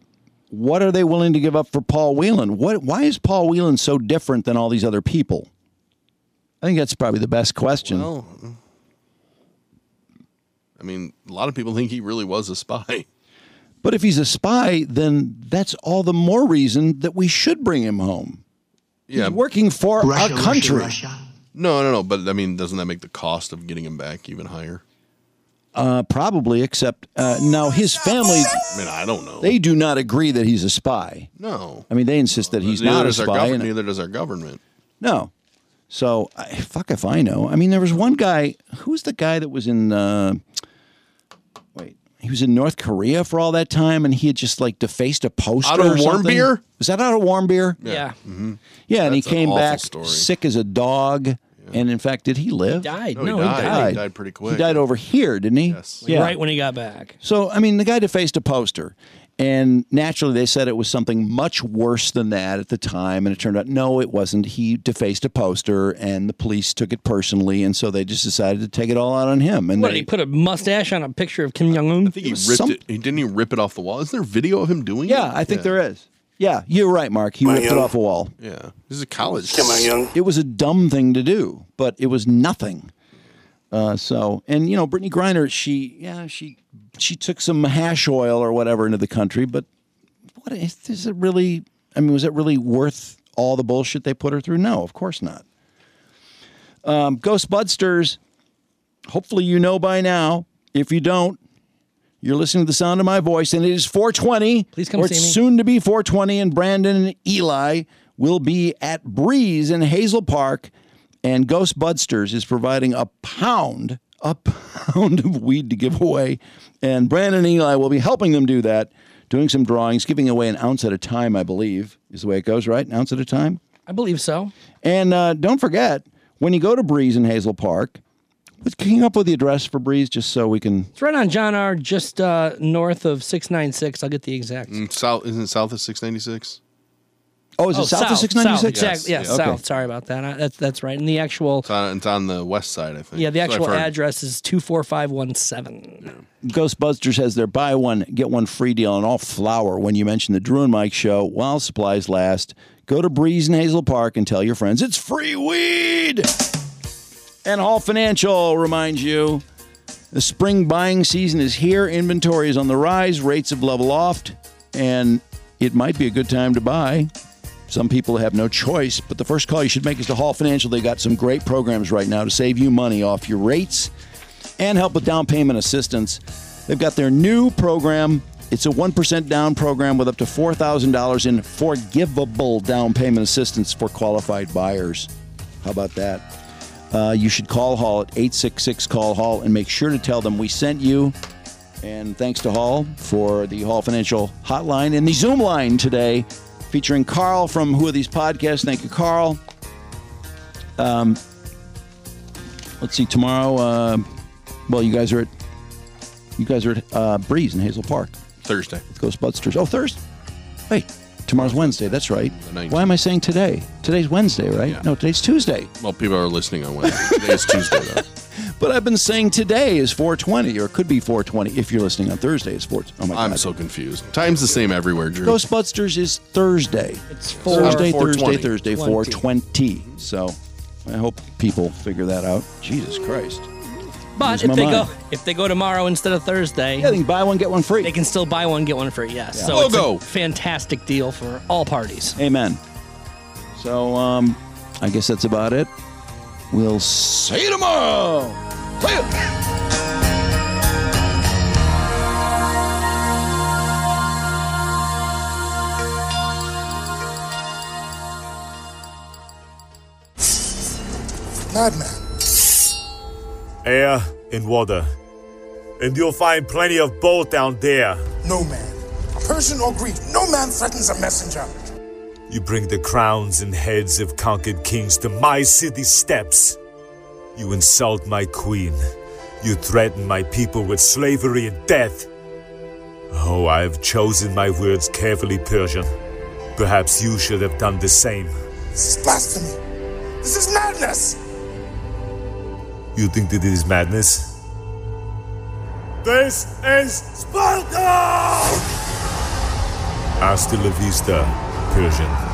S1: what are they willing to give up for Paul Whelan? What? Why is Paul Whelan so different than all these other people? I think that's probably the best question.
S2: well, i mean a lot of people think he really was a spy
S1: But if he's a spy, then that's all the more reason that we should bring him home.
S2: Yeah.
S1: He's working for our country.
S2: No, no, no. But I mean, doesn't that make the cost of getting him back even higher?
S1: Uh, probably, except uh, now his family.
S2: I mean, I don't know.
S1: They do not agree that he's a spy.
S2: No.
S1: I mean, they insist that he's
S2: neither
S1: not a
S2: does our
S1: spy.
S2: government.
S1: and-
S2: neither does our government.
S1: No. So I, fuck if I know. I mean, there was one guy. Who was the guy that was in? Uh, wait, he was in North Korea for all that time, and he had just like defaced a poster.
S2: Otto
S1: or something.
S2: Warmbier?
S1: Was that out of warm beer?
S3: Yeah.
S2: Mm-hmm.
S1: Yeah, and he
S2: That's an
S1: came
S2: awful
S1: back
S2: story.
S1: sick as a dog. And in fact, did he live?
S3: died.
S2: No, he No, he died. died. He died pretty quick.
S1: He died over here, didn't he?
S2: Yes.
S3: Like, Right when he got back.
S1: So, I mean, the guy defaced a poster. And naturally, they said it was something much worse than that at the time. And it turned out, no, it wasn't. He defaced a poster, and the police took it personally. And so they just decided to take it all out on him. And
S3: what
S1: they,
S3: did he put a mustache on a picture of Kim Jong Un? I think
S2: He ripped it. He didn't he rip it off the wall? Isn't there video of him doing it?
S1: yeah, I think there is. Yeah, you're right, Mark. He
S2: My
S1: ripped it
S2: young-
S1: off a wall.
S2: Yeah. This is a college.
S1: It was a dumb thing to do, but it was nothing. Uh, so, and you know, Brittany Griner, she yeah, she she took some hash oil or whatever into the country, but what is, is it really? I mean, was it really worth all the bullshit they put her through? No, of course not. Um, Ghost Budsters, hopefully you know by now. If you don't, you're listening to the sound of my voice, and it is 420. Please
S3: come
S1: or
S3: see
S1: it's
S3: me.
S1: soon to be 420, and Brandon and Eli will be at Breeze in Hazel Park, and Ghost Budsters is providing a pound, a pound of weed to give away, and Brandon and Eli will be helping them do that, doing some drawings, giving away an ounce at a time, I believe, is the way it goes, right? An ounce at a time.
S3: I believe so.
S1: And uh, don't forget, when you go to Breeze in Hazel Park, what- can you come up with the address for Breeze just so we can?
S3: It's right on John R. Just uh, north of six nine six. I'll get the exact.
S2: Mm, South isn't it south of six ninety six.
S1: Oh, is it south, of six ninety
S3: South,
S1: six?
S3: Exactly. Yeah, south. Sorry about that. I, that's that's right. And the actual
S2: It's on, it's on the west side, I think.
S3: yeah, the
S2: That's what
S3: actual
S2: I've heard.
S3: address is two four five one seven.
S1: Ghostbusters has their buy one get one free deal on all flour when you mention the Drew and Mike show while supplies last. Go to Breeze in Hazel Park and tell your friends it's free weed. And Hall Financial reminds you the spring buying season is here. Inventory is on the rise. Rates have leveled off, and it might be a good time to buy. Some people have no choice, but the first call you should make is to Hall Financial. They got some great programs right now to save you money off your rates and help with down payment assistance. They've got their new program. It's a 1% down program with up to $4,000 in forgivable down payment assistance for qualified buyers. How about that? Uh, you should call Hall at 866 Call Hall and make sure to tell them we sent you. And thanks to Hall for the Hall Financial Hotline and the Zoom line today, featuring Carl from Who Are These Podcasts. Thank you, Carl. Um, let's see tomorrow uh, well you guys are at you guys are at uh, breeze in hazel park
S2: Thursday.
S1: with ghostbusters oh thursday wait tomorrow's wednesday that's right why am i saying today today's wednesday right no today's tuesday
S2: Well, people are listening on Wednesday. Today is Tuesday though.
S1: but i've been saying today is 420 or it could be 420 if you're listening on thursday it's 4 oh my
S2: I'm
S1: god
S2: so confused. Time's the same everywhere, Drew.
S1: ghostbusters is thursday
S3: it's
S1: thursday
S2: four
S1: thursday
S2: twenty.
S1: thursday 420 so i hope people figure that out jesus christ
S3: But
S1: Lose
S3: if
S1: my
S3: they
S1: mind.
S3: go if they go tomorrow instead of Thursday, yeah,
S1: they can buy one get one free.
S3: They can still buy one get one free. Yes,
S1: Yeah.
S3: so
S1: We'll
S3: it's a
S1: go.
S3: fantastic deal for all parties.
S1: Amen. So, um, I guess that's about it. We'll see you tomorrow. See ya.
S24: Madman.
S4: Air and water. And you'll find plenty of both down there.
S24: No man. Persian or Greek, no man threatens a messenger.
S4: You bring the crowns and heads of conquered kings to my city steps. You insult my queen. You threaten my people with slavery and death. Oh, I have chosen my words carefully, Persian. Perhaps you should have done the same.
S24: This is blasphemy. This is madness.
S4: You think that it is madness? This is Sparta! Hasta la vista, Persian.